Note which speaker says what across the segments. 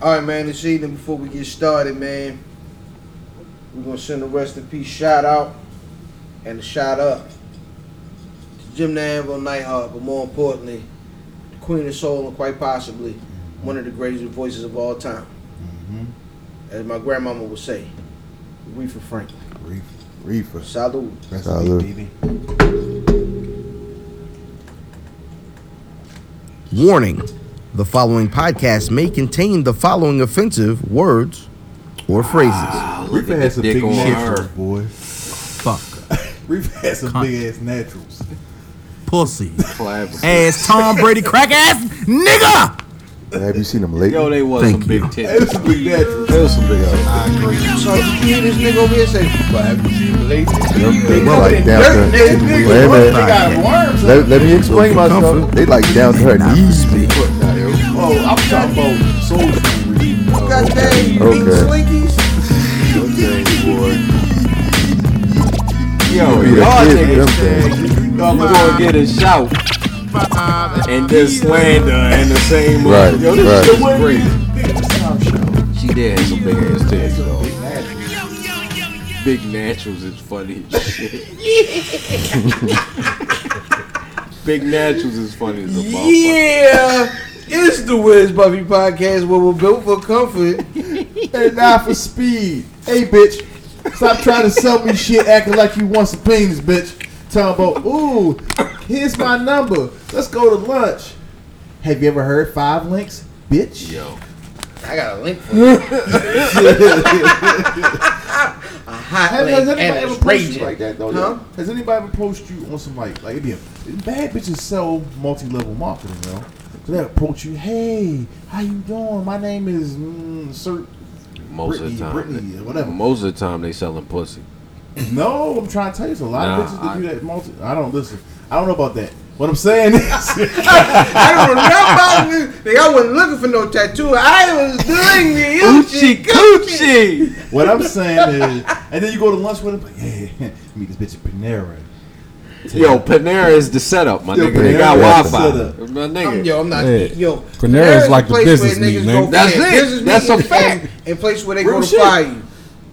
Speaker 1: All right, man. This evening, before we get started, man, we're gonna send a rest in peace shout out and a shout up to Jim Danville Nightheart, but more importantly, the Queen of Soul, and quite possibly one of the greatest voices of all time. As my grandmama would say, Aretha Franklin.
Speaker 2: Reef, reefer.
Speaker 1: Salute.
Speaker 2: Rest
Speaker 3: Salute.
Speaker 2: in peace,
Speaker 3: Warning the following podcast may contain the following offensive words or phrases.
Speaker 2: BB. Reefer had some
Speaker 4: dick
Speaker 2: big
Speaker 4: on
Speaker 2: naturals,
Speaker 4: her.
Speaker 2: boy.
Speaker 5: fuck,
Speaker 2: Reefer had some
Speaker 5: Cunt.
Speaker 2: big ass naturals.
Speaker 5: pussy,
Speaker 4: Collaborative.
Speaker 5: ass, Tom Brady, crack ass, nigga.
Speaker 3: Have you seen them lately?
Speaker 4: Yo, they was
Speaker 5: Thank
Speaker 4: some big
Speaker 5: you.
Speaker 2: They had
Speaker 4: titties.
Speaker 2: some big naturals.
Speaker 4: They was some big titties.
Speaker 1: So you hear this nigga over here say,
Speaker 2: But have you seen the latest?
Speaker 3: Them things like down to-
Speaker 2: They had big
Speaker 3: Wait a
Speaker 2: ones. They
Speaker 3: minute.
Speaker 2: got worms. in
Speaker 3: Let, let me explain myself. They like down to her knees.
Speaker 2: them. Oh, I'm talking about soul food. Reefer. Oh,
Speaker 1: God damn, you eating
Speaker 3: Okay.
Speaker 1: Twinkies?
Speaker 2: okay, boy.
Speaker 4: Yo,
Speaker 3: Be the
Speaker 4: y'all
Speaker 3: kid, them
Speaker 4: niggas
Speaker 3: things.
Speaker 4: y'all gonna get a shout and this slander in the same move.
Speaker 3: Right,
Speaker 4: Yo, this shit
Speaker 3: right.
Speaker 4: was great. She did have some big ass titties though. Big naturals is funny as shit. big naturals is funny as a motherfucker.
Speaker 1: Yeah. It's the Wiz Buffy podcast where we're built for comfort.
Speaker 2: And now for speed. Hey, bitch. Stop trying to sell me shit acting like you want some penis, bitch. Talking about, ooh, here's my number. Let's go to lunch. Have you ever heard five links, bitch?
Speaker 4: Yo,
Speaker 1: I got a link for you. a hot
Speaker 2: Has,
Speaker 1: link
Speaker 2: has anybody
Speaker 1: and
Speaker 2: ever
Speaker 1: it's
Speaker 2: approached you
Speaker 1: raging.
Speaker 2: like that though?
Speaker 1: Huh?
Speaker 2: yo? Has anybody approached you on some like like yeah, bad bitches sell multi level marketing, yo? So they approach you, hey, how you doing? My name is mm, Sir.
Speaker 4: most of the time,
Speaker 2: Britney, Britney, whatever.
Speaker 4: most of the time they selling pussy.
Speaker 2: No, I'm trying to tell you, so a lot
Speaker 4: Nah,
Speaker 2: of bitches that
Speaker 4: I-
Speaker 2: do that multi. I don't listen. I don't know about that. What I'm saying is,
Speaker 1: I don't know about you. Nigga, I wasn't looking for no tattoo. I was doing the
Speaker 4: Gucci,
Speaker 1: Gucci.
Speaker 4: Gucci.
Speaker 2: what I'm saying is, and then you go to lunch with them, like, yeah, meet this bitch at Panera.
Speaker 4: Yo, Panera is the setup, my
Speaker 2: Yo,
Speaker 4: nigga. They
Speaker 2: Panera
Speaker 4: got
Speaker 2: is the
Speaker 4: Wi-Fi.
Speaker 2: setup.
Speaker 4: My
Speaker 1: I'm,
Speaker 4: nigga.
Speaker 1: yo, I'm not.
Speaker 6: Hey.
Speaker 1: Yo,
Speaker 6: Panera is like
Speaker 1: a
Speaker 6: the
Speaker 1: place where
Speaker 6: business meet,
Speaker 1: niggas
Speaker 6: man.
Speaker 1: go
Speaker 4: That's
Speaker 1: find-
Speaker 4: it.
Speaker 1: business
Speaker 4: That's
Speaker 1: meet
Speaker 4: a fact.
Speaker 1: And, and place where they
Speaker 2: Real
Speaker 1: go to
Speaker 2: shit.
Speaker 1: fire you.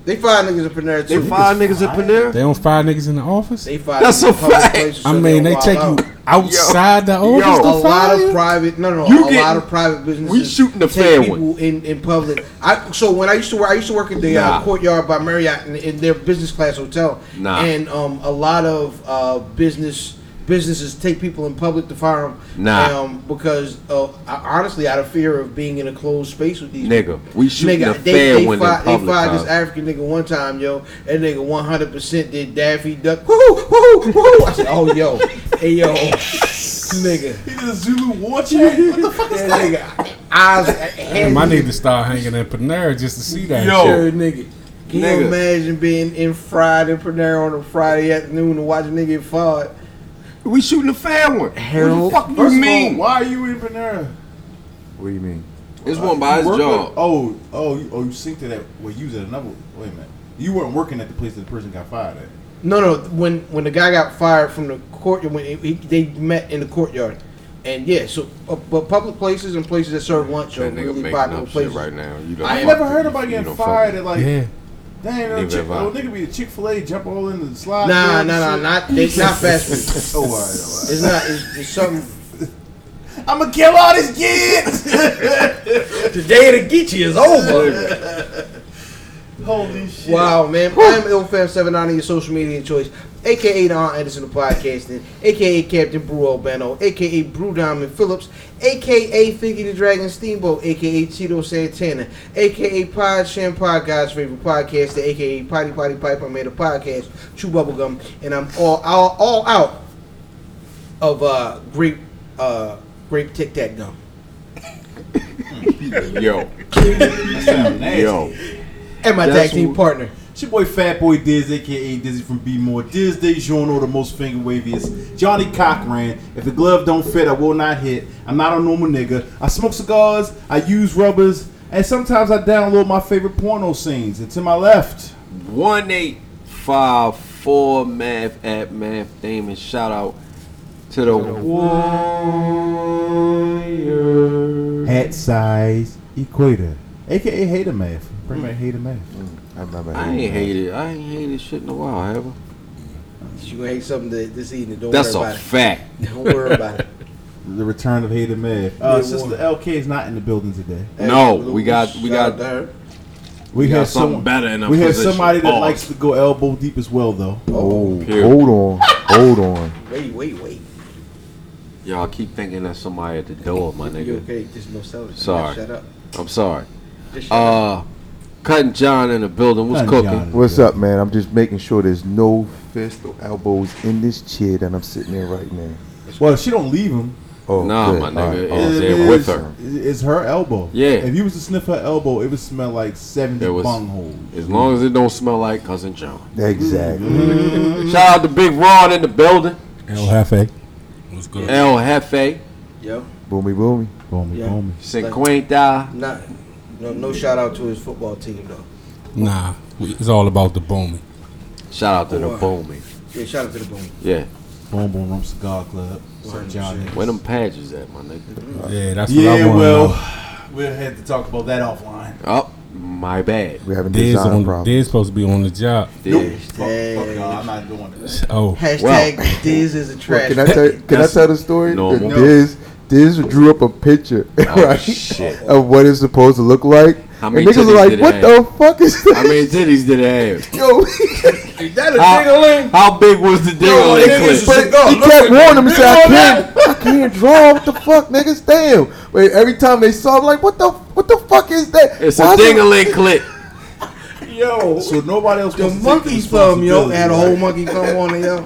Speaker 1: They find niggas at Panera
Speaker 4: They
Speaker 1: too.
Speaker 4: find niggas at Panera.
Speaker 6: They don't fire niggas in the office.
Speaker 1: They find
Speaker 4: That's
Speaker 1: niggas
Speaker 4: a
Speaker 1: in public
Speaker 4: fact.
Speaker 1: places,
Speaker 6: I
Speaker 1: so
Speaker 6: mean,
Speaker 1: they'll
Speaker 6: they
Speaker 1: wild
Speaker 6: take
Speaker 1: out.
Speaker 6: you outside the office
Speaker 4: Yo.
Speaker 6: to
Speaker 1: a
Speaker 6: fire
Speaker 1: lot
Speaker 6: you?
Speaker 1: of private no no
Speaker 4: You
Speaker 1: a
Speaker 4: getting-
Speaker 1: lot of private businesses
Speaker 4: we shooting a
Speaker 1: take
Speaker 4: fair
Speaker 1: people in in public i so when i used to work i used to work at the
Speaker 4: Nah.
Speaker 1: uh, courtyard by marriott in, in their business class hotel
Speaker 4: Nah.
Speaker 1: and um a lot of uh business businesses take people in public to fire them
Speaker 4: Nah.
Speaker 1: um, because uh, I- honestly out of fear of being in a closed space with these
Speaker 4: Nigga, we shooting a
Speaker 1: Nigga, they,
Speaker 4: fair
Speaker 1: they,
Speaker 4: one
Speaker 1: fi-
Speaker 4: in
Speaker 1: they
Speaker 4: public.
Speaker 1: fired this
Speaker 4: dog.
Speaker 1: African nigga one time, yo. That nigga 100% did Daffy Duck. Woohoo, woohoo, woohoo. I said, oh, yo. Hey, yo. nigga.
Speaker 2: He did a Zulu war chant. What the fuck is
Speaker 1: That
Speaker 2: that?
Speaker 1: nigga, eyes,
Speaker 6: Damn, I
Speaker 1: hands,
Speaker 6: need to start hanging at Panera just to see that
Speaker 4: Yo.
Speaker 6: shit.
Speaker 1: shirt, nigga. Can you
Speaker 4: Nigga.
Speaker 1: imagine being in Friday in Panera on a Friday afternoon and watch a nigga get fired?
Speaker 4: We shooting a fair one.
Speaker 1: Harold,
Speaker 4: What the fuck
Speaker 2: First
Speaker 4: you
Speaker 2: of all,
Speaker 4: mean?
Speaker 2: why are you in Panera?
Speaker 3: What do you mean?
Speaker 4: This one by
Speaker 2: You
Speaker 4: his
Speaker 2: work
Speaker 4: job.
Speaker 2: with- oh, oh, you, oh, you synced it at. Well, you was at another. Wait a minute. You weren't working at the place that the person got fired at.
Speaker 1: No, no. When when the guy got fired from the courtyard, when he, he, they met in the courtyard, and yeah, so uh, but public places and places that serve lunch are
Speaker 4: That nigga
Speaker 1: really
Speaker 4: making
Speaker 1: popular
Speaker 4: up shit
Speaker 1: places.
Speaker 4: right now. You don't
Speaker 2: I ain't
Speaker 4: fuck
Speaker 2: never
Speaker 4: with-
Speaker 2: heard
Speaker 4: you-
Speaker 2: about
Speaker 4: you
Speaker 2: getting
Speaker 4: don't fuck
Speaker 2: fired
Speaker 4: with-
Speaker 2: at like.
Speaker 6: Yeah.
Speaker 2: Dang, no
Speaker 4: Neither
Speaker 2: chick,
Speaker 4: have I.
Speaker 2: oh, nigga be the Chick Fil A, jump all in the slide.
Speaker 1: Nah,
Speaker 2: door and
Speaker 1: nah, nah.
Speaker 2: shit.
Speaker 1: Not it's not fast food.
Speaker 2: Oh, all right, all right.
Speaker 1: It's not. It's, it's something.
Speaker 2: I'm gonna kill all these kids.
Speaker 1: The day to get you is over.
Speaker 2: Holy shit!
Speaker 1: Wow, man. I'm IlFam790, your social media choice, aka Don Edison of podcasting, aka Captain Brew Albano, aka Brew Diamond Phillips, aka Figgy the Dragon Steamboat, aka Tito Santana, aka Pod Sham Pod Guy's favorite podcaster, aka Potty Potty Pipe. I made a podcast, Chew Bubblegum, and I'm all, all, all out of uh, grape, uh, grape Tic Tac gum.
Speaker 4: Yo,
Speaker 2: That sound nasty.
Speaker 4: yo.
Speaker 1: And my tag
Speaker 4: That's
Speaker 1: team
Speaker 4: what-
Speaker 1: partner.
Speaker 2: It's your boy Fat Boy Diz, aka Dizzy from B More. Diz DeJourno, the most finger waviest. Johnny Cochran. If the glove don't fit, I will not hit. I'm not a normal nigga. I smoke cigars. I use rubbers. And sometimes I download my favorite porno scenes. And to my left,
Speaker 4: One eight five four math at math Damon. Shout out to the warrior.
Speaker 2: hat size equator. AKA hater math. Pretty much hater math.
Speaker 4: I remember. I ain't hated. I ain't hated shit in a while, have I?
Speaker 1: You gonna hate something th- this evening? Don't
Speaker 4: That's
Speaker 1: worry
Speaker 4: a
Speaker 1: about
Speaker 4: fact.
Speaker 1: it. Don't worry about it.
Speaker 2: The return of hater math. Uh, Sister LK is not in the building today.
Speaker 4: No,
Speaker 1: Hey,
Speaker 4: we got- we
Speaker 1: shout
Speaker 4: got-
Speaker 1: out to her.
Speaker 2: We,
Speaker 4: got
Speaker 2: have
Speaker 4: something
Speaker 2: someone
Speaker 4: better in our
Speaker 2: We have
Speaker 4: position.
Speaker 2: somebody that
Speaker 4: Pause.
Speaker 2: likes to go elbow deep as well, though.
Speaker 4: Oh,
Speaker 7: Hold on, hold on.
Speaker 1: Wait, wait, wait.
Speaker 4: Y'all keep thinking that's somebody at the door, my
Speaker 1: You
Speaker 4: nigga.
Speaker 1: okay? Just no selling.
Speaker 4: Sorry.
Speaker 1: Shut up.
Speaker 4: I'm sorry.
Speaker 1: Just shut up.
Speaker 4: Uh, Cutting John in the building. What's
Speaker 2: Cutting
Speaker 4: cooking?
Speaker 2: John.
Speaker 7: What's up, man? I'm just making sure there's no fist or elbows in this chair that I'm sitting in right now.
Speaker 2: Well, if she don't leave him,
Speaker 7: Oh,
Speaker 4: Nah, my
Speaker 7: All
Speaker 4: nigga,
Speaker 7: all
Speaker 4: it
Speaker 7: right.
Speaker 4: is- there with her.
Speaker 2: It's her elbow.
Speaker 4: Yeah.
Speaker 2: If you was to sniff her elbow, it would smell like seventy
Speaker 4: It was-
Speaker 2: bungholes.
Speaker 4: As long as it don't smell like Cousin John. Mm-hmm.
Speaker 7: Exactly.
Speaker 1: Mm-hmm.
Speaker 4: Shout out to Big Ron in the building.
Speaker 6: El Jefe.
Speaker 8: What's good?
Speaker 4: El Jefe.
Speaker 1: Yo,
Speaker 7: boomy, boomy.
Speaker 2: Boom,
Speaker 1: Yeah.
Speaker 2: boom.
Speaker 4: Cinquenta.
Speaker 1: not no no shout out to his football team though.
Speaker 6: Nah, it's all about the booming.
Speaker 4: Shout out to the
Speaker 1: Boy.
Speaker 4: booming.
Speaker 1: Yeah, shout out to the boom.
Speaker 4: Yeah.
Speaker 2: Boom, boom, rum cigar club. What's up, John?
Speaker 4: Where them patches at, my nigga?
Speaker 6: Yeah, that's what I
Speaker 2: Yeah,
Speaker 6: want.
Speaker 2: well,
Speaker 6: Well,
Speaker 2: we'll have to talk about that offline.
Speaker 4: Oh, my bad.
Speaker 7: We're having
Speaker 6: Dez
Speaker 7: design
Speaker 6: on.
Speaker 7: problems.
Speaker 6: Dez supposed to be on the job.
Speaker 4: Yeah.
Speaker 2: Fuck, fuck y'all, I'm not doing this.
Speaker 6: Oh,
Speaker 1: Hashtag Diz is a
Speaker 7: Well,
Speaker 1: trash.
Speaker 7: can I tell? Can I
Speaker 4: That's
Speaker 7: tell the story? The
Speaker 4: normal.
Speaker 7: Diz, Diz drew up a picture right,
Speaker 4: oh, shit.
Speaker 7: of what it's supposed to look like,
Speaker 4: How
Speaker 7: and
Speaker 4: many
Speaker 7: niggas
Speaker 4: titties
Speaker 7: are like,
Speaker 4: did it
Speaker 7: "What
Speaker 4: have?"
Speaker 7: the fuck is
Speaker 4: How
Speaker 7: that?"
Speaker 4: many titties did it have?
Speaker 7: Yo,
Speaker 4: Ah. How, how big was the
Speaker 1: Yo,
Speaker 4: dingle they
Speaker 1: niggas
Speaker 4: clip?
Speaker 1: put- go,
Speaker 7: he
Speaker 1: look
Speaker 7: kept
Speaker 1: at
Speaker 7: warning him. He said, "I
Speaker 1: Look
Speaker 7: can't, I can't draw. What the fuck, niggas? Damn!" Wait, every time they saw, him, like, "What the, what the fuck is that?"
Speaker 4: It's
Speaker 7: Why
Speaker 4: a
Speaker 7: is it-
Speaker 4: dingling clip.
Speaker 1: Yo,
Speaker 2: So nobody else.
Speaker 1: the
Speaker 2: wants to take
Speaker 1: monkey thumb, yo,
Speaker 2: responsibility,
Speaker 1: had a whole
Speaker 2: right?
Speaker 1: monkey thumb on it, yo.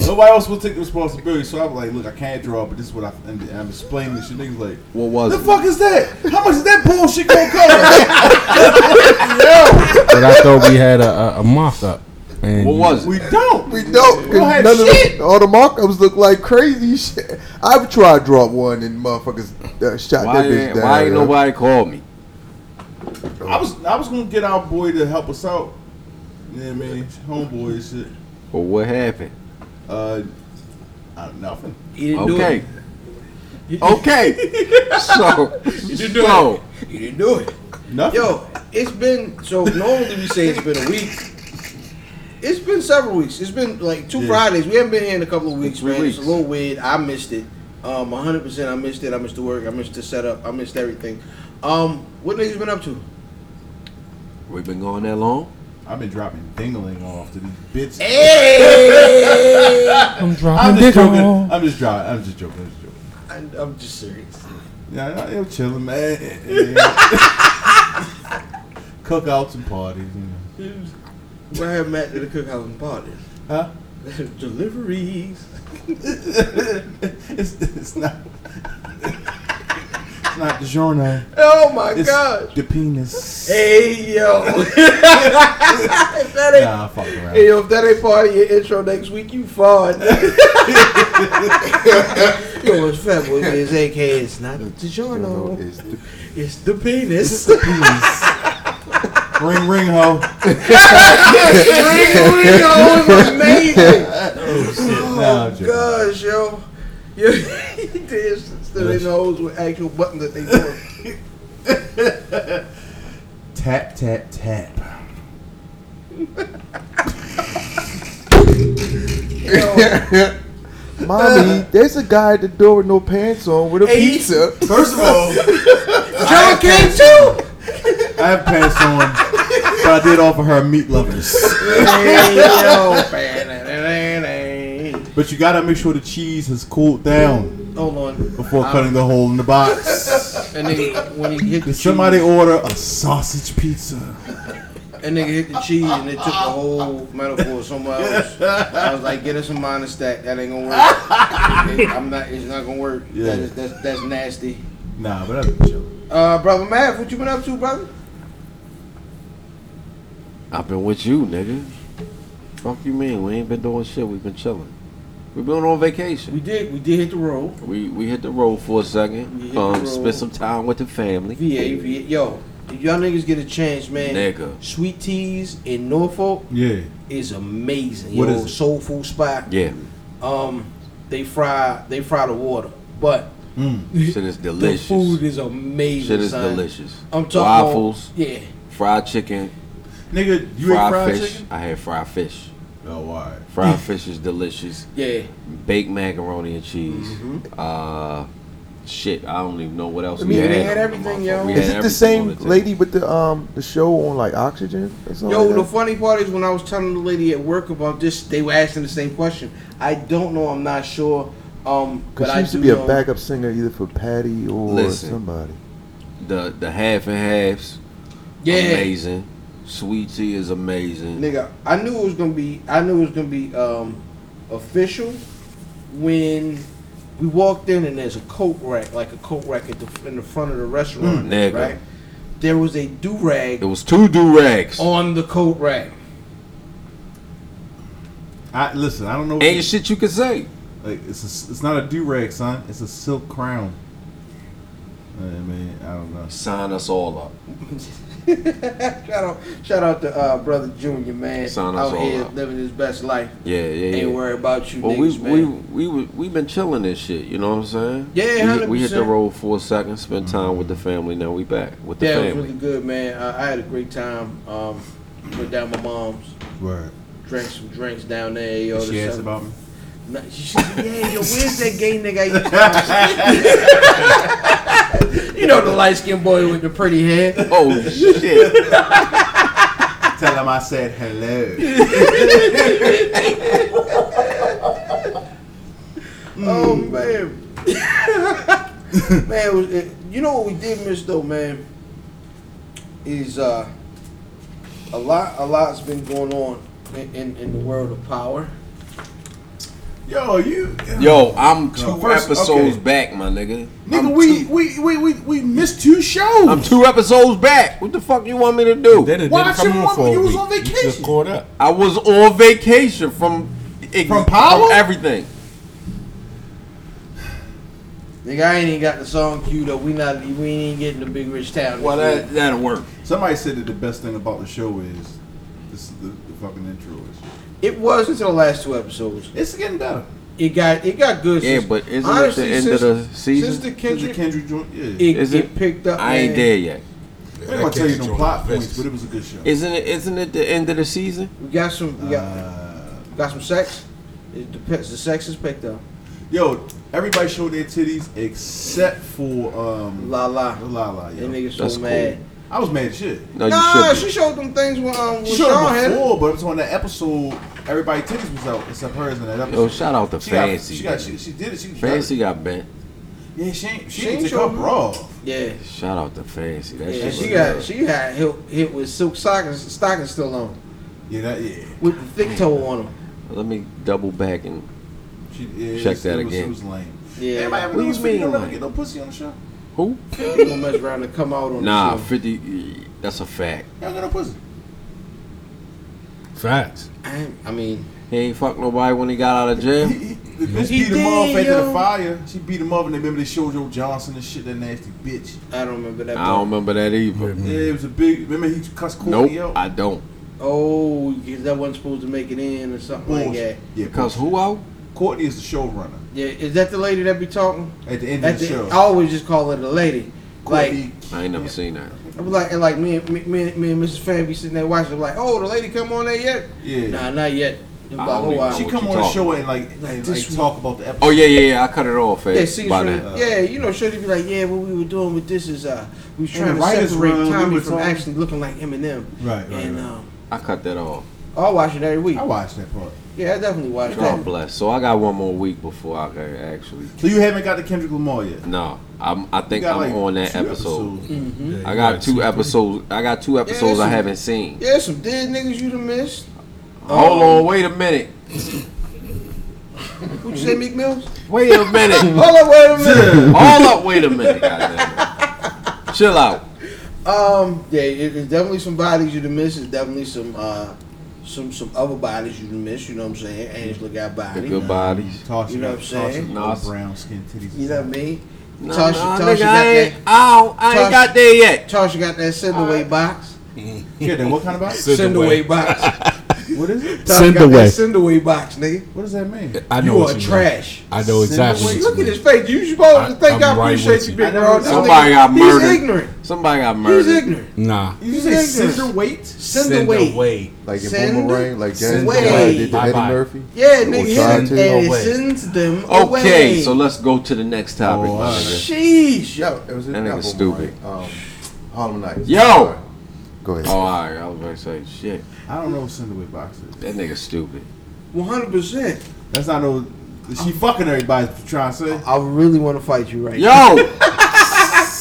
Speaker 2: Nobody else will take the responsibility. So I'm like, look, I can't draw, but this is what I and I'm explaining this. Shit, niggas like,
Speaker 4: What was
Speaker 2: the
Speaker 4: it?
Speaker 2: fuck is that? How much is that bullshit gonna cost?
Speaker 6: but I thought we had a, a, a mock up. And
Speaker 4: What was
Speaker 2: we
Speaker 4: it?
Speaker 2: don't.
Speaker 7: We don't.
Speaker 2: We don't have
Speaker 7: none of the-
Speaker 2: shit.
Speaker 7: all the markups look like crazy shit. I've tried to drop one and motherfuckers uh, shot
Speaker 4: Why,
Speaker 7: that bitch
Speaker 4: ain't-
Speaker 7: down.
Speaker 4: why ain't
Speaker 7: yo.
Speaker 4: nobody called me?
Speaker 2: I was I was gonna get our boy to help us out. Yeah, man, homeboy and shit.
Speaker 4: Well, what happened?
Speaker 2: Uh, I don't, nothing.
Speaker 1: You didn't
Speaker 4: Okay. Okay. So, so
Speaker 1: do it. You didn't do it.
Speaker 2: Nothing.
Speaker 1: Yo, it's been so normally we say it's been a week. It's been several weeks. It's been like two
Speaker 2: Yeah.
Speaker 1: Fridays. We haven't been here in a couple of weeks,
Speaker 4: Three
Speaker 1: man. It's a
Speaker 4: weeks.
Speaker 1: little weird. I missed it. Um, 100% I missed it. I missed the work. I missed the setup. I missed everything. Um, what niggas been up to?
Speaker 4: we've been going that long.
Speaker 2: I've been dropping dingling off to these bitches.
Speaker 6: I'm
Speaker 2: I'm
Speaker 6: dropping
Speaker 2: just
Speaker 6: dick
Speaker 2: joking.
Speaker 6: off.
Speaker 2: I'm just joking. I'm just joking. I'm just joking.
Speaker 1: I, I'm just serious.
Speaker 2: Yeah, I'm chilling, man. Yeah. Cookouts and parties, you know.
Speaker 1: Where I have Matt to the cookhouse and party.
Speaker 2: Huh?
Speaker 1: Deliveries.
Speaker 2: it's, it's not. It's not the journal.
Speaker 1: Oh my
Speaker 2: It's
Speaker 1: god.
Speaker 2: the penis.
Speaker 1: Hey yo. if that ain't
Speaker 2: Nah, I fuck around.
Speaker 1: Hey, yo, if that ain't part of your intro next week, you fine. yo, it's fat boy. It's AK. It's not the
Speaker 7: No,
Speaker 1: DiGiorno.
Speaker 7: it's the-
Speaker 1: It's the penis.
Speaker 2: Ring, ring, ho.
Speaker 1: Ringo is amazing.
Speaker 2: Nah, I'm
Speaker 1: Oh
Speaker 2: joking.
Speaker 1: gosh, yo. Yo, there's still in holes with actual buttons that they do.
Speaker 2: Tap, tap, tap.
Speaker 7: Mommy, there's a guy at the door with no pants on with a
Speaker 1: Hey,
Speaker 7: pizza.
Speaker 2: First of all,
Speaker 1: John King too.
Speaker 2: I have pants on, so I did offer her meat lovers.
Speaker 1: Hey, yo.
Speaker 2: But you gotta make sure the cheese has cooled down
Speaker 1: Hold on.
Speaker 2: before cutting the hole in the box.
Speaker 1: And nigga, when he hit the
Speaker 2: Did
Speaker 1: cheese-
Speaker 2: somebody order a sausage pizza?
Speaker 1: That nigga hit the cheese and it took the whole metaphor somewhere else. I was like, get us a minor stack. That ain't gonna work. It- I'm not. It's not gonna work.
Speaker 2: Yeah.
Speaker 1: That is, that's that's nasty.
Speaker 2: Nah, but I've been chilling.
Speaker 1: Uh, brother Matt, what you been up to, brother?
Speaker 4: I've been with you, nigga. Fuck you, mean? We ain't been doing shit. We've been chilling. We've been on vacation.
Speaker 1: We did. We did hit the road.
Speaker 4: We we hit the road for a
Speaker 1: We hit
Speaker 4: second.
Speaker 1: the
Speaker 4: Um,
Speaker 1: road.
Speaker 4: spent some time with the family.
Speaker 1: VA, VA. Yo, if y'all niggas get a chance, man.
Speaker 4: Nigga.
Speaker 1: Sweet Teas in Norfolk
Speaker 2: Yeah.
Speaker 1: is amazing.
Speaker 2: What
Speaker 1: yo,
Speaker 2: is it?
Speaker 1: soul food spot.
Speaker 4: Yeah,
Speaker 1: Um, they fry they fry the water, but
Speaker 4: Mm. Shit is
Speaker 1: The
Speaker 4: delicious.
Speaker 1: food is amazing.
Speaker 4: Shit is
Speaker 1: son.
Speaker 4: delicious.
Speaker 1: I'm talking
Speaker 4: Waffles,
Speaker 1: Yeah.
Speaker 4: fried chicken,
Speaker 2: Nigga, you
Speaker 4: fried,
Speaker 2: ate fried
Speaker 4: fish.
Speaker 2: chicken?
Speaker 4: I had fried fish.
Speaker 2: Oh, all right.
Speaker 4: Fried fish is delicious.
Speaker 1: Yeah.
Speaker 4: Baked macaroni and cheese. Uh, shit, I don't even know what else
Speaker 7: I mean,
Speaker 1: they
Speaker 4: on
Speaker 1: had
Speaker 4: the
Speaker 1: everything, yo.
Speaker 4: motherfucker. We
Speaker 7: Is
Speaker 4: had
Speaker 7: it the
Speaker 4: everything on
Speaker 7: same
Speaker 4: table.
Speaker 7: lady with the um the show on like Oxygen? Or
Speaker 4: Oh,
Speaker 7: something
Speaker 1: Yo,
Speaker 7: like
Speaker 1: the
Speaker 7: that?
Speaker 1: funny part is when I was telling the lady at work about this, they were asking the same question. I don't know. I'm not sure. Um, but
Speaker 7: Cause she
Speaker 1: I
Speaker 7: used to
Speaker 1: do
Speaker 7: be a
Speaker 1: know-
Speaker 7: backup singer either for Patty or
Speaker 4: Listen.
Speaker 7: somebody.
Speaker 4: The the half and halves.
Speaker 1: Yeah.
Speaker 4: Amazing. Sweet tea is amazing.
Speaker 1: Nigga, I knew it was gonna be. I knew it was gonna be um, official when we walked in and there's a coat rack, like a coat rack at the, in the front of the restaurant,
Speaker 4: Hmm, nigga.
Speaker 1: right? There was a do
Speaker 4: It
Speaker 1: rag
Speaker 4: was two do rags.
Speaker 1: on the coat rack.
Speaker 2: I, listen, I don't know. What
Speaker 4: Ain't shit you could say.
Speaker 2: Like it's a, it's not a do rag, son. It's a silk crown. I mean, I don't know.
Speaker 4: Sign us all up.
Speaker 1: shout out, shout out to uh, brother Junior, man,
Speaker 4: Son, that's
Speaker 1: out
Speaker 4: all
Speaker 1: here
Speaker 4: right.
Speaker 1: living his best life.
Speaker 4: Yeah, yeah, yeah.
Speaker 1: Ain't worry about you,
Speaker 4: Well,
Speaker 1: niggas,
Speaker 4: we,
Speaker 1: man.
Speaker 4: we we we we been chilling this shit. You know what I'm saying?
Speaker 1: Yeah,
Speaker 4: We hit- we, hit the
Speaker 1: 100%.
Speaker 4: road for a second, spent time with the family. Now we back with the
Speaker 1: yeah, it was
Speaker 4: family.
Speaker 1: really good, man. Uh, I had a great time. Um, went down my mom's,
Speaker 2: Word.
Speaker 1: drank some drinks down there. Yo,
Speaker 2: She
Speaker 1: the
Speaker 2: asked
Speaker 1: seven-
Speaker 2: about me.
Speaker 1: Nah, she should- yeah, yo, where's that gay nigga? I used to you know the light skinned boy with the pretty hair.
Speaker 4: Oh shit!
Speaker 2: Tell him I said hello.
Speaker 1: Oh man, man, it was, it, you know what we did miss though, man, is uh, a lot, a lot's been going on in, in, in the world of power.
Speaker 2: Yo, you.
Speaker 4: Yo, I'm two
Speaker 2: First,
Speaker 4: episodes
Speaker 2: okay.
Speaker 4: back, my nigga.
Speaker 2: Nigga,
Speaker 4: I'm
Speaker 2: we,
Speaker 4: two,
Speaker 2: we, we, we, we missed two shows.
Speaker 4: I'm two episodes back. What the fuck you want me to do?
Speaker 6: didn't
Speaker 2: Why don't you remember you was
Speaker 6: week.
Speaker 2: on
Speaker 6: You just
Speaker 2: vacation?
Speaker 6: caught up.
Speaker 4: I was on vacation from ex-
Speaker 2: From power?
Speaker 4: from everything.
Speaker 1: Nigga, I ain't even got the song queued up. We not, we ain't getting the big rich town.
Speaker 4: Well,
Speaker 1: this year.
Speaker 4: that that'll work.
Speaker 2: Somebody said that the best thing about the show is this, the, the fucking intro. Is.
Speaker 1: it was until the last two episodes.
Speaker 2: It's getting better.
Speaker 1: It got it got good.
Speaker 4: Yeah,
Speaker 1: since-
Speaker 4: but isn't it the
Speaker 1: honestly,
Speaker 4: end of
Speaker 1: since-
Speaker 4: the season?
Speaker 1: Since the
Speaker 2: Kendrick,
Speaker 1: Kendrick,
Speaker 2: the Kendrick joint. Yeah.
Speaker 1: it,
Speaker 4: Is
Speaker 1: it,
Speaker 4: it?
Speaker 1: picked up.
Speaker 4: I ain't
Speaker 1: man.
Speaker 4: there yet.
Speaker 2: I'm not gonna tell you no
Speaker 6: Kendrick
Speaker 2: plot
Speaker 6: joint.
Speaker 2: points, but it was a good show.
Speaker 4: Isn't it? Isn't it the end of the season?
Speaker 1: We got some. We got
Speaker 2: Uh,
Speaker 1: got some sex. It depends. The sex is picked up.
Speaker 2: yo, everybody showed their titties except for um,
Speaker 1: La la.
Speaker 2: La La.
Speaker 1: That
Speaker 2: Yo.
Speaker 1: nigga so
Speaker 4: That's cool.
Speaker 1: mad.
Speaker 2: I was mad as shit.
Speaker 4: No, you
Speaker 1: Nah,
Speaker 4: should.
Speaker 1: she showed them things when um when
Speaker 2: She showed
Speaker 1: Sean
Speaker 2: it
Speaker 1: had it.
Speaker 2: before, but it was on that episode. Everybody titties was out except hers in that episode.
Speaker 4: Yo, shout out to
Speaker 2: she Got, she,
Speaker 4: Fancy. nigga.
Speaker 2: got, she, she did it. She was
Speaker 4: Fancy got bent.
Speaker 2: Yeah, she ain't, she,
Speaker 1: She
Speaker 2: ain't
Speaker 1: ain't
Speaker 2: took her
Speaker 1: showed
Speaker 2: bra. off.
Speaker 1: Yeah.
Speaker 4: Shout out to Fancy. That
Speaker 1: Yeah,
Speaker 4: shit
Speaker 1: she
Speaker 4: was
Speaker 1: got
Speaker 4: good.
Speaker 1: she had hit, hit with silk stockings stockings still on
Speaker 2: Yeah, that yeah.
Speaker 1: with the thick toe on them.
Speaker 4: Let me double back and
Speaker 2: She, yeah
Speaker 4: Check
Speaker 2: she
Speaker 4: that
Speaker 2: was,
Speaker 4: again.
Speaker 2: She was lame.
Speaker 1: Yeah.
Speaker 2: Everybody ever
Speaker 4: What
Speaker 2: lose
Speaker 4: you
Speaker 2: fifty?
Speaker 4: mean,
Speaker 2: Don't ever
Speaker 4: like?
Speaker 2: get no pussy on the show.
Speaker 4: who?
Speaker 1: You gonna mess around and come out on
Speaker 4: Nah,
Speaker 1: The show.
Speaker 4: fifty. eh, That's a fact.
Speaker 2: Y'all get no pussy.
Speaker 6: Facts.
Speaker 1: I, I mean,
Speaker 4: He ain't fuck nobody when he got out of jail.
Speaker 2: He, he, the bitch
Speaker 1: He
Speaker 2: beat him
Speaker 1: did,
Speaker 2: off after the
Speaker 1: yo.
Speaker 2: fire. She beat him up, and they remember they showed Joe Johnson and shit. That nasty bitch.
Speaker 1: I don't remember that.
Speaker 4: I don't remember that either.
Speaker 2: Yeah, it was a big. Remember he cussed Courtney
Speaker 4: Mm. Nope,
Speaker 2: out.
Speaker 4: I don't.
Speaker 1: Oh, because that wasn't supposed to make it in or something like that.
Speaker 2: Bullshit. Yeah,
Speaker 4: Cause who out?
Speaker 2: Courtney is the showrunner
Speaker 1: Yeah, is that the lady that be talking?
Speaker 2: at the end
Speaker 1: At
Speaker 2: of the,
Speaker 1: the,
Speaker 2: show.
Speaker 1: I always just call her the lady. Like
Speaker 2: Courtney-
Speaker 4: I ain't never seen that.
Speaker 1: I'm like and like me and me, me, me and Mrs. Fan be sitting there watching. like, oh, the lady come on there yet?
Speaker 2: Yeah.
Speaker 1: Nah, not yet. In
Speaker 4: I
Speaker 1: about a
Speaker 4: don't
Speaker 1: while.
Speaker 2: She
Speaker 4: What
Speaker 2: come
Speaker 4: you
Speaker 2: on the
Speaker 4: talking
Speaker 2: show and like, and,
Speaker 1: this
Speaker 2: like talk about the episode.
Speaker 4: Oh yeah, yeah, yeah. I cut it off. At,
Speaker 1: yeah, see,
Speaker 4: by
Speaker 1: she-
Speaker 4: now.
Speaker 1: yeah, you know, she'll be like, yeah, what we were doing with this is uh, we was
Speaker 2: In the
Speaker 1: trying to
Speaker 2: writer's
Speaker 1: separate
Speaker 2: room, we
Speaker 1: Tommy
Speaker 2: were
Speaker 1: from
Speaker 2: talking-
Speaker 1: actually looking like Eminem.
Speaker 2: Right, right,
Speaker 1: And
Speaker 2: right.
Speaker 1: um,
Speaker 4: I cut that off.
Speaker 1: I'll watch it every week.
Speaker 2: I watched that part.
Speaker 1: Yeah, I definitely watch
Speaker 4: God
Speaker 1: that.
Speaker 4: bless. So I got one more week before I can actually.
Speaker 2: So you haven't got the Kendrick Lamar yet.
Speaker 4: No, I'm. I think
Speaker 2: You got, like,
Speaker 4: I'm on that
Speaker 2: two
Speaker 4: episode.
Speaker 2: episodes.
Speaker 1: Mm-hmm.
Speaker 4: I got two episodes. I got two episodes I
Speaker 1: some-
Speaker 4: haven't seen.
Speaker 1: Yeah, some dead niggas you done missed.
Speaker 4: Hold on, wait a minute.
Speaker 1: Who'd you say, Meek Mills?
Speaker 4: Wait a minute.
Speaker 1: Hold up, wait a minute.
Speaker 4: Hold up, wait a minute. Goddamn. Chill out.
Speaker 1: Um, yeah, it- it's definitely some bodies you to miss. It's definitely some uh, some some other bodies you to miss. You know what I'm saying? Angela got
Speaker 4: The
Speaker 1: body.
Speaker 4: good bodies.
Speaker 2: Toss
Speaker 1: You know what I'm saying?
Speaker 4: Nas-
Speaker 2: brown skin titties.
Speaker 1: You know what I mean?
Speaker 4: Nah,
Speaker 1: Tasha,
Speaker 4: nah,
Speaker 1: Tasha
Speaker 4: nigga,
Speaker 1: got
Speaker 4: I ain't,
Speaker 1: that.
Speaker 4: I don't- I ain't
Speaker 1: Tasha-
Speaker 4: got there yet.
Speaker 1: Tasha got that send away box.
Speaker 2: Yeah, then what kind of body?
Speaker 1: Send away box.
Speaker 2: What is
Speaker 1: Tom
Speaker 2: it?
Speaker 6: Send
Speaker 1: got
Speaker 6: away.
Speaker 1: That send away box, nigga.
Speaker 2: What does that mean?
Speaker 4: I know
Speaker 1: You
Speaker 4: what
Speaker 1: are
Speaker 4: mean.
Speaker 1: trash.
Speaker 6: I know
Speaker 1: Wait,
Speaker 6: exactly. what you
Speaker 1: look at
Speaker 6: mean.
Speaker 1: his face. You supposed to
Speaker 6: I-
Speaker 1: think I,
Speaker 6: I'm right
Speaker 1: appreciate
Speaker 6: with
Speaker 1: you,
Speaker 6: you.
Speaker 1: big
Speaker 2: I know
Speaker 1: bro.
Speaker 2: what
Speaker 1: This
Speaker 2: you're
Speaker 4: Somebody
Speaker 1: nigga-
Speaker 4: got murdered.
Speaker 1: He's ignorant.
Speaker 4: Somebody got
Speaker 1: He's
Speaker 4: murdered.
Speaker 1: ignorant.
Speaker 6: Nah.
Speaker 2: You
Speaker 1: He's
Speaker 2: say
Speaker 1: ignorant.
Speaker 2: scissor weight?
Speaker 1: Send away.
Speaker 7: Like in
Speaker 1: Send
Speaker 7: Boomerang, like James
Speaker 1: away.
Speaker 7: Brown did to Eddie
Speaker 6: Bye-bye.
Speaker 7: Murphy.
Speaker 1: Yeah,
Speaker 7: Or
Speaker 1: nigga,
Speaker 7: tried
Speaker 1: hit
Speaker 7: to.
Speaker 1: him and
Speaker 7: No
Speaker 1: it
Speaker 7: way.
Speaker 1: sends them away.
Speaker 4: Okay, so let's go to the next topic. my nigga.
Speaker 1: Sheesh.
Speaker 7: No, it was in
Speaker 4: That
Speaker 7: not
Speaker 4: nigga's
Speaker 7: Boomerang, Um, Harlem Nights.
Speaker 4: Yo!
Speaker 7: Sorry. Go ahead.
Speaker 4: Oh, alright. I was about to say, shit.
Speaker 2: I don't know what send away box is.
Speaker 4: That nigga stupid.
Speaker 1: 100%.
Speaker 2: That's not no. She fucking everybody. what you Trying to say.
Speaker 1: I really want to fight you right
Speaker 4: Yo!
Speaker 1: now.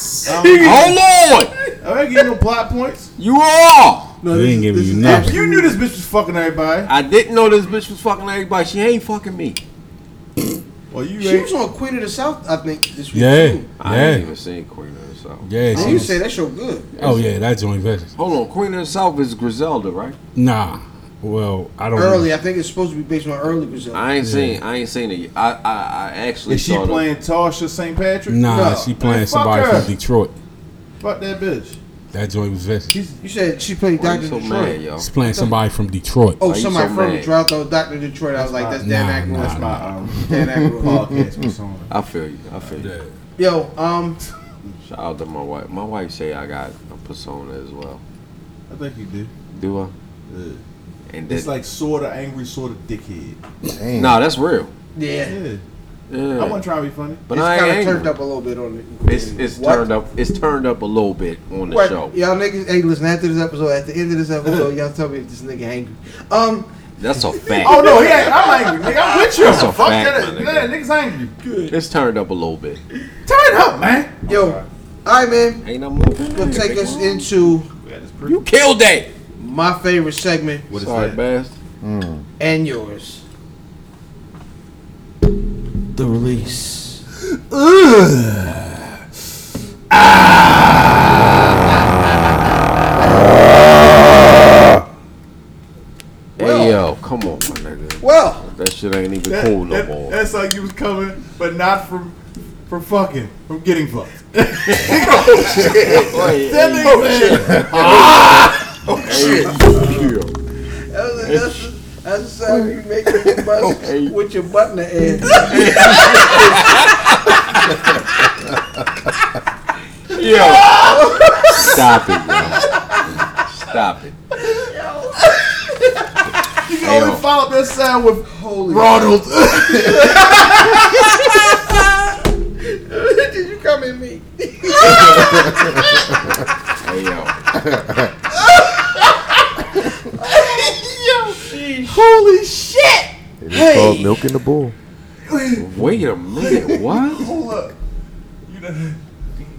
Speaker 4: oh Lord!
Speaker 2: I ain't getting no plot points.
Speaker 4: You are!
Speaker 2: No,
Speaker 6: They
Speaker 2: this
Speaker 6: ain't
Speaker 2: is-
Speaker 6: giving
Speaker 2: this
Speaker 6: you
Speaker 2: is-
Speaker 6: nothing.
Speaker 2: You knew this bitch was fucking everybody.
Speaker 4: I didn't know this bitch was fucking everybody. She ain't fucking me.
Speaker 2: Well, you
Speaker 1: She was
Speaker 2: ain't.
Speaker 1: on Queen of the South, I think, this week,
Speaker 6: Yeah.
Speaker 1: too.
Speaker 4: I ain't
Speaker 6: Yeah.
Speaker 4: even seen Queen of the South.
Speaker 6: Yeah.
Speaker 1: And
Speaker 6: she
Speaker 1: you
Speaker 6: was-
Speaker 1: say that show good.
Speaker 6: Oh yeah, that joint vicious.
Speaker 4: Hold on, Queen of the South is Griselda, right?
Speaker 6: Nah. Well, I don't.
Speaker 1: Early,
Speaker 6: know.
Speaker 1: I think it's supposed to be based on early Griselda.
Speaker 4: I ain't seen. I ain't seen it. I I, I actually
Speaker 2: Is she
Speaker 4: saw the-
Speaker 2: playing Tasha St. Patrick?
Speaker 6: Nah,
Speaker 2: No.
Speaker 6: she
Speaker 2: Man,
Speaker 6: playing
Speaker 2: fuck
Speaker 6: somebody
Speaker 2: her.
Speaker 6: from Detroit.
Speaker 2: Fuck that bitch.
Speaker 6: That joint was vicious.
Speaker 1: You said she played
Speaker 4: Why
Speaker 1: Doctor
Speaker 4: you so
Speaker 1: Detroit.
Speaker 4: mad, y'all?
Speaker 6: She's playing somebody from Detroit.
Speaker 1: Oh,
Speaker 4: Why you
Speaker 1: somebody
Speaker 4: so
Speaker 1: from
Speaker 4: mad?
Speaker 1: Detroit. I thought Doctor Detroit. I was like, that's Dan
Speaker 6: Nah,
Speaker 1: Aykroyd.
Speaker 6: nah.
Speaker 2: That's my um,
Speaker 1: Dan Aykroyd.
Speaker 2: podcast persona.
Speaker 4: I feel you. I feel you.
Speaker 1: Yo, um,
Speaker 4: Shout out to my wife. My wife say I got a persona as well.
Speaker 2: I think you do.
Speaker 4: Do I?
Speaker 2: Yeah.
Speaker 4: And
Speaker 2: Uh, It's
Speaker 4: that's
Speaker 2: like sort of angry, sort of dickhead.
Speaker 7: Damn.
Speaker 4: nah, that's real.
Speaker 1: yeah,
Speaker 2: Yeah. I
Speaker 4: Yeah.
Speaker 2: wasn't trying to be funny.
Speaker 4: But
Speaker 1: it's
Speaker 4: I
Speaker 1: kind of
Speaker 4: ain't
Speaker 1: turned
Speaker 4: angry.
Speaker 1: up a little bit on it.
Speaker 4: It's it's
Speaker 1: What?
Speaker 4: turned up. It's turned up a little bit on the
Speaker 1: What?
Speaker 4: show.
Speaker 1: Y'all niggas, hey, listen. After this episode, at the end of this episode, y'all tell me if this nigga angry. Um,
Speaker 4: That's a fact.
Speaker 2: Oh no, he ain't. I'm angry, nigga. I'm with you.
Speaker 4: That's a
Speaker 2: Fuck
Speaker 4: fact,
Speaker 2: that.
Speaker 4: my nigga.
Speaker 2: Yeah, niggas angry. Good.
Speaker 4: It's turned up a little bit.
Speaker 2: Turn up, man.
Speaker 1: yo, all right, man.
Speaker 4: Ain't no more.
Speaker 1: We'll take us into
Speaker 4: You killed that.
Speaker 1: my favorite segment
Speaker 2: What is
Speaker 4: Sorry,
Speaker 2: that?
Speaker 4: Bass.
Speaker 1: and yours. The release.
Speaker 4: Hey yo, come on, my nigga.
Speaker 1: Well,
Speaker 4: That shit ain't even
Speaker 2: That-
Speaker 4: cool no
Speaker 2: that-
Speaker 4: more.
Speaker 2: That's like you was coming, but not from from fucking, from getting fucked. That nigga said,
Speaker 1: that's a, that's a, that's the sound you make when you bust with your butt in the air.
Speaker 4: Yo, stop it, yo. Stop it.
Speaker 2: you can only
Speaker 4: Hell.
Speaker 2: follow that sound with
Speaker 1: Holy
Speaker 2: Ronald.
Speaker 1: Did you come at me?
Speaker 4: Hey yo,
Speaker 1: Holy shit!
Speaker 7: It's
Speaker 1: Hey.
Speaker 7: called milking the bull.
Speaker 4: wait a minute. What?
Speaker 2: Hold up. You done-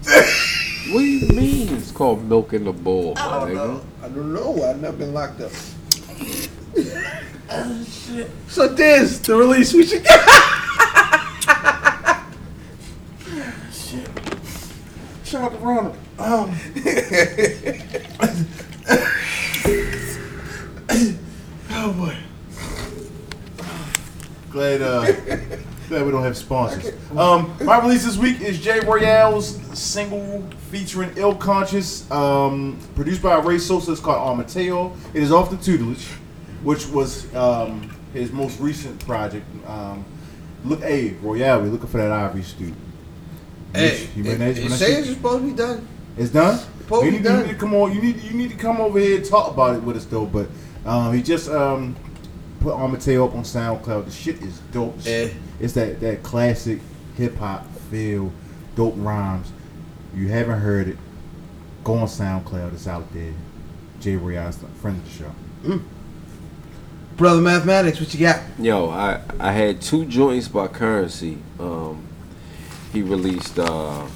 Speaker 4: What do you mean? It's called milking the bull, my nigga.
Speaker 1: I don't know. I've never been locked up. Oh, So there's the release we should get.
Speaker 2: Shout out to Ronald. Um, oh boy. Glad uh, glad we don't have sponsors. Um, my release this week is Jay Royale's single featuring Ill Conscious, um, produced by Ray Sosa. It's called Armateo. It is off the tutelage, which was um, his most recent project. Um, look, hey Royale, we looking for that Ivory student.
Speaker 1: Hey, you
Speaker 2: You mean
Speaker 1: it,
Speaker 2: that-
Speaker 1: it
Speaker 2: you mean that
Speaker 1: says
Speaker 2: shit?
Speaker 1: it's supposed to be done.
Speaker 2: It's done.
Speaker 1: Paul,
Speaker 2: you,
Speaker 1: we
Speaker 2: need,
Speaker 1: done.
Speaker 2: you need to come on. You need you need to come over here and talk about it with us though. But um, he just um, put Armateo up on SoundCloud. The shit is dope.
Speaker 1: Eh.
Speaker 2: It's that that classic hip hop feel, dope rhymes. You haven't heard it? Go on SoundCloud. It's out there. Jay Royale's a friend of the show.
Speaker 1: Brother Mathematics, what you got?
Speaker 4: Yo, I I had two joints by Currency. Um, he released uh,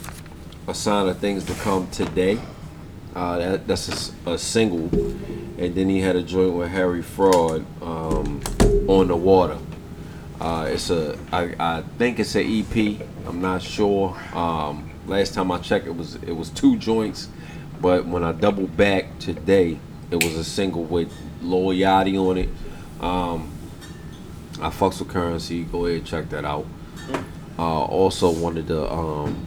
Speaker 4: a sign of things to come today. Uh, that, that's a s- a, single, and then he had a joint with Harry Fraud um, on the water. Uh, it's a I, I think it's an EP. I'm not sure. Um, last time I checked, it was it was two joints, but when I double back today, it was a single with Lil Yachty on it. Um, I fucks with currency. Go ahead, check that out. Uh, also wanted to um,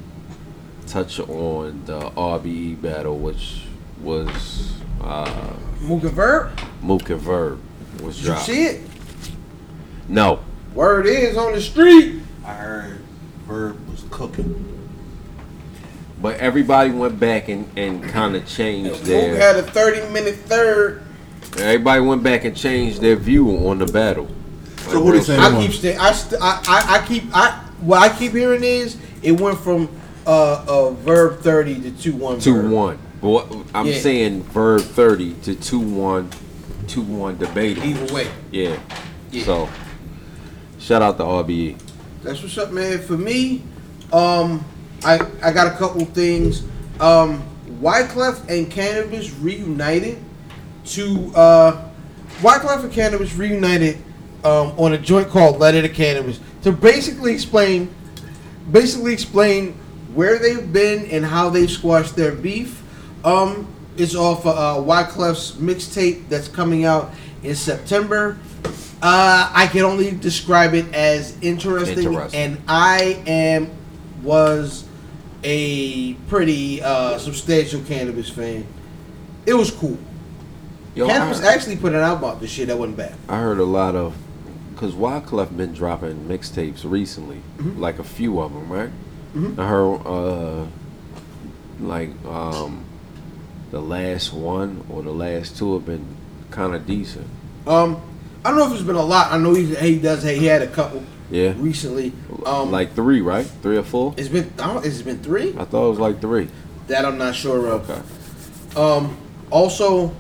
Speaker 4: touch on the RBE battle, which was uh,
Speaker 1: Mook and Verb?
Speaker 4: Mook and Verb. was
Speaker 1: Did you
Speaker 4: dropped.
Speaker 1: see it?
Speaker 4: No.
Speaker 1: Word is on the street.
Speaker 2: I heard Verb was cooking.
Speaker 4: But everybody went back and, and kind of changed
Speaker 1: Who
Speaker 4: their.
Speaker 1: had a 30 minute third.
Speaker 4: Everybody went back and changed their view on the battle.
Speaker 9: So who they saying?
Speaker 1: I
Speaker 9: Come on.
Speaker 1: keep st- I, st- I, I I keep I what I keep hearing is it went from uh, uh verb 30 to 2 1
Speaker 4: Two one. But what, I'm
Speaker 1: Yeah.
Speaker 4: saying verb thirty to two one, two one debating.
Speaker 1: Either way.
Speaker 4: Yeah.
Speaker 1: Yeah.
Speaker 4: So shout out to E. RBE.
Speaker 1: That's what's up, man. For me, um, I I got a couple things. Um, Wyclef and Cannabis reunited to uh, Wyclef and Cannabis reunited um, on a joint called Letter to Cannabis to basically explain basically explain where they've been and how they squashed their beef. Um, it's off uh, Wyclef's mixtape that's coming out in September. Uh, I can only describe it as interesting,
Speaker 4: Interesting.
Speaker 1: and I am was a pretty uh, substantial cannabis fan. It was cool.
Speaker 4: Yo, I
Speaker 1: cannabis
Speaker 4: heard,
Speaker 1: actually put an album out this year that wasn't bad.
Speaker 4: I heard a lot of because Wyclef been dropping mixtapes recently,
Speaker 1: Mm-hmm.
Speaker 4: like a few of them, right? I heard uh, like um, the last one or the last two have been kind of decent.
Speaker 1: Um, I don't know if it's been a lot. I know he he does he had a couple
Speaker 4: Yeah,
Speaker 1: recently. Um,
Speaker 4: like three, right? Three or four?
Speaker 1: It's been I don't, it's been three
Speaker 4: I thought it was like three.
Speaker 1: that I'm not sure of.
Speaker 4: Okay.
Speaker 1: Um, also,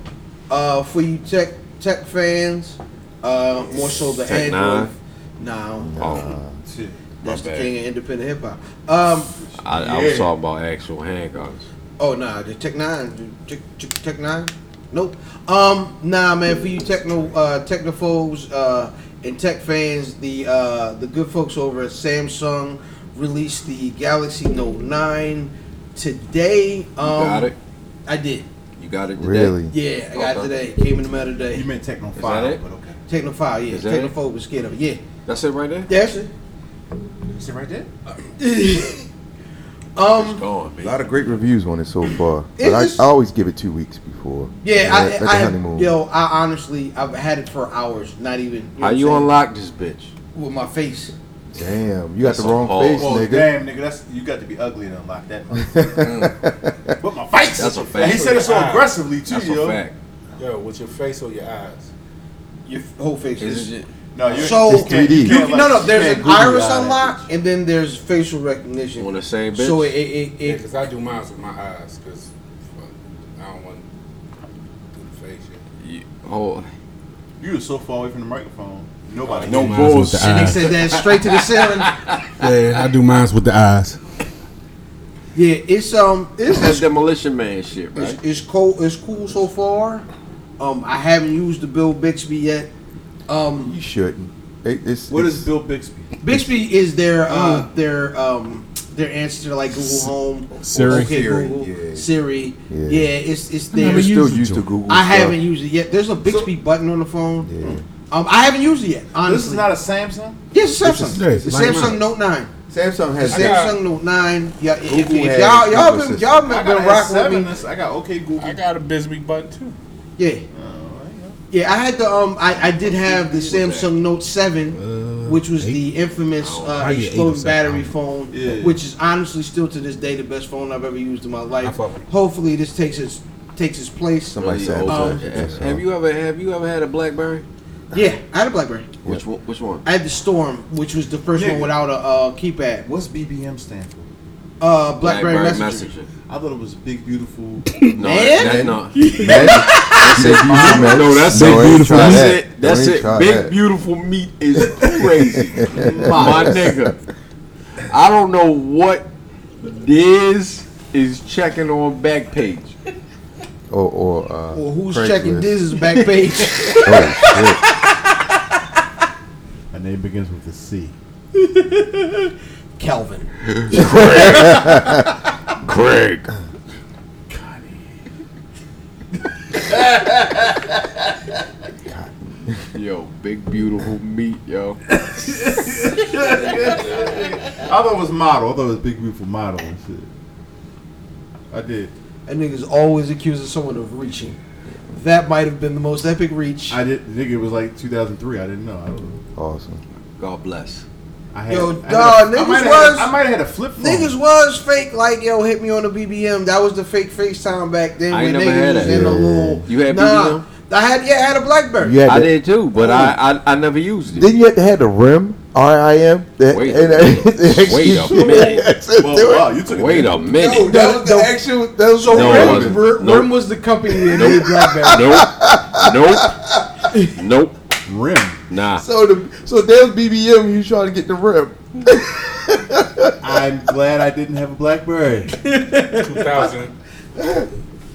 Speaker 1: uh, for you tech tech fans, uh, more so the
Speaker 4: Tech
Speaker 1: Android.
Speaker 4: Nine?
Speaker 1: No,
Speaker 4: Oh,
Speaker 2: Shit.
Speaker 1: that's the
Speaker 4: bad.
Speaker 1: king of independent hip hop. Um,
Speaker 4: I, I
Speaker 2: Yeah.
Speaker 4: was talking about actual handguns.
Speaker 1: oh nah, the Tech Nine, Tech, tech, tech Nine. Nope. Um, nah, man, for you techno uh, technophobes uh, and tech fans, the uh, the good folks over at Samsung released the Galaxy Note Nine today. Um,
Speaker 4: got it.
Speaker 1: I did.
Speaker 4: You got it today.
Speaker 7: Really?
Speaker 1: Yeah, I got it
Speaker 4: Okay.
Speaker 1: today. Came in the mail
Speaker 9: You
Speaker 1: today.
Speaker 9: meant techno
Speaker 4: that
Speaker 9: file,
Speaker 4: it?
Speaker 9: but okay.
Speaker 1: Technophile, yeah.
Speaker 4: Is that it?
Speaker 1: Technophobe was scared of it. Yeah.
Speaker 4: That's it right there.
Speaker 1: That's it.
Speaker 2: Is it right there?
Speaker 1: Um,
Speaker 4: Gone,
Speaker 7: A
Speaker 4: man.
Speaker 7: lot of great reviews on it so far,
Speaker 1: It
Speaker 7: but I,
Speaker 1: is-
Speaker 7: I always give it two weeks before.
Speaker 1: yeah,
Speaker 7: Let- let the
Speaker 1: I, I,
Speaker 7: honeymoon.
Speaker 1: yo, I honestly, I've had it for hours, not even. know
Speaker 4: How
Speaker 1: what
Speaker 4: you
Speaker 1: I'm
Speaker 4: unlock this bitch?
Speaker 1: saying? With my face.
Speaker 7: Damn, you got
Speaker 4: That's
Speaker 7: the
Speaker 4: a
Speaker 7: wrong
Speaker 4: pause.
Speaker 7: face,
Speaker 2: Oh,
Speaker 7: nigga.
Speaker 2: damn, nigga. That's, you got to be ugly to unlock that motherfucker.
Speaker 9: But my face.
Speaker 4: That's a
Speaker 9: And he
Speaker 4: fact.
Speaker 9: said it so
Speaker 2: Ah.
Speaker 10: That's a
Speaker 9: aggressively too,
Speaker 4: That's
Speaker 9: yo.
Speaker 4: a fact.
Speaker 10: Yo, with your face or your eyes?
Speaker 1: Your whole face.
Speaker 4: Is
Speaker 1: It's-
Speaker 4: it?
Speaker 2: No, you
Speaker 1: So-
Speaker 2: you can't- you
Speaker 7: It's 3D.
Speaker 2: can't
Speaker 1: you can- no,
Speaker 2: like-
Speaker 1: no,
Speaker 2: you
Speaker 1: there's
Speaker 2: can't
Speaker 1: an
Speaker 2: Google
Speaker 1: iris
Speaker 2: that.
Speaker 1: unlock, and then there's facial recognition.
Speaker 4: On the same bitch.
Speaker 1: So it, it,
Speaker 10: Yeah,
Speaker 1: it, it
Speaker 10: because I do mine with my eyes, because I don't want to do the face yet.
Speaker 4: You- oh,
Speaker 2: You were so far away from the microphone. Nobody.
Speaker 10: No
Speaker 2: knew.
Speaker 10: bullshit.
Speaker 1: and they said that straight to the ceiling.
Speaker 10: Yeah, I do mine with the eyes.
Speaker 1: Yeah, it's um, it's,
Speaker 4: that
Speaker 1: it's,
Speaker 4: demolition man shit, right?
Speaker 1: it's, it's cool. It's cool so far. Um, I haven't used the Bill Bixby yet. Um,
Speaker 7: You shouldn't. It, it's,
Speaker 9: What
Speaker 7: it's,
Speaker 9: is Bill Bixby?
Speaker 1: Bixby is their uh, their um, their answer to like Google Home, or
Speaker 10: Siri.
Speaker 1: okay,
Speaker 7: Siri,
Speaker 1: Google,
Speaker 7: yeah.
Speaker 1: Siri. Yeah.
Speaker 7: Yeah.
Speaker 1: it's it's
Speaker 10: I
Speaker 1: there.
Speaker 10: never
Speaker 7: You're still
Speaker 10: used it
Speaker 7: used to
Speaker 10: to.
Speaker 7: Google.
Speaker 1: I
Speaker 7: stuff.
Speaker 1: haven't used it yet. There's a Bixby button on the phone.
Speaker 7: Yeah.
Speaker 1: Um, I haven't used it yet. Honestly,
Speaker 2: This is not a Samsung.
Speaker 1: Yes,
Speaker 10: This is-
Speaker 1: it's Samsung.
Speaker 10: yeah, it's
Speaker 1: the
Speaker 10: like
Speaker 1: Samsung
Speaker 10: mine.
Speaker 1: Note Nine.
Speaker 7: Samsung
Speaker 1: The
Speaker 7: has.
Speaker 10: I got-
Speaker 1: Samsung Note Nine. Yeah, if, if,
Speaker 7: Google has
Speaker 1: y'all y'all
Speaker 7: Google
Speaker 1: been y'all
Speaker 2: I
Speaker 1: been,
Speaker 2: got
Speaker 1: been
Speaker 2: an
Speaker 1: rocking with
Speaker 2: S7.
Speaker 1: me.
Speaker 2: That's- I got OK Google.
Speaker 10: I got a Bisbee button too.
Speaker 1: Yeah. Yeah, I had the um, I, I did have the Samsung Note Seven,
Speaker 10: Uh,
Speaker 1: which was
Speaker 10: eight?
Speaker 1: the infamous
Speaker 10: Oh,
Speaker 1: uh,
Speaker 10: I get eight or
Speaker 1: exploding
Speaker 10: something.
Speaker 1: battery phone,
Speaker 2: Yeah.
Speaker 1: which is honestly still to this day the best phone I've ever used in my
Speaker 10: I
Speaker 1: life.
Speaker 10: fuck with it.
Speaker 1: Hopefully, this takes its takes its place.
Speaker 7: Somebody said.
Speaker 4: old
Speaker 1: um,
Speaker 7: Samsung.
Speaker 4: have, have you ever have you ever had a BlackBerry?
Speaker 1: Yeah, I had a BlackBerry.
Speaker 4: Which one? Which one?
Speaker 1: I had the Storm, which was the first one
Speaker 2: Nigga.
Speaker 1: without a uh, keypad.
Speaker 2: What's BBM stand for?
Speaker 1: Uh, BlackBerry, Messenger.
Speaker 2: I thought it was big, beautiful.
Speaker 4: No,
Speaker 1: Man?
Speaker 4: that's not.
Speaker 7: Magic- Magic-
Speaker 4: No, that's
Speaker 7: Don't
Speaker 4: it.
Speaker 7: even
Speaker 4: Beautiful.
Speaker 7: try
Speaker 4: That's
Speaker 7: that.
Speaker 4: it. That's
Speaker 7: Don't even
Speaker 4: it.
Speaker 7: try
Speaker 4: Big
Speaker 7: that.
Speaker 4: beautiful meat is crazy, my nigga. I don't know what this is checking on Backpage.
Speaker 7: Or or. Uh,
Speaker 1: Or who's
Speaker 7: Craigslist.
Speaker 1: checking this is back page.
Speaker 7: Oh,
Speaker 9: My name begins with a C.
Speaker 1: Calvin.
Speaker 4: Craig. Yo, big beautiful meat, yo.
Speaker 9: I thought it was model. I thought it was big beautiful model and shit. I did.
Speaker 1: That nigga's always accusing someone of reaching. That might have been the most epic reach.
Speaker 2: I did think it was like 2003. I didn't know. I, don't know.
Speaker 7: Awesome.
Speaker 4: God bless.
Speaker 2: I had.
Speaker 1: Yo,
Speaker 2: I had
Speaker 1: nah,
Speaker 2: a- I
Speaker 1: niggas
Speaker 2: might have had-
Speaker 1: was-
Speaker 2: I might have had a flip phone.
Speaker 1: Niggas was fake, like yo, hit me on the BBM. That was the fake FaceTime back then.
Speaker 4: I ain't
Speaker 1: when
Speaker 4: never
Speaker 1: niggas
Speaker 4: had
Speaker 1: was
Speaker 4: that.
Speaker 1: in the
Speaker 7: Yeah.
Speaker 1: little.
Speaker 4: You had BBM?
Speaker 1: I had yeah, I had a BlackBerry.
Speaker 7: You had
Speaker 4: I
Speaker 7: to-
Speaker 4: did too, but I, I I never used it.
Speaker 7: Didn't you have to have the rim? R I M.
Speaker 4: Wait a minute. Wait a minute.
Speaker 2: Well, wow, you took
Speaker 4: Wait a
Speaker 1: that
Speaker 4: minute.
Speaker 7: That was the actual. That was
Speaker 1: So
Speaker 4: No, it
Speaker 1: Rim,
Speaker 4: wasn't.
Speaker 1: Rim,
Speaker 4: Nope.
Speaker 1: Rim was the company that made BlackBerry.
Speaker 4: Nope. Nope. Nope.
Speaker 2: rim.
Speaker 4: Nah.
Speaker 7: So the so there's BBM. You trying to get the rim?
Speaker 2: I'm glad I didn't have a BlackBerry.
Speaker 10: 2000.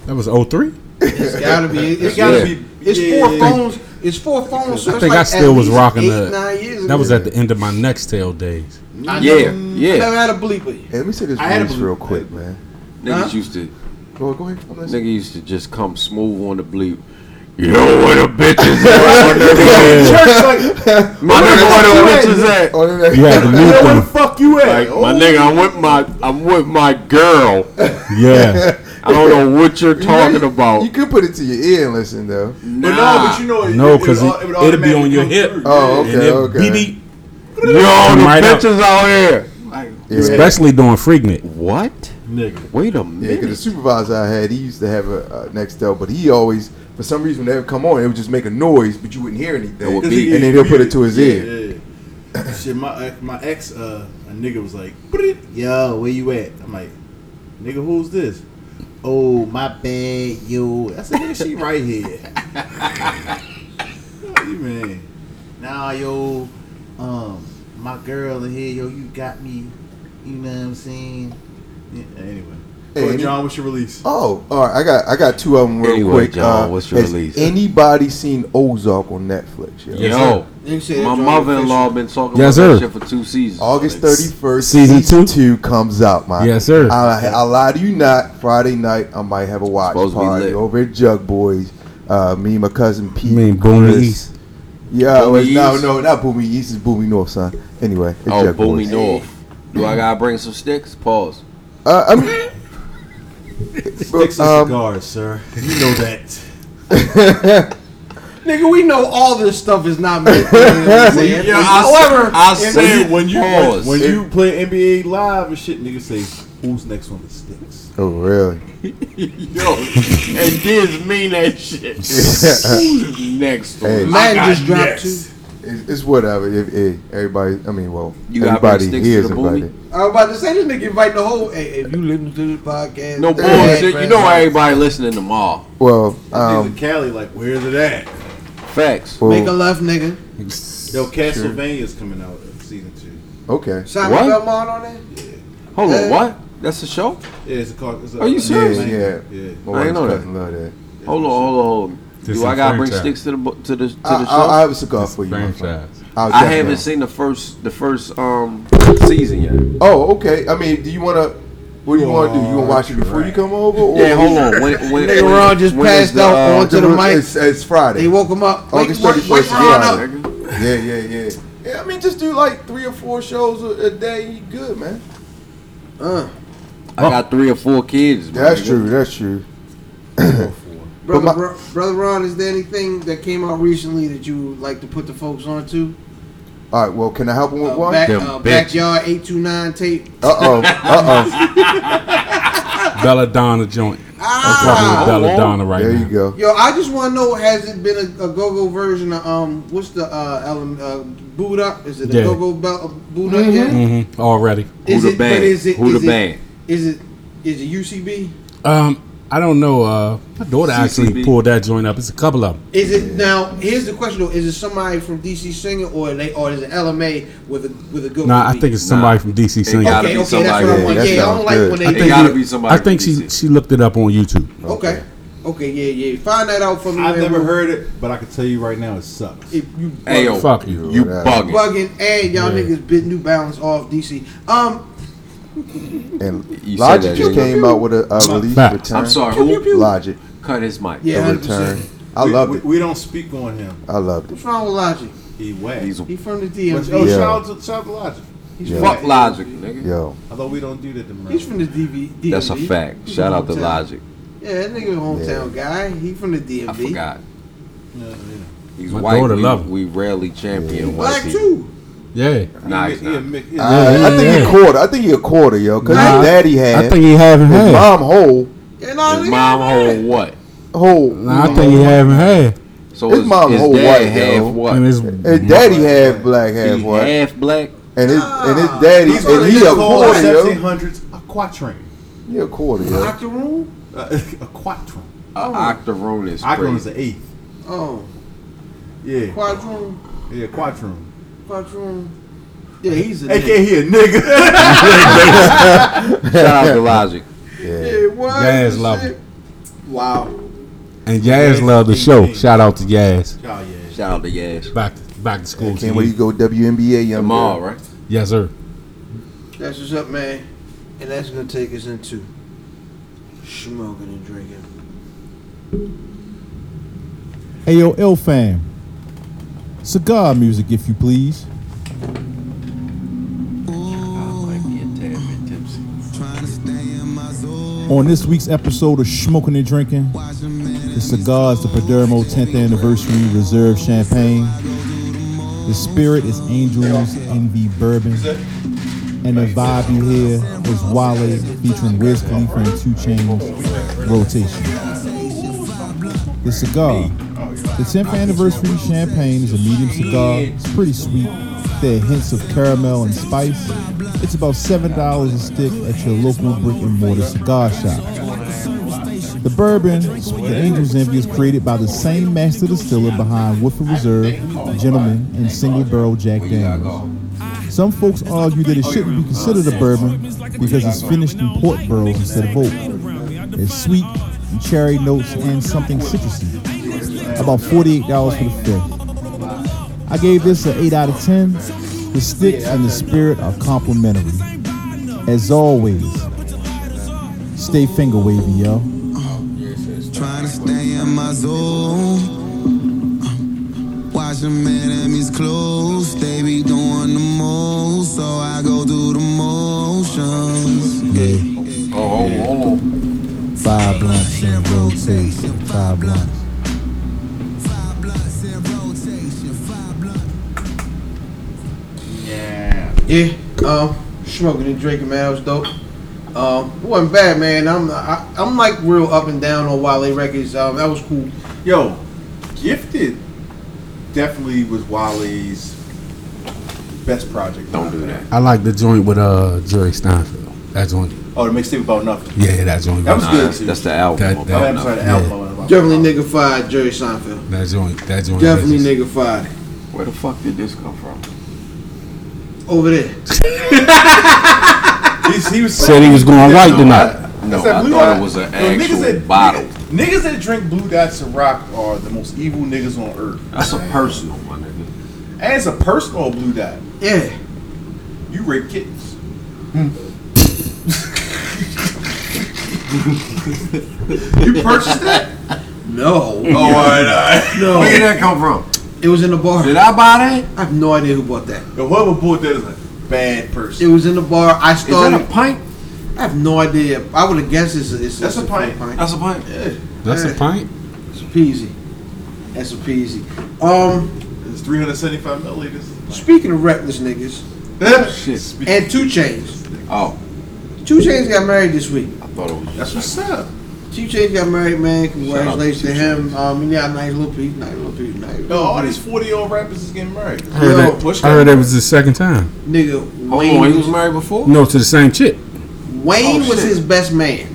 Speaker 6: That was 03?
Speaker 1: It's gotta be. It's
Speaker 2: It's gotta
Speaker 4: Yeah.
Speaker 2: be.
Speaker 1: It's
Speaker 2: yeah.
Speaker 1: four phones. It's four phones. So
Speaker 6: I
Speaker 1: it's
Speaker 6: think
Speaker 1: like
Speaker 6: I still
Speaker 1: at
Speaker 6: was
Speaker 1: least
Speaker 6: rocking
Speaker 1: eight,
Speaker 6: that.
Speaker 1: Nine years
Speaker 6: That was
Speaker 1: ago.
Speaker 6: at the end of my Nextel days.
Speaker 2: I
Speaker 4: Yeah.
Speaker 1: I
Speaker 2: know-
Speaker 4: Yeah.
Speaker 1: never had a bleeper.
Speaker 7: Hey, let me say this
Speaker 2: I had a
Speaker 7: race
Speaker 2: blue-
Speaker 7: real quick, man.
Speaker 1: Huh?
Speaker 4: Niggas used to.
Speaker 7: Go, go ahead. I'm listening.
Speaker 4: Nigga used to just come smooth on the bleep. You know where the bitches at? My nigga,
Speaker 2: Church, like,
Speaker 4: my nigga where the bitches at?
Speaker 7: Oh, no, no.
Speaker 6: You had the
Speaker 2: you
Speaker 6: new
Speaker 2: know where the
Speaker 6: thing.
Speaker 2: fuck you at?
Speaker 4: Like, my
Speaker 2: Oh,
Speaker 4: nigga, I'm with my, I'm with my girl.
Speaker 6: Yeah.
Speaker 4: I don't know what you're
Speaker 7: You know,
Speaker 4: talking
Speaker 7: you-
Speaker 4: about.
Speaker 7: You could put it to your ear and listen though.
Speaker 2: But no,
Speaker 4: Nah.
Speaker 2: but you know it.
Speaker 6: No,
Speaker 2: it-
Speaker 6: because
Speaker 2: au-
Speaker 6: it,
Speaker 2: would
Speaker 6: it'll be on
Speaker 2: automatically
Speaker 6: your
Speaker 2: come
Speaker 6: hip.
Speaker 2: through.
Speaker 7: Oh, okay,
Speaker 6: And it
Speaker 7: okay.
Speaker 6: BB,
Speaker 4: Yo, the
Speaker 6: Right up.
Speaker 4: bitches out here.
Speaker 7: Yeah,
Speaker 6: especially doing Freaknik.
Speaker 4: What?
Speaker 2: Nigga.
Speaker 4: Wait a
Speaker 7: because the
Speaker 4: minute.
Speaker 7: supervisor I had, he used to have a, a Nextel, but he always, for some reason, whenever it come on, it would just make a noise, but you wouldn't hear anything.
Speaker 4: It would
Speaker 7: And
Speaker 4: be-
Speaker 7: then he'll put it to his ear.
Speaker 2: Yeah, yeah. Shit, my ex- my ex, uh, a nigga was like, "Bleep, "Yo, where you at?" I'm like, "Nigga, who's this?" Oh, my bad, yo. I said, "Nigga, she right here." What you mean? Nah, yo, um, my girl in here, yo, you got me. You know what I'm saying? Yeah, anyway,
Speaker 7: Hey,
Speaker 2: Well,
Speaker 7: any-
Speaker 2: John, what's your release?
Speaker 7: Oh, all right. I got I got two of them real
Speaker 4: Anyway,
Speaker 7: quick.
Speaker 4: John,
Speaker 7: Uh,
Speaker 4: what's your
Speaker 7: has
Speaker 4: release?
Speaker 7: Anybody seen Ozark on Netflix? Yo?
Speaker 4: Yo,
Speaker 1: Nigga said
Speaker 4: my
Speaker 1: Jordan
Speaker 4: mother-in-law
Speaker 1: Fisher.
Speaker 4: been talking
Speaker 6: Yes,
Speaker 4: about
Speaker 6: sir.
Speaker 4: that shit for two seasons.
Speaker 7: August
Speaker 4: Like,
Speaker 7: thirty first,
Speaker 6: Season
Speaker 7: season,
Speaker 6: two?
Speaker 7: two comes out, man.
Speaker 6: Yes, sir.
Speaker 7: I, I lie to you not. Friday night, I might have a watch
Speaker 4: Supposed to be
Speaker 7: party
Speaker 4: lit.
Speaker 7: over at Jug Boys. Uh, me and my cousin Pete.
Speaker 6: You mean Boomy
Speaker 7: Chris.
Speaker 6: East?
Speaker 7: Yeah, it was,
Speaker 4: Boomy
Speaker 7: no,
Speaker 4: East?
Speaker 7: no, not Boomy East. It's Boomy North, son. Anyway, it's
Speaker 4: Oh,
Speaker 7: Jug
Speaker 4: Boomy
Speaker 7: Boys.
Speaker 4: North. Do I gotta bring some sticks? Pause.
Speaker 7: Uh, I mean,
Speaker 2: Sticks and
Speaker 7: um,
Speaker 2: cigars, sir. You know that.
Speaker 1: Nigga, we know all this stuff is not meant. for you, man.
Speaker 4: Yeah, I s-
Speaker 1: However,
Speaker 4: I
Speaker 1: if-
Speaker 4: said
Speaker 2: when you
Speaker 4: pause.
Speaker 2: when you play NBA live and shit, niggas say, "Who's next on the sticks?"
Speaker 7: oh really?
Speaker 4: Yo, and did mean that shit. Next one.
Speaker 7: Hey.
Speaker 1: Madden
Speaker 10: I
Speaker 1: just
Speaker 10: got
Speaker 1: dropped
Speaker 10: next.
Speaker 1: two.
Speaker 7: It's, it's whatever. If, if everybody, I mean, well,
Speaker 4: You gotta bring
Speaker 7: everybody
Speaker 4: sticks
Speaker 7: here
Speaker 4: to
Speaker 7: is
Speaker 4: the Boomy?
Speaker 7: invited.
Speaker 1: I was about to say this nigga invite the whole. Hey, if you listen to this podcast,
Speaker 4: No bullshit. You know everybody listening to Maul.
Speaker 7: Well,
Speaker 2: Niggas
Speaker 7: um,
Speaker 2: in Cali, like, where's it at?
Speaker 4: Facts.
Speaker 7: well,
Speaker 1: Make a left, nigga.
Speaker 2: Yo, Castlevania's coming out in season two.
Speaker 7: okay.
Speaker 1: Simon
Speaker 4: What?
Speaker 1: Belmont on there.
Speaker 4: Hold
Speaker 1: Uh,
Speaker 4: on, what? That's a show?
Speaker 2: Yeah, it's a call. It's a,
Speaker 4: Are you serious?
Speaker 2: Yeah,
Speaker 7: Yeah,
Speaker 2: yeah.
Speaker 7: My
Speaker 4: I ain't
Speaker 7: wife's
Speaker 4: know that.
Speaker 7: cousin love that.
Speaker 4: Hold on, hold on, hold on.
Speaker 6: This
Speaker 4: Do I gotta bring
Speaker 6: franchise.
Speaker 4: sticks to the bu- to the to the
Speaker 7: I,
Speaker 4: show?
Speaker 7: I, I have a cigar for you. my friend.
Speaker 6: Franchise.
Speaker 7: I'll
Speaker 4: I
Speaker 7: check it
Speaker 4: haven't
Speaker 7: out.
Speaker 4: seen the first the first um season yet.
Speaker 7: Oh, okay. I mean, do you want to? What do you want to do? You want to watch it before you come over? Or
Speaker 4: Yeah, hold on. When, when,
Speaker 1: Nigga
Speaker 4: when-
Speaker 1: Ron just
Speaker 4: when is
Speaker 1: passed out on
Speaker 7: It's,
Speaker 1: to the mic.
Speaker 7: uh, it's, it's Friday.
Speaker 1: They woke him up. Wake,
Speaker 7: August
Speaker 1: wake,
Speaker 7: 31st
Speaker 1: wake
Speaker 7: is
Speaker 1: Ron
Speaker 7: Friday.
Speaker 1: up.
Speaker 4: nigga?
Speaker 7: yeah, yeah, yeah. Yeah, I mean, just do like three or four shows a, a day. You good, man?
Speaker 1: Uh,
Speaker 4: I got three or four kids. my
Speaker 7: That's
Speaker 4: nigga.
Speaker 7: true. That's true.
Speaker 1: brother,
Speaker 7: my-
Speaker 1: Ro- brother Ron, is there anything that came out recently that you would like to put the folks on to?
Speaker 7: All right. Well, can I help him with
Speaker 1: Uh,
Speaker 7: one?
Speaker 1: back,
Speaker 4: Them
Speaker 1: uh,
Speaker 4: bitches.
Speaker 1: backyard eight two nine tape.
Speaker 7: Uh oh. Uh
Speaker 6: Belladonna joint.
Speaker 1: Ah,
Speaker 6: I'm talking with Belladonna
Speaker 7: oh.
Speaker 6: right
Speaker 7: There you
Speaker 6: now.
Speaker 7: go.
Speaker 1: Yo, I just want to know: Has it been a, a go-go version of um? What's the uh, ele- uh boot up? Is it a
Speaker 6: Yeah.
Speaker 1: go-go belt of boot up yet?
Speaker 6: Mm-hmm. Already.
Speaker 4: Who
Speaker 1: Is
Speaker 4: the
Speaker 1: it- but
Speaker 4: band?
Speaker 1: is it-
Speaker 4: Who
Speaker 1: is
Speaker 4: the
Speaker 1: it-
Speaker 4: band?
Speaker 1: Is it is it UCB?
Speaker 6: Um, I don't know. Uh, my daughter actually
Speaker 4: CCB.
Speaker 6: pulled that joint up. It's a couple of them.
Speaker 1: Is it now? Here's the question though: Is it somebody from DC Singer or they or is it LMA with a with a go?
Speaker 6: Nah, I think it's somebody from DC singing.
Speaker 4: gotta
Speaker 1: okay.
Speaker 4: be
Speaker 1: Okay, that's what
Speaker 4: somebody.
Speaker 1: I
Speaker 4: Yeah,
Speaker 1: want.
Speaker 7: that
Speaker 1: Yeah, I don't
Speaker 7: sounds
Speaker 1: like
Speaker 7: good.
Speaker 1: when
Speaker 6: I
Speaker 1: they.
Speaker 4: It
Speaker 6: think,
Speaker 4: gotta
Speaker 6: it-
Speaker 4: be somebody
Speaker 6: I think
Speaker 4: from
Speaker 6: she
Speaker 4: DC.
Speaker 6: she looked it up on YouTube.
Speaker 1: okay, okay, yeah, yeah. Find that out for me.
Speaker 2: I've
Speaker 1: man.
Speaker 2: never heard it, but I can tell you right now, it sucks.
Speaker 1: If you
Speaker 4: Hey yo,
Speaker 6: Fuck you.
Speaker 4: you
Speaker 7: Whatever.
Speaker 4: bugging.
Speaker 1: bugging and y'all niggas bit New Balance off DC. Um,
Speaker 7: And
Speaker 4: You said
Speaker 7: Logic
Speaker 4: that,
Speaker 7: just
Speaker 4: didn't you?
Speaker 7: came out with a, a release
Speaker 6: Facts.
Speaker 7: return.
Speaker 4: I'm sorry. Who
Speaker 7: Logic.
Speaker 4: cut his mic?
Speaker 1: yeah,
Speaker 7: The
Speaker 1: hundred
Speaker 7: return.
Speaker 1: percent.
Speaker 7: I
Speaker 2: we,
Speaker 7: loved
Speaker 2: we,
Speaker 7: it.
Speaker 2: We don't speak on him.
Speaker 7: I loved it.
Speaker 1: What's wrong with Logic?
Speaker 2: He whack.
Speaker 4: He's a
Speaker 1: He from the
Speaker 2: But, oh,
Speaker 1: DMV.
Speaker 7: Yeah.
Speaker 2: shout out to, shout out to Logic.
Speaker 1: He's
Speaker 7: Yeah.
Speaker 1: from
Speaker 4: fuck
Speaker 1: the-
Speaker 4: logic, nigga.
Speaker 7: Yo.
Speaker 2: Although we don't do that to him.
Speaker 1: He's from the DV, DMV.
Speaker 4: That's a fact.
Speaker 1: He's
Speaker 4: Shout
Speaker 1: from
Speaker 4: out to
Speaker 1: Motown.
Speaker 4: Logic.
Speaker 1: Yeah, that nigga a hometown guy. He from the DMV.
Speaker 4: I forgot. He's
Speaker 6: My
Speaker 4: white.
Speaker 6: daughter
Speaker 4: we,
Speaker 6: love him.
Speaker 4: we rarely champion
Speaker 1: He
Speaker 4: white
Speaker 1: Black
Speaker 4: people.
Speaker 1: too.
Speaker 6: Yeah.
Speaker 4: Nah, he's
Speaker 9: Yeah,
Speaker 4: not.
Speaker 9: Mick- yeah.
Speaker 7: I, I
Speaker 6: yeah,
Speaker 7: think
Speaker 6: yeah.
Speaker 7: a quarter. I think he a quarter, yo. Cause
Speaker 6: Nah,
Speaker 7: his daddy had.
Speaker 6: I think he haven't
Speaker 7: his
Speaker 6: had.
Speaker 7: mom whole
Speaker 1: Yeah, no,
Speaker 4: His
Speaker 1: nigga,
Speaker 4: mom
Speaker 1: right.
Speaker 4: hold what?
Speaker 7: whole.
Speaker 6: Nah, I think he haven't had.
Speaker 4: So
Speaker 7: His
Speaker 4: his,
Speaker 7: mom
Speaker 4: his
Speaker 7: whole
Speaker 4: dad
Speaker 7: white,
Speaker 4: half
Speaker 7: yo.
Speaker 4: what?
Speaker 6: And his,
Speaker 7: his daddy had black half
Speaker 4: He
Speaker 7: white,
Speaker 4: half black.
Speaker 7: and his and his daddy
Speaker 9: These are
Speaker 7: and
Speaker 9: the
Speaker 7: he a
Speaker 9: niggas called
Speaker 7: quarter,
Speaker 9: seventeen
Speaker 7: yo.
Speaker 9: hundreds a quatrain.
Speaker 7: He a quarter, yo.
Speaker 1: Locker room.
Speaker 9: Uh, a quatrain.
Speaker 4: A octoroon is
Speaker 9: Octron is
Speaker 4: crazy.
Speaker 9: an eighth.
Speaker 1: Oh,
Speaker 9: Yeah,
Speaker 1: quadroom,
Speaker 9: yeah, quatrain.
Speaker 1: quadroom. Yeah, he's a
Speaker 9: AKA he a nigga.
Speaker 4: Shout out to Logic.
Speaker 7: Yeah.
Speaker 1: nigga. Yeah, what?
Speaker 6: Gas
Speaker 1: Shit.
Speaker 6: level.
Speaker 1: Wow.
Speaker 6: and Yaz loved the show. Shout out to Yaz.
Speaker 9: Oh yeah.
Speaker 4: Shout out to Yash.
Speaker 6: Back to, back to school. to
Speaker 7: Can't wait
Speaker 6: you.
Speaker 7: to go WNBA, young
Speaker 4: Tomorrow,
Speaker 7: man.
Speaker 4: right?
Speaker 6: Yes, sir.
Speaker 1: That's what's up, man. And that's gonna take us into smoking and drinking.
Speaker 11: AOL fam. Cigar music, if you please. On this week's episode of Smoking and Drinking, the cigar is the Padermo 10th Anniversary Reserve Champagne. The spirit is Angels Envy Bourbon. And the vibe you hear is Wale featuring Wiz Khalifa and 2 Chainz Rotation. The cigar. The 10th anniversary champagne is a medium cigar. It's pretty sweet. There are hints of caramel and spice. It's about $7 a stick at your local brick and mortar cigar shop. The bourbon, the Angel's Envy, is created by the same master distiller behind Woodford Reserve, Gentleman, and Single Barrel Jack Daniels. Some folks argue that it shouldn't be considered a bourbon because it's finished in port barrels instead of oak. It's sweet, and cherry notes, and something citrusy. About $48 for the fifth. I gave this an 8 out of 10. The stick and the spirit are complimentary. As always, stay finger wavy, yo.
Speaker 12: Trying to stay in my zone. Watching enemies close, they be doing the most, so I go through the motions.
Speaker 11: Yeah,
Speaker 4: Oh, hold on, hold on.
Speaker 11: five blunts and rotation. Five blunts.
Speaker 1: Yeah, um, smoking and drinking, man. That was dope. Um, it wasn't bad, man. I'm I, I'm like real up and down on Wale records. Um, that was cool.
Speaker 9: Yo, gifted definitely was Wale's best project.
Speaker 4: Don't do that.
Speaker 6: I like the joint with uh Jerry Steinfeld. That joint.
Speaker 9: Oh, the mixtape about nothing.
Speaker 6: Yeah, that joint.
Speaker 9: That was
Speaker 4: Nah,
Speaker 9: good,
Speaker 4: that's,
Speaker 9: too.
Speaker 4: that's the album.
Speaker 6: That-
Speaker 9: Oh,
Speaker 4: I'm
Speaker 6: that-
Speaker 4: talking
Speaker 9: I'm
Speaker 4: about.
Speaker 9: sorry, the
Speaker 6: Yeah.
Speaker 9: album.
Speaker 1: Definitely nigga fired Jerry Seinfeld.
Speaker 6: That joint. That joint.
Speaker 1: Definitely nigga fired.
Speaker 4: Where the fuck did this come from?
Speaker 1: Over there.
Speaker 9: He's- he was
Speaker 6: Said he was going right tonight.
Speaker 4: No,
Speaker 9: It's that
Speaker 4: I
Speaker 9: blue
Speaker 4: thought
Speaker 9: dot.
Speaker 4: it was an
Speaker 9: Yo,
Speaker 4: actual
Speaker 9: that,
Speaker 4: bottle.
Speaker 9: Niggas, niggas that drink blue dots and rock are the most evil niggas on earth.
Speaker 4: That's a personal one, nigga.
Speaker 9: And it's a personal blue dot.
Speaker 1: Yeah.
Speaker 9: You rape kittens. Hmm. you purchased that?
Speaker 1: No.
Speaker 9: Oh, all right, all right.
Speaker 1: No.
Speaker 4: Where did that come from?
Speaker 1: It was in the bar.
Speaker 4: Did I buy that?
Speaker 1: I have no idea who bought that.
Speaker 9: Yo, whoever bought that is a bad
Speaker 1: It
Speaker 9: person.
Speaker 1: was in the bar. I
Speaker 4: Is that a
Speaker 1: started.
Speaker 4: pint?
Speaker 1: I have no idea. I would have guessed it's a, it's
Speaker 9: That's
Speaker 1: it's
Speaker 9: a pint.
Speaker 4: That's a pint.
Speaker 6: That's a pint.
Speaker 1: It's a peasy. That's a peasy. Um,
Speaker 9: It's 375 milliliters.
Speaker 1: speaking of reckless niggas
Speaker 4: Shit.
Speaker 1: and Two Chains.
Speaker 4: Oh,
Speaker 1: Two Chains got married this week.
Speaker 4: I thought it was.
Speaker 9: That's what's up.
Speaker 1: Two Chains got married, man. Congratulations
Speaker 4: Shout
Speaker 1: to
Speaker 4: out to Oh.
Speaker 1: him. Um, he got a nice little piece, nice little piece, nice.
Speaker 9: Yo,
Speaker 1: Little
Speaker 9: all
Speaker 1: piece.
Speaker 9: these 40 year old rappers is getting married.
Speaker 6: I heard,
Speaker 1: Yo,
Speaker 6: that, I heard that was his second time.
Speaker 1: nigga
Speaker 4: Hold
Speaker 1: Wayne.
Speaker 4: on, Oh, he was married before?
Speaker 6: No, to the same chick.
Speaker 1: Wayne
Speaker 4: Oh,
Speaker 1: was
Speaker 4: shit.
Speaker 1: his best man.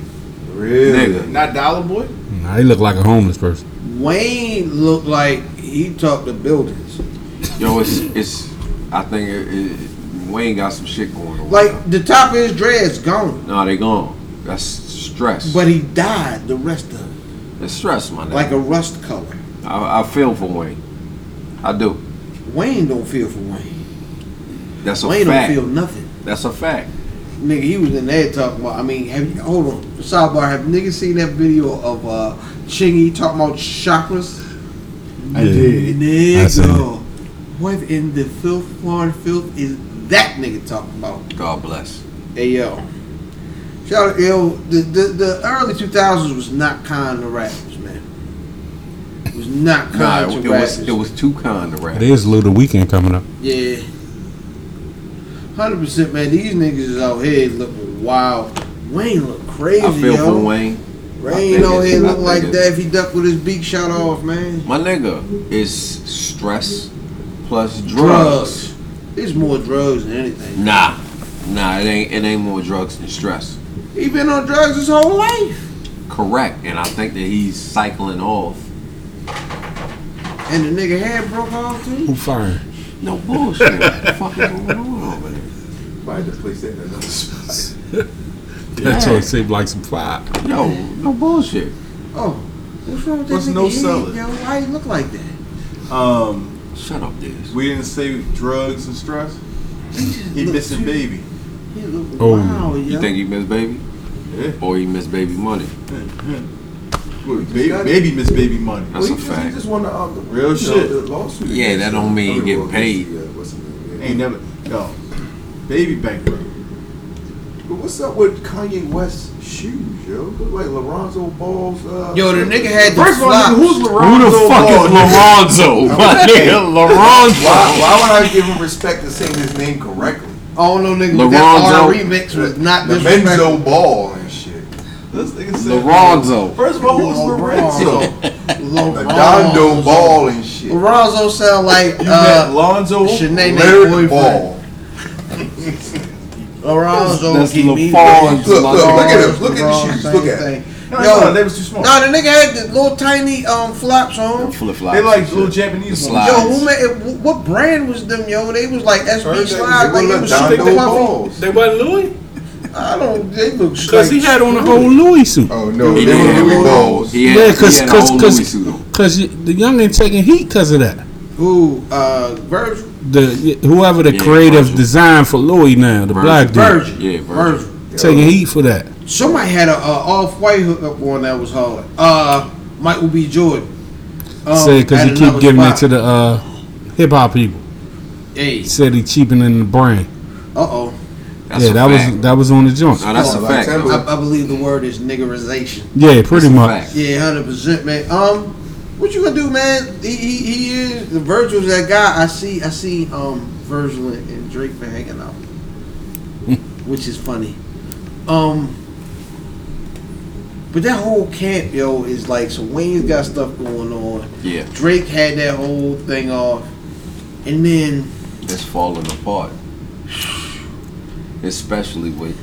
Speaker 4: Nigga.
Speaker 9: Not Dollar Boy?
Speaker 6: Nah, he looked like a homeless person.
Speaker 1: Wayne looked like he talked to buildings.
Speaker 4: Yo, it's it's. I think it, it, Wayne got some shit going on.
Speaker 1: Like the top of his dreads gone,
Speaker 4: no, they gone. That's stress.
Speaker 1: but he dyed the rest of it
Speaker 4: it's stress, my nigga.
Speaker 1: like a rust color.
Speaker 4: I, I feel for Wayne. I do.
Speaker 1: Wayne don't feel for Wayne.
Speaker 4: That's a
Speaker 1: Wayne
Speaker 4: fact.
Speaker 1: don't feel nothing.
Speaker 4: That's a fact.
Speaker 1: Nigga, he was in there talking about. I mean, have you, hold on. Sidebar: Have niggas seen that video of uh Chingy talking about chakras?
Speaker 9: I did.
Speaker 6: I seen
Speaker 1: Nigga,
Speaker 6: it.
Speaker 1: what in the filth, foreign filth is that nigga talking about?
Speaker 4: God bless.
Speaker 1: Hey yo, Shout out, yo, the, the, the early 2000s was not kind to rappers, man. It was not
Speaker 4: Nah,
Speaker 1: kind
Speaker 4: it,
Speaker 1: to
Speaker 4: it
Speaker 1: rappers.
Speaker 4: was it was too kind to rap.
Speaker 6: It is Lil the Weekend coming up.
Speaker 1: Yeah. 100%, man. These niggas is out here looking wild. Wayne look crazy,
Speaker 4: I feel
Speaker 1: yo.
Speaker 4: for Wayne. I
Speaker 1: Wayne
Speaker 4: think
Speaker 1: out
Speaker 4: it's-
Speaker 1: here
Speaker 4: I
Speaker 1: look
Speaker 4: think
Speaker 1: like
Speaker 4: it's-
Speaker 1: that if he ducked with his beak shot off, man.
Speaker 4: My nigga is stress plus drugs.
Speaker 1: Drugs. There's more drugs than anything.
Speaker 4: Nah, nah, it ain't it ain't more drugs than stress.
Speaker 1: He been on drugs his whole life.
Speaker 4: Correct, and I think that he's cycling off.
Speaker 1: And the nigga head broke off too.
Speaker 6: fired?
Speaker 4: No bullshit. what the fuck is going on over there?
Speaker 7: Find the place that another spot.
Speaker 6: That joint seemed like some fire.
Speaker 4: Yo, no bullshit.
Speaker 1: Oh, what's wrong with that
Speaker 9: What's
Speaker 1: nigga
Speaker 9: no
Speaker 1: head,
Speaker 9: selling?
Speaker 1: yo? Why he look like that?
Speaker 9: Um,
Speaker 4: Shut up, dude.
Speaker 9: we didn't say drugs and stress. He
Speaker 1: Look,
Speaker 9: missing
Speaker 1: you-
Speaker 9: baby.
Speaker 1: He look
Speaker 6: Oh.
Speaker 1: wild, yo.
Speaker 4: You think he miss baby,
Speaker 9: Yeah.
Speaker 4: or he miss baby money?
Speaker 9: Baby, baby miss baby money.
Speaker 4: That's
Speaker 7: Well,
Speaker 4: a
Speaker 7: he just, he
Speaker 4: fact.
Speaker 7: just won the, um, the
Speaker 9: Real
Speaker 7: you know,
Speaker 9: shit.
Speaker 7: the lawsuit.
Speaker 4: Yeah, that don't mean
Speaker 7: I
Speaker 4: get
Speaker 7: well,
Speaker 4: paid.
Speaker 7: Yeah, what's the name?
Speaker 9: Ain't never. Yo, baby bankrupt.
Speaker 7: But what's up with Kanye West's shoes, yo? Look like Lorenzo Ball's. Uh,
Speaker 1: Yo, the nigga had the
Speaker 9: First of all,
Speaker 1: flops.
Speaker 9: nigga, who's
Speaker 6: Who
Speaker 9: LaRonzo
Speaker 6: the
Speaker 4: Oh,
Speaker 6: fuck
Speaker 9: Ball?
Speaker 6: is Lorenzo? My nigga, Lorenzo.
Speaker 7: Why, why would I give him respect to saying his name correctly?
Speaker 1: I don't know, Oh, nigga. but That
Speaker 4: LaRonzo.
Speaker 1: R remix was not
Speaker 7: The
Speaker 1: disrespectful.
Speaker 7: Menzo Ball and shit.
Speaker 9: This nigga said
Speaker 4: Lorenzo.
Speaker 9: First of all, who's Lorenzo?
Speaker 7: The Dondo Ball and shit.
Speaker 1: Lorenzo sound
Speaker 9: You
Speaker 1: like
Speaker 9: met
Speaker 1: uh,
Speaker 9: Lonzo.
Speaker 1: Shanae
Speaker 7: Larry
Speaker 1: boyfriend.
Speaker 7: Ball.
Speaker 1: Lorenzo
Speaker 4: That's
Speaker 1: give me
Speaker 4: LaFon's
Speaker 1: the-
Speaker 7: Look, look, look at him.
Speaker 1: LaFon's
Speaker 7: Look at the shoes.
Speaker 1: same
Speaker 7: Look at him.
Speaker 1: thing.
Speaker 9: No,
Speaker 1: Yo,
Speaker 9: no, they was too small.
Speaker 1: Nah, the nigga had the little tiny um flops on.
Speaker 4: Flip flops.
Speaker 9: They like little Japanese
Speaker 4: The
Speaker 9: ones.
Speaker 4: slide.
Speaker 1: Yo, who made it, wh- what brand was them? Yo, they was like SB
Speaker 7: Heard that
Speaker 1: Slide. Like
Speaker 7: they
Speaker 1: it
Speaker 7: were
Speaker 1: was
Speaker 7: Dondo
Speaker 1: super puffy.
Speaker 7: Balls.
Speaker 6: They wasn't Louis?
Speaker 1: I don't. They look
Speaker 6: Because he had on a whole Louis suit.
Speaker 7: Oh no,
Speaker 4: He
Speaker 7: they
Speaker 4: did
Speaker 7: were
Speaker 4: have
Speaker 7: Louis
Speaker 4: a-
Speaker 7: Balls.
Speaker 4: He had,
Speaker 6: Yeah,
Speaker 4: he
Speaker 6: because
Speaker 4: had a whole Louis
Speaker 6: because
Speaker 4: suit on.
Speaker 6: because the young ain't taking heat because of that.
Speaker 1: Ooh, uh, Virgil.
Speaker 6: The whoever the
Speaker 4: Yeah,
Speaker 6: creative
Speaker 4: Virgil.
Speaker 6: design for Louis now, the
Speaker 4: Virgil.
Speaker 6: black dude,
Speaker 1: Virgil.
Speaker 4: Yeah, Virgil.
Speaker 6: taking heat for that.
Speaker 1: Somebody had a, a off white hookup one that was hard. Uh, Michael B. Jordan. Um,
Speaker 6: Said because
Speaker 1: at
Speaker 6: he keep
Speaker 1: another
Speaker 6: giving
Speaker 1: spot.
Speaker 6: it to the uh, hip hop people.
Speaker 1: Hey,
Speaker 6: He said he cheapening the brand.
Speaker 1: uh oh.
Speaker 4: That's
Speaker 6: yeah,
Speaker 4: a
Speaker 6: that
Speaker 4: fact.
Speaker 6: was that was on the joint.
Speaker 4: No, that's a
Speaker 7: Oh, like
Speaker 4: fact.
Speaker 7: Timberland.
Speaker 1: I,
Speaker 4: though.
Speaker 1: I believe the word is niggerization.
Speaker 6: yeah, pretty
Speaker 4: That's a
Speaker 6: much.
Speaker 4: fact.
Speaker 1: Yeah, hundred percent, man. Um, what you gonna do, man? He, he, he is the Virgil's that guy. I see, I see. Um, Virgil and, and Drake been hanging out, which is funny. Um, but that whole camp, yo, is like so. Wayne's got stuff going on.
Speaker 4: Yeah,
Speaker 1: Drake had that whole thing off, and then
Speaker 4: it's falling apart. Especially with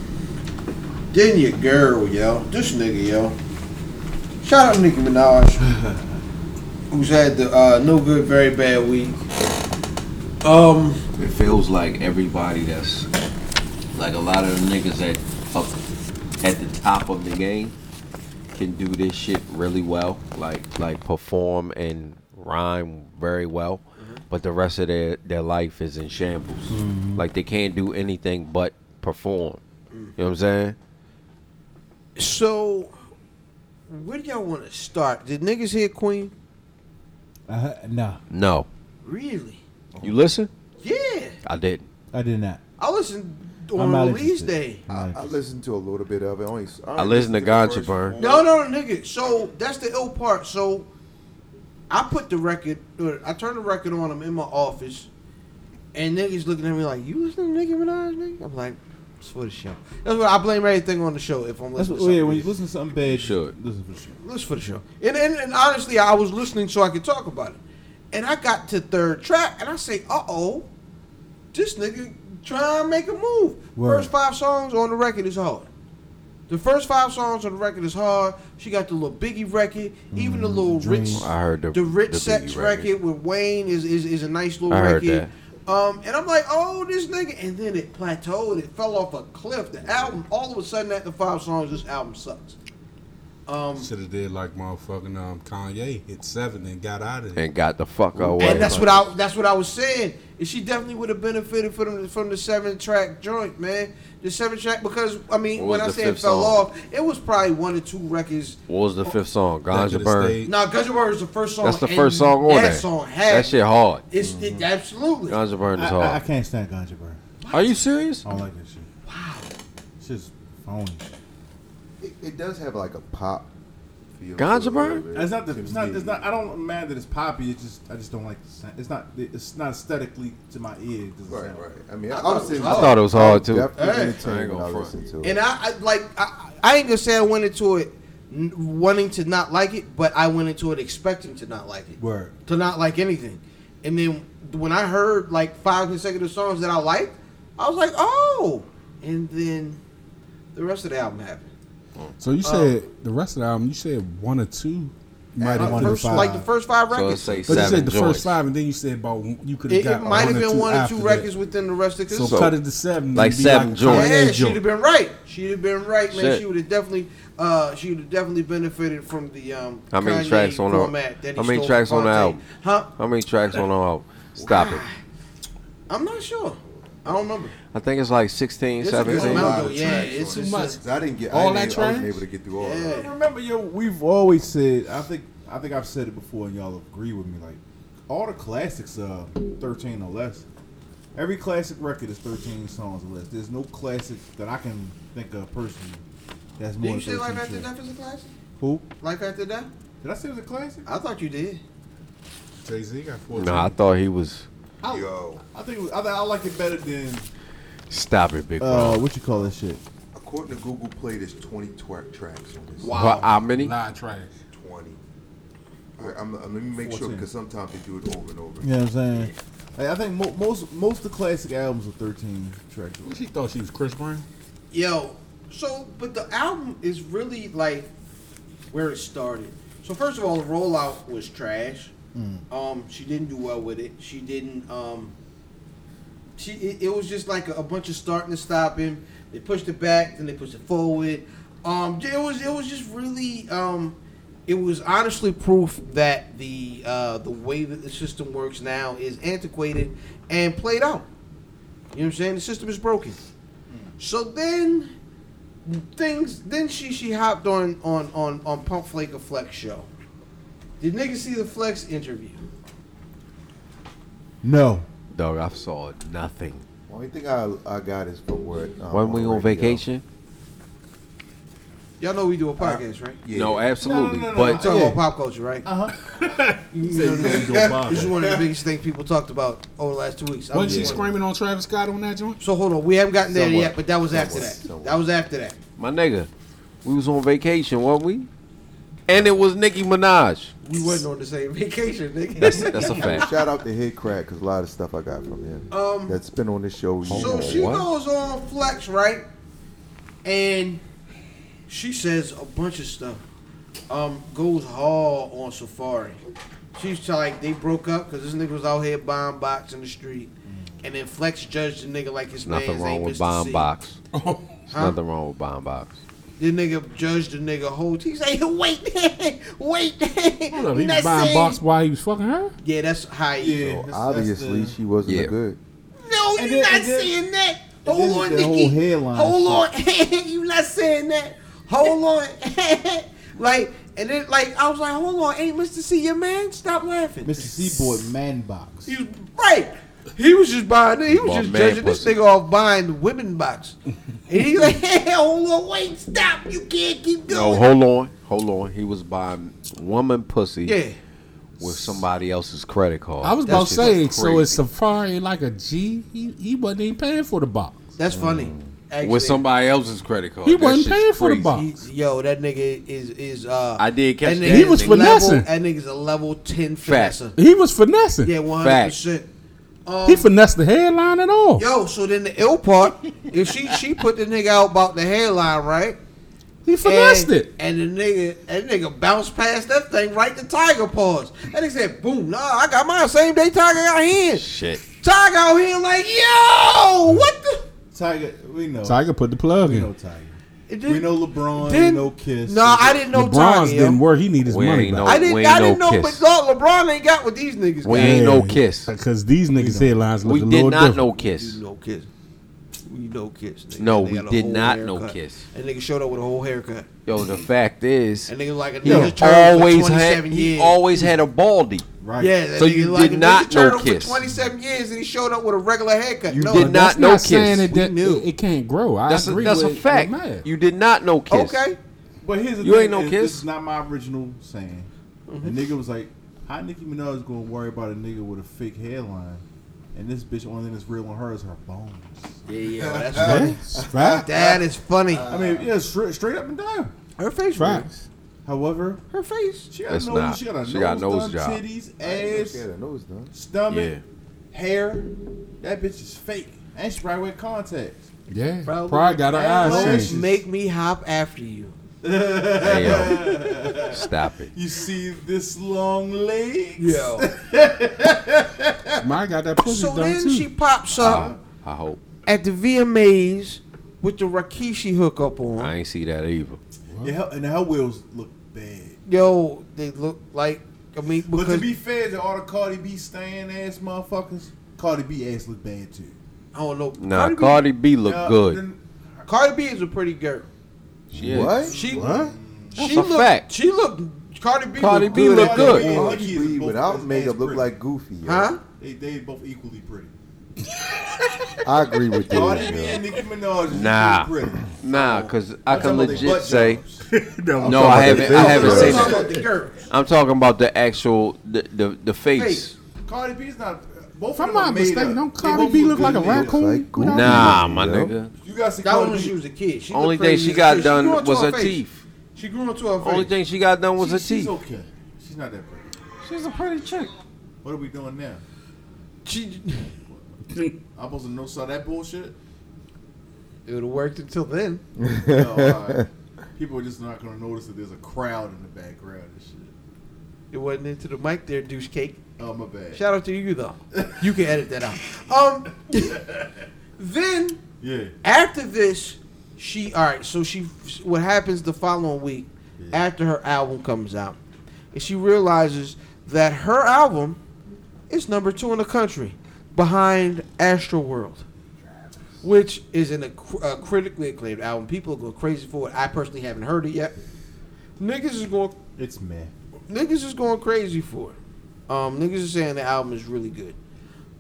Speaker 1: then your girl, yo, this nigga, yo. Shout out Nicki Minaj, who's had the uh, no good, very bad week. Um,
Speaker 4: it feels like everybody that's like a lot of the niggas that up at the top of the game can do this shit really well, like like perform and rhyme very well,
Speaker 1: Mm-hmm.
Speaker 4: but the rest of their their life is in shambles.
Speaker 1: Mm-hmm.
Speaker 4: Like they can't do anything but perform.
Speaker 1: Mm.
Speaker 4: You know what I'm saying?
Speaker 1: So, where do y'all want to start? Did niggas hear Queen?
Speaker 11: Uh, nah,
Speaker 4: No.
Speaker 1: Really?
Speaker 4: You listen?
Speaker 1: Yeah,
Speaker 4: I didn't.
Speaker 11: I did not.
Speaker 1: I listened
Speaker 11: I'm
Speaker 1: on
Speaker 11: not
Speaker 1: release
Speaker 11: interested.
Speaker 1: day.
Speaker 7: I, I listened to a little bit of it. Only,
Speaker 4: I listened to Ganja Burn.
Speaker 1: No, no, no, nigga. So that's the ill part. So I put the record. or I turned the record on. I'm in my office, and niggas looking at me like, "You listening to Nicki Minaj?" Nigga? I'm like, "It's for the show." That's what I blame everything on the show. If I'm listening,
Speaker 11: That's what,
Speaker 1: to something.
Speaker 11: yeah, when you listen to something bad,
Speaker 4: Should.
Speaker 11: listen for the show.
Speaker 1: listen for the show. And, and and honestly, I was listening so I could talk about it. And I got to third track, and I say, "Uh oh, this nigga trying to make a move."
Speaker 11: Word.
Speaker 1: First five songs on the record is hard. The first five songs on the record is hard. She got the little Biggie record, even the little
Speaker 11: Dreams.
Speaker 1: Rich,
Speaker 4: Mm, I heard the-
Speaker 1: the Rich
Speaker 4: the Biggie
Speaker 1: Sex
Speaker 4: record.
Speaker 1: record with Wayne is is, is a nice little
Speaker 4: I heard
Speaker 1: record. Um, and I'm like, oh, this nigga, and then it plateaued. It fell off a cliff. The album, all of a sudden, after five songs, this album sucks. Um,
Speaker 6: Should have did like motherfucking um, Kanye hit seven and got out of
Speaker 4: And got the fuck away.
Speaker 1: And that's what I that's what I was saying. And she definitely would have benefited from the, from the seven track joint, man. The seven track because I mean,
Speaker 4: What
Speaker 1: when
Speaker 4: was
Speaker 1: I
Speaker 4: the
Speaker 1: say it
Speaker 4: fifth
Speaker 1: fell
Speaker 4: song?
Speaker 1: off, it was probably one or two records.
Speaker 4: What was the fifth song? Ganja
Speaker 6: could've
Speaker 4: Burn.
Speaker 6: stayed.
Speaker 1: Now, Guns N' Roses was the first song.
Speaker 4: That's the
Speaker 1: Oh, and
Speaker 4: first song on
Speaker 1: that
Speaker 4: there.
Speaker 1: song had
Speaker 4: That shit Mm-hmm. hard.
Speaker 1: It's it, absolutely.
Speaker 4: Ganja Burn
Speaker 11: I,
Speaker 4: is
Speaker 11: I, I
Speaker 4: hard.
Speaker 11: can't stand Ganja Burn.
Speaker 2: Oh.
Speaker 4: Are you serious?
Speaker 11: I don't like that shit. Wow, it's just phony.
Speaker 7: it, it does have like a pop feel.
Speaker 4: Ganja
Speaker 7: to it,
Speaker 4: burn?
Speaker 7: man.
Speaker 2: It's not. The, it's not.
Speaker 7: To
Speaker 2: It's
Speaker 7: me.
Speaker 2: not. I don't I'm mad that it's poppy. It's just. I just don't like the sound. It's not. It's not aesthetically to my ear. It doesn't
Speaker 7: Right,
Speaker 2: sound
Speaker 7: right.
Speaker 2: right.
Speaker 7: I mean, I,
Speaker 1: I
Speaker 7: I,
Speaker 1: thought
Speaker 7: was
Speaker 1: it was
Speaker 7: sitting-
Speaker 1: hard.
Speaker 4: I thought it was hard, too.
Speaker 7: Definitely
Speaker 1: Hey.
Speaker 7: entertained
Speaker 4: I ain't gonna
Speaker 7: when I
Speaker 4: front.
Speaker 7: listened to it.
Speaker 1: And I, I like I, I ain't gonna say I went into it n- wanting to not like it, but I went into it expecting to not like it,
Speaker 2: Word.
Speaker 1: to not like anything. And then when I heard like five consecutive songs that I liked, I was like, oh. And then the rest of the album happened.
Speaker 6: So you said the rest of the album. You said one or two.
Speaker 11: Might
Speaker 1: Uh,
Speaker 11: have
Speaker 1: first- like the first five
Speaker 4: So
Speaker 1: records.
Speaker 4: let's say
Speaker 6: But you
Speaker 4: seven
Speaker 6: said the
Speaker 4: joints.
Speaker 6: first five, and then you said about one- you could have
Speaker 1: it,
Speaker 6: got
Speaker 1: it might have been one or two
Speaker 6: after
Speaker 1: records
Speaker 6: that.
Speaker 1: within the rest of the
Speaker 6: So,
Speaker 4: So-
Speaker 6: cut it to seven. and
Speaker 4: like
Speaker 6: be
Speaker 4: seven
Speaker 6: like
Speaker 4: joints.
Speaker 6: Kanye
Speaker 1: Yeah, she'd
Speaker 6: joint.
Speaker 1: have been right. She'd have been right, man.
Speaker 4: Shit.
Speaker 1: She would have definitely, uh, she would have definitely benefited from the um.
Speaker 4: How many
Speaker 1: Kanye
Speaker 4: tracks on the-
Speaker 1: format that he
Speaker 4: how many
Speaker 1: stole
Speaker 4: tracks
Speaker 1: from
Speaker 4: on the
Speaker 1: Fonte.
Speaker 4: album?
Speaker 1: Huh?
Speaker 4: How many tracks on the album? Stop it.
Speaker 1: I'm not sure. I don't remember.
Speaker 4: I think it's like 16,
Speaker 1: It's a good
Speaker 4: 17.
Speaker 1: amount,
Speaker 7: Wow,
Speaker 1: though. Yeah,
Speaker 7: tracks
Speaker 1: it's
Speaker 7: on
Speaker 1: too
Speaker 7: it.
Speaker 1: much.
Speaker 7: 'Cause I didn't get
Speaker 6: All
Speaker 7: I
Speaker 6: that
Speaker 7: didn't, I wasn't
Speaker 6: trash?
Speaker 7: able to get through all
Speaker 1: Yeah.
Speaker 7: of
Speaker 2: And Remember, yo, we've always said. I think. I think I've said it before, and y'all agree with me. Like all the classics are thirteen or less. Every classic record is thirteen songs or less. There's no classic that I can think of personally that's
Speaker 1: Did
Speaker 2: more.
Speaker 1: you say
Speaker 2: than
Speaker 1: Life
Speaker 2: 13
Speaker 1: After
Speaker 2: tracks.
Speaker 1: Death is a classic?
Speaker 2: Who?
Speaker 1: Life After Death?
Speaker 2: Did I say it was a classic?
Speaker 1: I thought you did.
Speaker 2: Jay Z got four.
Speaker 4: No, I thought he was.
Speaker 7: it. Yo,
Speaker 2: I think it was, I, th- I like it better than
Speaker 4: Stop it, big
Speaker 1: Oh,
Speaker 4: bro.
Speaker 2: uh, what you call that shit?
Speaker 7: according to Google Play, there's 20 twer- tracks on this.
Speaker 4: How- How many?
Speaker 6: Nah, trash.
Speaker 7: 20. All right, I'm, I'm, let me make sure
Speaker 2: 14.
Speaker 7: because sometimes they do it over and over.
Speaker 11: You know what I'm saying?
Speaker 2: Like, I think mo- most most of the classic albums are thirteen tracks. long.
Speaker 6: She thought she was Chris Brown.
Speaker 1: Yo, so but the album is really like where it started. So first of all, the rollout was trash. Um, she didn't do well with it. She didn't. Um, she it, it was just like a, a bunch of starting and stopping. They pushed it back, then they pushed it forward. Um, it was it was just really. Um, it was honestly proof that the uh, the way that the system works now is antiquated and played out. You know what I'm saying? The system is broken. So then things then she she hopped on on on on Pump Flake a Flex show. Did niggas see the Flex interview?
Speaker 2: No,
Speaker 4: Dog, I saw nothing.
Speaker 7: Only thing I, I got is from where. Um,
Speaker 4: When we on
Speaker 7: radio.
Speaker 4: vacation?
Speaker 1: Y'all know we do a podcast, right?
Speaker 7: Yeah.
Speaker 4: No, absolutely.
Speaker 2: No, no, no,
Speaker 4: but
Speaker 1: We're talking
Speaker 2: Yeah.
Speaker 1: about pop culture, right? Uh huh. This is one of the biggest things people talked about over the last two weeks. I
Speaker 6: Wasn't
Speaker 1: was
Speaker 6: she
Speaker 1: wondering.
Speaker 6: screaming on Travis Scott on that joint?
Speaker 1: So hold on, we haven't gotten there
Speaker 4: Somewhat.
Speaker 1: yet, but that was after that. That was after that.
Speaker 4: my nigga, we was on vacation, weren't we? And it was Nicki Minaj.
Speaker 1: We wasn't on the same vacation, nigga.
Speaker 4: That's that's a fact.
Speaker 7: Shout out to Hit Crack because a lot of stuff I got from him
Speaker 1: Um,
Speaker 7: that's been on this show. you
Speaker 1: So
Speaker 7: know.
Speaker 1: she
Speaker 4: what?
Speaker 1: goes on Flex, right? And she says a bunch of stuff. Um, goes hard on Safari. She's like, they broke up because this nigga was out here buying box in the street. And then Flex judged the nigga like his
Speaker 4: Nothing
Speaker 1: man's
Speaker 4: wrong
Speaker 1: ain't
Speaker 4: with
Speaker 1: Mr.
Speaker 4: Bomb
Speaker 1: C.
Speaker 4: Box. There's
Speaker 1: Huh?
Speaker 4: Nothing wrong with Bomb Box.
Speaker 1: The nigga judged the nigga whole. He say, wait, wait.
Speaker 6: Hold up, he was
Speaker 1: That's
Speaker 6: buying
Speaker 1: it.
Speaker 6: box while he was fucking her.
Speaker 1: Yeah, that's how you.
Speaker 2: yeah.
Speaker 7: So obviously, she wasn't
Speaker 4: Yeah.
Speaker 7: a good.
Speaker 1: No,
Speaker 2: And
Speaker 1: you're
Speaker 2: then-
Speaker 1: not
Speaker 2: and then-
Speaker 1: saying that.
Speaker 2: and
Speaker 1: Hold
Speaker 2: then
Speaker 1: on,
Speaker 2: the
Speaker 1: Nikki.
Speaker 2: whole headline
Speaker 1: Hold on, you not saying that. Hold on, like, and then like I was like, hold on, ain't Mr. C your man? Stop laughing.
Speaker 2: Mr. C bought Man Box.
Speaker 1: He was right. He was just buying. He was
Speaker 4: Bought
Speaker 1: just
Speaker 4: man
Speaker 1: judging
Speaker 4: pussy.
Speaker 1: this nigga off buying the women box. And he's like, hold on, wait, stop. You can't keep
Speaker 4: No,
Speaker 1: going.
Speaker 4: hold on, hold on. He was buying woman pussy
Speaker 1: yeah.
Speaker 4: with somebody else's credit card.
Speaker 6: I was
Speaker 4: That
Speaker 6: about to
Speaker 4: shit
Speaker 6: say,
Speaker 4: was
Speaker 6: so
Speaker 4: crazy.
Speaker 6: it's Safari like a G. He, he wasn't even paying for the box.
Speaker 1: That's funny. Actually,
Speaker 4: Mm. with somebody else's credit card.
Speaker 6: He
Speaker 4: That
Speaker 6: wasn't
Speaker 4: shit's
Speaker 6: paying for the
Speaker 4: crazy.
Speaker 6: box.
Speaker 1: He's- yo, that nigga is is uh.
Speaker 4: I did catch
Speaker 1: that
Speaker 4: that.
Speaker 1: nigga
Speaker 6: He was
Speaker 1: is a level-
Speaker 6: finessing.
Speaker 1: That nigga's a level ten
Speaker 4: Fact.
Speaker 1: finesser.
Speaker 6: He was finessing.
Speaker 1: Yeah, one hundred percent. Um,
Speaker 6: He finessed the headline and all.
Speaker 1: yo, so then the ill part, if she she put the nigga out about the hairline, right?
Speaker 6: He finessed
Speaker 1: and,
Speaker 6: it.
Speaker 1: And the nigga, that nigga bounced past that thing right to Tiger paws. And they said, boom, nah, I got mine same day Tiger got his.
Speaker 4: Shit.
Speaker 1: Tiger out here like, yo, what the?
Speaker 2: Tiger, we know.
Speaker 6: Tiger put the plug
Speaker 2: we
Speaker 6: in.
Speaker 2: know Tiger.
Speaker 1: It
Speaker 2: We
Speaker 1: didn't-
Speaker 2: know LeBron.
Speaker 1: didn't-
Speaker 2: we know Kiss.
Speaker 1: Nah, I didn't know
Speaker 6: LeBron's
Speaker 1: Tiger. yo.
Speaker 6: didn't work. He need his
Speaker 4: We
Speaker 6: money
Speaker 4: ain't
Speaker 6: back.
Speaker 4: know-
Speaker 1: I didn't,
Speaker 4: We
Speaker 1: I
Speaker 4: ain't
Speaker 1: didn't
Speaker 4: no
Speaker 1: know,
Speaker 4: Kiss.
Speaker 1: but dog, LeBron ain't got with these niggas.
Speaker 4: We
Speaker 1: got.
Speaker 4: ain't no kiss.
Speaker 6: Because these niggas' headlines look
Speaker 4: We
Speaker 6: a little
Speaker 4: did not
Speaker 6: different.
Speaker 4: know kiss.
Speaker 1: You know Kiss. We know Kiss. Nigga.
Speaker 4: No,
Speaker 1: They
Speaker 4: we
Speaker 1: got a
Speaker 4: did
Speaker 1: whole
Speaker 4: not know
Speaker 1: haircut.
Speaker 4: Kiss.
Speaker 1: That nigga showed up with a whole haircut.
Speaker 4: Yo, the fact is,
Speaker 1: That nigga like a
Speaker 4: he
Speaker 1: Ninja Turtle for
Speaker 4: always
Speaker 1: 27
Speaker 4: had
Speaker 1: years.
Speaker 4: he always had a baldy.
Speaker 2: Right.
Speaker 1: Yeah, that
Speaker 4: So
Speaker 1: nigga
Speaker 4: you
Speaker 1: like
Speaker 4: did
Speaker 1: a
Speaker 4: not
Speaker 1: Ninja
Speaker 4: know
Speaker 1: Turtle
Speaker 4: Kiss.
Speaker 1: For 27 years and he showed up with a regular haircut.
Speaker 4: You
Speaker 1: no,
Speaker 4: did not
Speaker 6: That's
Speaker 4: know
Speaker 6: not saying
Speaker 4: Kiss.
Speaker 6: it, that
Speaker 1: We knew.
Speaker 6: it, it can't grow. I
Speaker 4: That's a,
Speaker 6: agree
Speaker 4: that's a
Speaker 6: with- with
Speaker 4: fact.
Speaker 6: Matt.
Speaker 4: You did not know kiss.
Speaker 1: Okay.
Speaker 2: But here's the
Speaker 4: You
Speaker 2: thing,
Speaker 4: ain't no
Speaker 2: is-
Speaker 4: Kiss?
Speaker 2: This is not my original saying.
Speaker 6: Mm-hmm.
Speaker 2: A nigga was like, "How Nicki Minaj gonna worry about a nigga with a fake hairline?" And this bitch, only thing that's real on her is her bones.
Speaker 1: Yeah, yeah, that's funny.
Speaker 11: That's right.
Speaker 1: Uh, That is funny.
Speaker 2: I mean, yeah, straight, straight up and down.
Speaker 1: her face,
Speaker 11: Facts.
Speaker 2: However,
Speaker 1: her face.
Speaker 2: she got
Speaker 4: It's
Speaker 2: a nose,
Speaker 4: not.
Speaker 2: she got a
Speaker 4: She
Speaker 2: nose,
Speaker 4: got nose
Speaker 2: done,
Speaker 4: job.
Speaker 2: titties, ass,
Speaker 7: Yeah, that nose done.
Speaker 2: stomach, hair. That bitch is fake, and she probably wear contacts.
Speaker 6: Yeah.
Speaker 1: Probably.
Speaker 6: Probably got her eyes
Speaker 2: Don't
Speaker 6: changed.
Speaker 1: Don't make me hop after you.
Speaker 4: Hey, yo. Stop it.
Speaker 2: You see this long legs?
Speaker 6: Mine got that pussy
Speaker 1: So
Speaker 6: done
Speaker 1: then
Speaker 6: too.
Speaker 1: she pops up
Speaker 6: Uh-huh.
Speaker 4: I, I hope.
Speaker 1: at the VMAs with the Rakishi hookup on.
Speaker 4: I ain't see that either.
Speaker 2: Yeah, her- and her wheels look bad.
Speaker 1: Yo, they look like I mean
Speaker 2: But to
Speaker 1: because
Speaker 2: be fair to all the Cardi B staying ass motherfuckers, Cardi B ass look bad too.
Speaker 1: I don't know.
Speaker 4: Nah,
Speaker 1: Cardi,
Speaker 4: Cardi B look
Speaker 2: Now,
Speaker 4: good.
Speaker 2: then-
Speaker 1: B, Cardi B is a pretty girl.
Speaker 4: She is.
Speaker 7: What?
Speaker 1: She
Speaker 6: What?
Speaker 1: she
Speaker 4: a
Speaker 1: looked
Speaker 4: fact.
Speaker 1: she looked Cardi B
Speaker 4: Cardi
Speaker 1: looked
Speaker 4: B
Speaker 1: good.
Speaker 4: look
Speaker 1: at-
Speaker 4: good.
Speaker 2: Cardi
Speaker 7: Cardi
Speaker 2: Nicki's
Speaker 7: B
Speaker 2: both
Speaker 7: without
Speaker 2: as-
Speaker 7: makeup
Speaker 2: as
Speaker 7: look
Speaker 2: pretty.
Speaker 7: like Goofy. Yo.
Speaker 1: Huh?
Speaker 2: They they both equally pretty.
Speaker 7: I agree with you.
Speaker 2: Cardi B
Speaker 7: yo.
Speaker 2: and Nicki Minaj is
Speaker 4: Nah.
Speaker 2: equally pretty.
Speaker 4: Nah, because I
Speaker 2: I'm talking
Speaker 4: can
Speaker 2: about they
Speaker 4: legit
Speaker 2: butt
Speaker 4: say.
Speaker 2: jobs.
Speaker 4: No, I haven't, I haven't
Speaker 7: face,
Speaker 1: I'm
Speaker 4: seen
Speaker 1: talking
Speaker 4: it.
Speaker 1: about the girl.
Speaker 4: I'm talking about the actual, the, the, the face.
Speaker 1: Face.
Speaker 2: Cardi B's not. uh, Both
Speaker 6: if I'm
Speaker 2: of them are
Speaker 6: not
Speaker 2: made
Speaker 6: mistaken,
Speaker 2: up.
Speaker 6: don't
Speaker 2: They
Speaker 6: Cardi
Speaker 2: both
Speaker 6: B look like a
Speaker 2: good made up.
Speaker 6: raccoon?
Speaker 7: Like Goofy.
Speaker 4: Nah, my
Speaker 7: yo.
Speaker 4: nigga.
Speaker 2: You got to see
Speaker 1: That was
Speaker 2: Cardi
Speaker 1: when she
Speaker 2: B.
Speaker 1: was a kid. She
Speaker 4: Only
Speaker 1: looked
Speaker 4: thing
Speaker 1: crazy
Speaker 4: she
Speaker 1: as a
Speaker 4: got
Speaker 1: kid.
Speaker 4: done
Speaker 1: grew into
Speaker 4: was her
Speaker 1: face.
Speaker 4: teeth.
Speaker 1: She grew into her face.
Speaker 4: Only thing she got done was her
Speaker 2: She- She's
Speaker 4: teeth.
Speaker 2: okay. She's not that pretty.
Speaker 4: She's a pretty chick.
Speaker 2: What are we doing now?
Speaker 1: she
Speaker 2: I'm supposed to know saw that bullshit.
Speaker 1: it would have worked until then.
Speaker 2: No, alright. People are just not gonna notice that there's a crowd in the background and shit.
Speaker 1: It wasn't into the mic there, douche cake.
Speaker 2: Oh my bad.
Speaker 1: Shout out to you though. You can edit that out. Um, then
Speaker 2: yeah.
Speaker 1: after this, she all right. So she, what happens the following week after her album comes out, and she realizes that her album is number two in the country, behind Astro World, which is an, acc- a critically acclaimed album. People are going crazy for it. I personally haven't heard it yet. Niggas is going
Speaker 2: It's meh.
Speaker 1: niggas is going crazy for it. Um, niggas is saying the album is really good.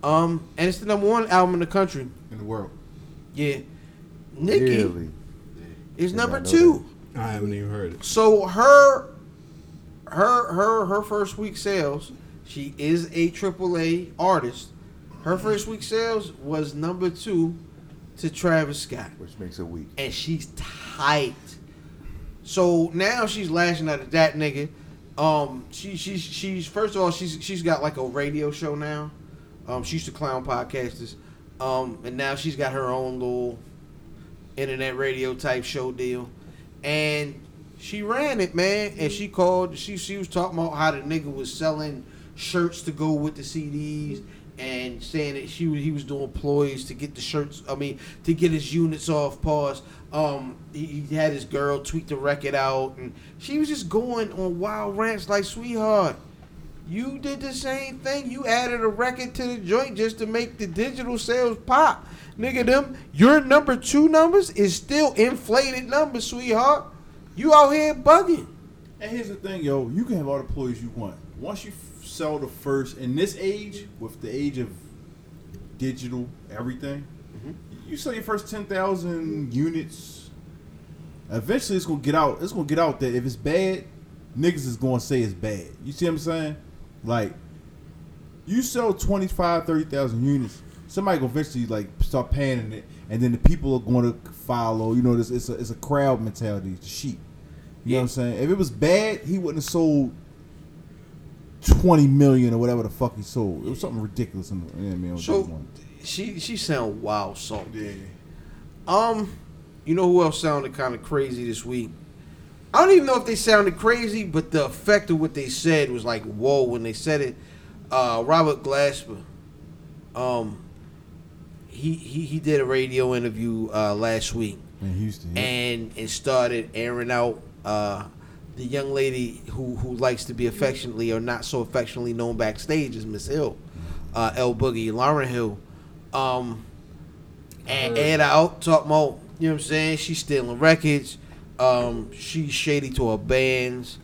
Speaker 1: Um, and it's the number one album in the country.
Speaker 2: In the world.
Speaker 1: Yeah, Nicki
Speaker 7: Really?
Speaker 1: is number
Speaker 7: I know
Speaker 1: two.
Speaker 3: I haven't even heard it.
Speaker 1: So her, her, her, her first week sales. She is a AAA artist. Her first week sales was number two to Travis Scott,
Speaker 7: Which makes it weak.
Speaker 1: and she's tight. So now she's lashing out at that nigga. Um, she she's she's first of all she's she's got like a radio show now. Um, she used to clown podcasters, um, and now she's got her own little internet radio type show deal. And she ran it, man. And she called. She she was talking about how the nigga was selling shirts to go with the CDs, and saying that she was- he was doing ploys to get the shirts. I mean, to get his units off. Pause. Um, he, he had his girl tweet the record out, and she was just going on wild rants like, sweetheart. You did the same thing. You added a record to the joint just to make the digital sales pop. Nigga, them your number two numbers is still inflated numbers, sweetheart. You out here bugging.
Speaker 2: And here's the thing, yo, you can have all the employees you want. Once you f- sell the first in this age, with the age of digital everything, you sell your first ten thousand units. Eventually, it's gonna get out. It's gonna get out that if it's bad, niggas is gonna say it's bad. You see what I'm saying? Like, you sell 25, 30,000 units, somebody gonna eventually like start panning it, and then the people are gonna follow. You know, this it's a it's a crowd mentality. It's a sheep. You know what I'm saying? If it was bad, he wouldn't have sold twenty million or whatever the fuck he sold. It was something ridiculous. In the, you know what I mean? It was just
Speaker 1: So
Speaker 2: one.
Speaker 1: she she sound wild salty.
Speaker 2: yeah,
Speaker 1: Um, you know who else sounded kind of crazy this week? I don't even know if they sounded crazy, but the effect of what they said was like whoa when they said it. Uh, Robert Glasper, um, he he he did a radio interview uh, last week
Speaker 2: in Houston. yeah.
Speaker 1: and and started airing out uh, the young lady who who likes to be affectionately or not so affectionately known backstage as Miss Hill, uh, L Boogie, Lauren Hill, um, and aired out talking about you know what I'm saying. She's stealing records. Um, she's shady to her bands.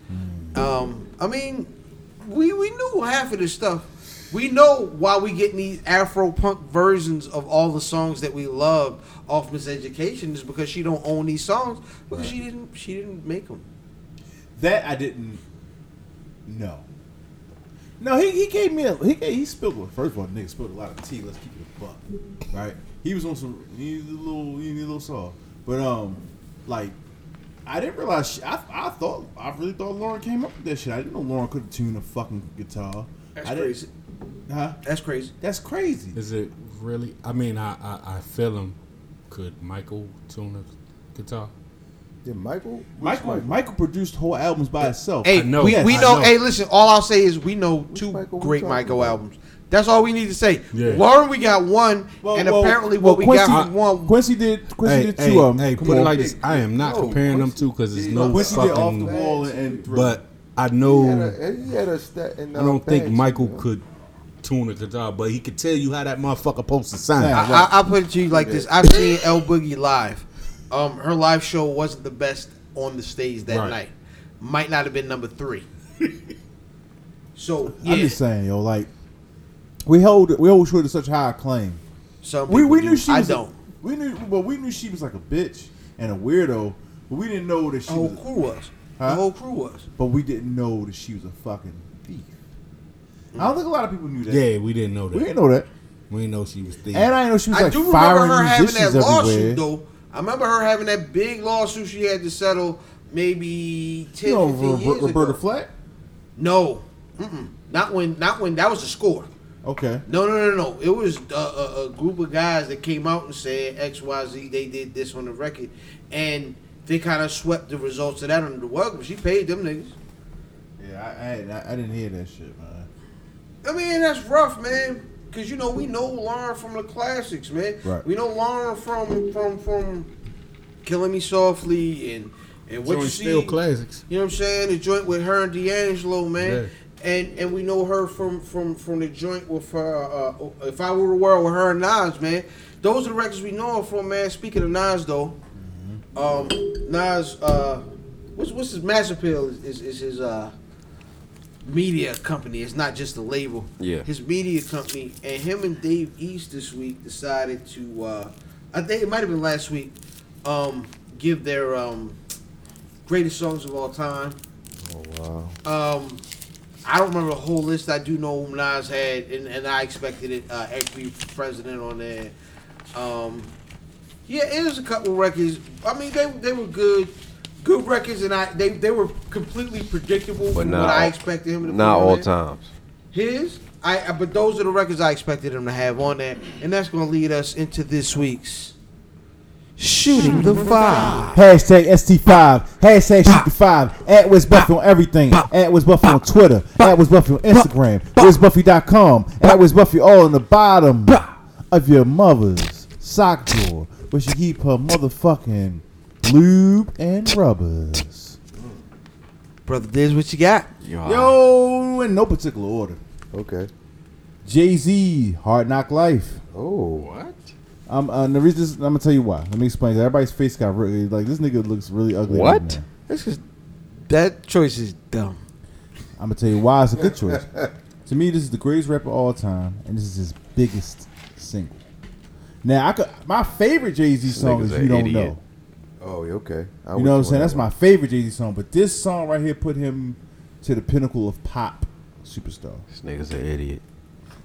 Speaker 1: Um, I mean, we we knew half of this stuff. We know why we getting these Afro punk versions of all the songs that we love off Miss Education is because she don't own these songs because she didn't she didn't make them.
Speaker 2: That I didn't know. No, he, he gave me a he gave, he spilled one. First of all, nigga spilled a lot of tea. Let's keep it a buck, right? He was on some he was a little he needed a little soft, but um, like I didn't realize she, I I thought I really thought Lauren came up with that shit. I didn't know Lauren could tune a fucking guitar.
Speaker 1: That's
Speaker 2: I didn't-
Speaker 1: crazy.
Speaker 2: Huh?
Speaker 1: That's crazy.
Speaker 2: That's crazy.
Speaker 6: Is it really? I mean, I, I, I feel him. Could Michael tune a guitar?
Speaker 7: Did Michael? which
Speaker 2: Michael, Michael produced whole albums by himself.
Speaker 1: Hey,
Speaker 6: know.
Speaker 1: we,
Speaker 6: Yes,
Speaker 1: we
Speaker 6: I
Speaker 1: know,
Speaker 6: know.
Speaker 1: Hey, listen. All I'll say is we know two
Speaker 7: Michael we
Speaker 1: great
Speaker 7: talking
Speaker 1: Michael
Speaker 7: about?
Speaker 1: albums. That's all we need to say.
Speaker 6: Yeah.
Speaker 1: Lauren, we got one, and apparently what we got from one.
Speaker 2: Quincy did Quincy
Speaker 6: Hey,
Speaker 2: did two
Speaker 6: hey,
Speaker 2: of them.
Speaker 6: hey, put it like this. I am not
Speaker 7: No,
Speaker 6: comparing them
Speaker 7: Quincy
Speaker 6: two because it's
Speaker 7: did-
Speaker 6: no
Speaker 2: Quincy did off the
Speaker 6: fucking.
Speaker 2: wall and, and Thriller.
Speaker 6: But I
Speaker 7: He had
Speaker 6: know
Speaker 7: a, he had a stat in
Speaker 6: I don't
Speaker 7: uh,
Speaker 6: think
Speaker 7: Bags,
Speaker 6: Michael
Speaker 7: you know.
Speaker 6: could tune a guitar, but he could tell you how that motherfucker supposed to sound.
Speaker 1: I, I, I'll put it to you like this: I've seen El Boogie live. Um, her live show wasn't the best on the stage that
Speaker 6: Right.
Speaker 1: night. Might not have been number three. so
Speaker 2: I'm
Speaker 1: yeah,
Speaker 2: just saying, yo, like we hold we hold her to such high acclaim.
Speaker 1: some
Speaker 2: We
Speaker 1: people
Speaker 2: we
Speaker 1: do.
Speaker 2: knew she
Speaker 1: I
Speaker 2: was a-
Speaker 1: don't.
Speaker 2: we knew well we knew she was like a bitch and a weirdo, but we didn't know that she
Speaker 1: The whole
Speaker 2: was
Speaker 1: crew was.
Speaker 2: Huh?
Speaker 1: The whole crew was.
Speaker 2: but we didn't know that she was a fucking thief. I
Speaker 1: Mm.
Speaker 2: don't think a lot of people knew that.
Speaker 6: yeah, we didn't know
Speaker 2: We didn't
Speaker 6: that.
Speaker 2: know that.
Speaker 6: We didn't know she was thieving.
Speaker 2: And I didn't know she was
Speaker 1: I
Speaker 2: like
Speaker 1: do remember
Speaker 2: firing
Speaker 1: her having that
Speaker 2: musicians everywhere.
Speaker 1: lawsuit though. I remember her having that big lawsuit she had to settle maybe 10,
Speaker 2: you know,
Speaker 1: 15
Speaker 2: Ro-
Speaker 1: years
Speaker 2: Roberta
Speaker 1: ago.
Speaker 2: Flack?
Speaker 1: No, Mm-mm. not when, not when that was the score.
Speaker 2: Okay.
Speaker 1: No, no, no, no. It was a, a, a group of guys that came out and said X, Y, Z. They did this on the record, and they kind of swept the results of that under the rug. But she paid them niggas.
Speaker 2: Yeah, I, I I didn't hear that shit, man.
Speaker 1: I mean, that's rough, man. Cause you know we know Lauren from the classics, man.
Speaker 2: Right.
Speaker 1: We know Lauren from from from Killing Me Softly and and what
Speaker 6: Joint
Speaker 1: you see.
Speaker 6: still classics.
Speaker 1: You know what I'm saying? The joint with her and D'Angelo, man. And and we know her from from from the joint with her. Uh, uh, if I were the world with her and Nas, man. Those are the records we know her from, man. Speaking of Nas, though, um, Nas, uh, what's what's his mass appeal is is, is his uh media company. It's not just a label.
Speaker 4: Yeah.
Speaker 1: His media company and him and Dave East this week decided to. Uh, I think it might have been last week. Um, give their um greatest songs of all time.
Speaker 7: Wow.
Speaker 1: Um, I don't remember the whole list. I do know Nas had, and, and I expected it. Uh, ex president on there. Um, yeah, it was a couple records. I mean, they they were good, good records, and I they, they were completely predictable
Speaker 4: But
Speaker 1: from
Speaker 4: not
Speaker 1: what I
Speaker 4: all-
Speaker 1: expected him to.
Speaker 4: Not
Speaker 1: put on
Speaker 4: all
Speaker 1: there.
Speaker 4: times.
Speaker 1: His, I, I but those are the records I expected him to have on there, and that's going to lead us into this week's shooting the five.
Speaker 2: Hashtag ST5. Hashtag shoot the five. At West Buffy on everything. At West Buffy on Twitter. At West Buffy on Instagram. WestBuffy.com. At West Buffy all in the bottom of your mother's sock drawer where she keep her motherfucking lube and rubbers.
Speaker 1: Brother Diz, what you got?
Speaker 2: Yo, in no particular order.
Speaker 7: Okay.
Speaker 2: Jay Z, Hard Knock Life.
Speaker 7: Oh.
Speaker 4: What?
Speaker 2: I'm uh, the reason I'm gonna tell you why. Let me explain. Everybody's face got really like this nigga looks really ugly. right
Speaker 4: What?
Speaker 2: now.
Speaker 1: This is that choice is dumb.
Speaker 2: I'm gonna tell you why it's a good choice. to me, this is the greatest rapper of all time, and this is his biggest single. Now, I could my favorite Jay Z song
Speaker 4: nigga's
Speaker 2: is
Speaker 4: a
Speaker 2: "You Don't
Speaker 4: idiot.
Speaker 2: Know."
Speaker 7: Oh, yeah, okay. I
Speaker 2: You
Speaker 7: was
Speaker 2: know what I'm
Speaker 7: doing
Speaker 2: saying? That's
Speaker 7: that
Speaker 2: my
Speaker 7: one.
Speaker 2: favorite Jay Z song, but this song right here put him to the pinnacle of pop superstar.
Speaker 4: This nigga's an idiot.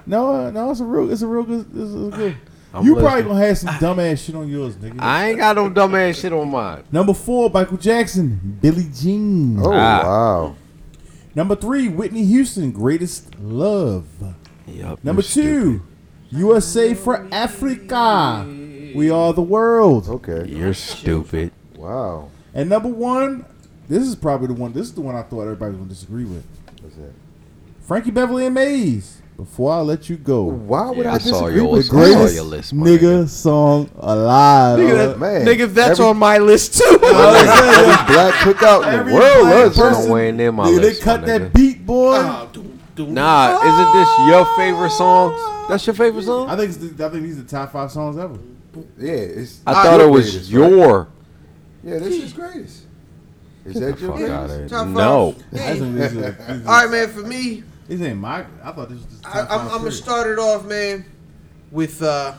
Speaker 2: No, uh, no, it's a real, it's a real good. It's a good.
Speaker 4: I'm
Speaker 2: You probably
Speaker 4: listening.
Speaker 2: gonna have some dumbass shit on yours, nigga.
Speaker 4: I ain't got no dumbass shit on mine.
Speaker 2: Number four, Michael Jackson, Billie Jean.
Speaker 7: Oh,
Speaker 4: Ah.
Speaker 7: wow.
Speaker 2: Number three, Whitney Houston, Greatest Love.
Speaker 4: Yup.
Speaker 2: Number two, USA for Africa. We are the world.
Speaker 7: Okay.
Speaker 4: You're stupid.
Speaker 7: Wow.
Speaker 2: And number one, this is probably the one. This is the one I thought everybody was gonna disagree with.
Speaker 7: What's that?
Speaker 2: Frankie Beverly and Maze. Before I let you go,
Speaker 7: Why would
Speaker 4: Yeah,
Speaker 7: I,
Speaker 4: I saw
Speaker 7: disagree
Speaker 4: your
Speaker 7: with
Speaker 4: list. I saw
Speaker 7: that?
Speaker 2: greatest
Speaker 4: your list, my
Speaker 2: nigga song alive.
Speaker 7: that- man.
Speaker 1: nigga, that's
Speaker 7: Every-
Speaker 1: on my list too.
Speaker 7: Every black put out in
Speaker 2: Every
Speaker 7: the world
Speaker 2: black
Speaker 7: was
Speaker 2: person-
Speaker 7: this.
Speaker 4: Don't weigh in there, my
Speaker 2: Nigga, they
Speaker 4: list, my
Speaker 2: cut that
Speaker 4: nigga.
Speaker 2: beat, boy.
Speaker 4: Nah, isn't this your favorite song? That's your favorite song?
Speaker 2: I think it's the, I think these are the top five songs ever.
Speaker 7: Yeah, it's.
Speaker 4: I thought it was
Speaker 7: greatest, right?
Speaker 4: your.
Speaker 7: Yeah, this is greatest. Is that your
Speaker 4: Fuck outta
Speaker 7: greatest?
Speaker 4: here.
Speaker 1: Top five.
Speaker 4: No.
Speaker 2: I
Speaker 1: Yeah.
Speaker 2: think these are- these are-
Speaker 1: All right, man. For me,
Speaker 2: These ain't my. I thought this was just.
Speaker 1: I, I'm, I'm gonna start it off, man, with uh,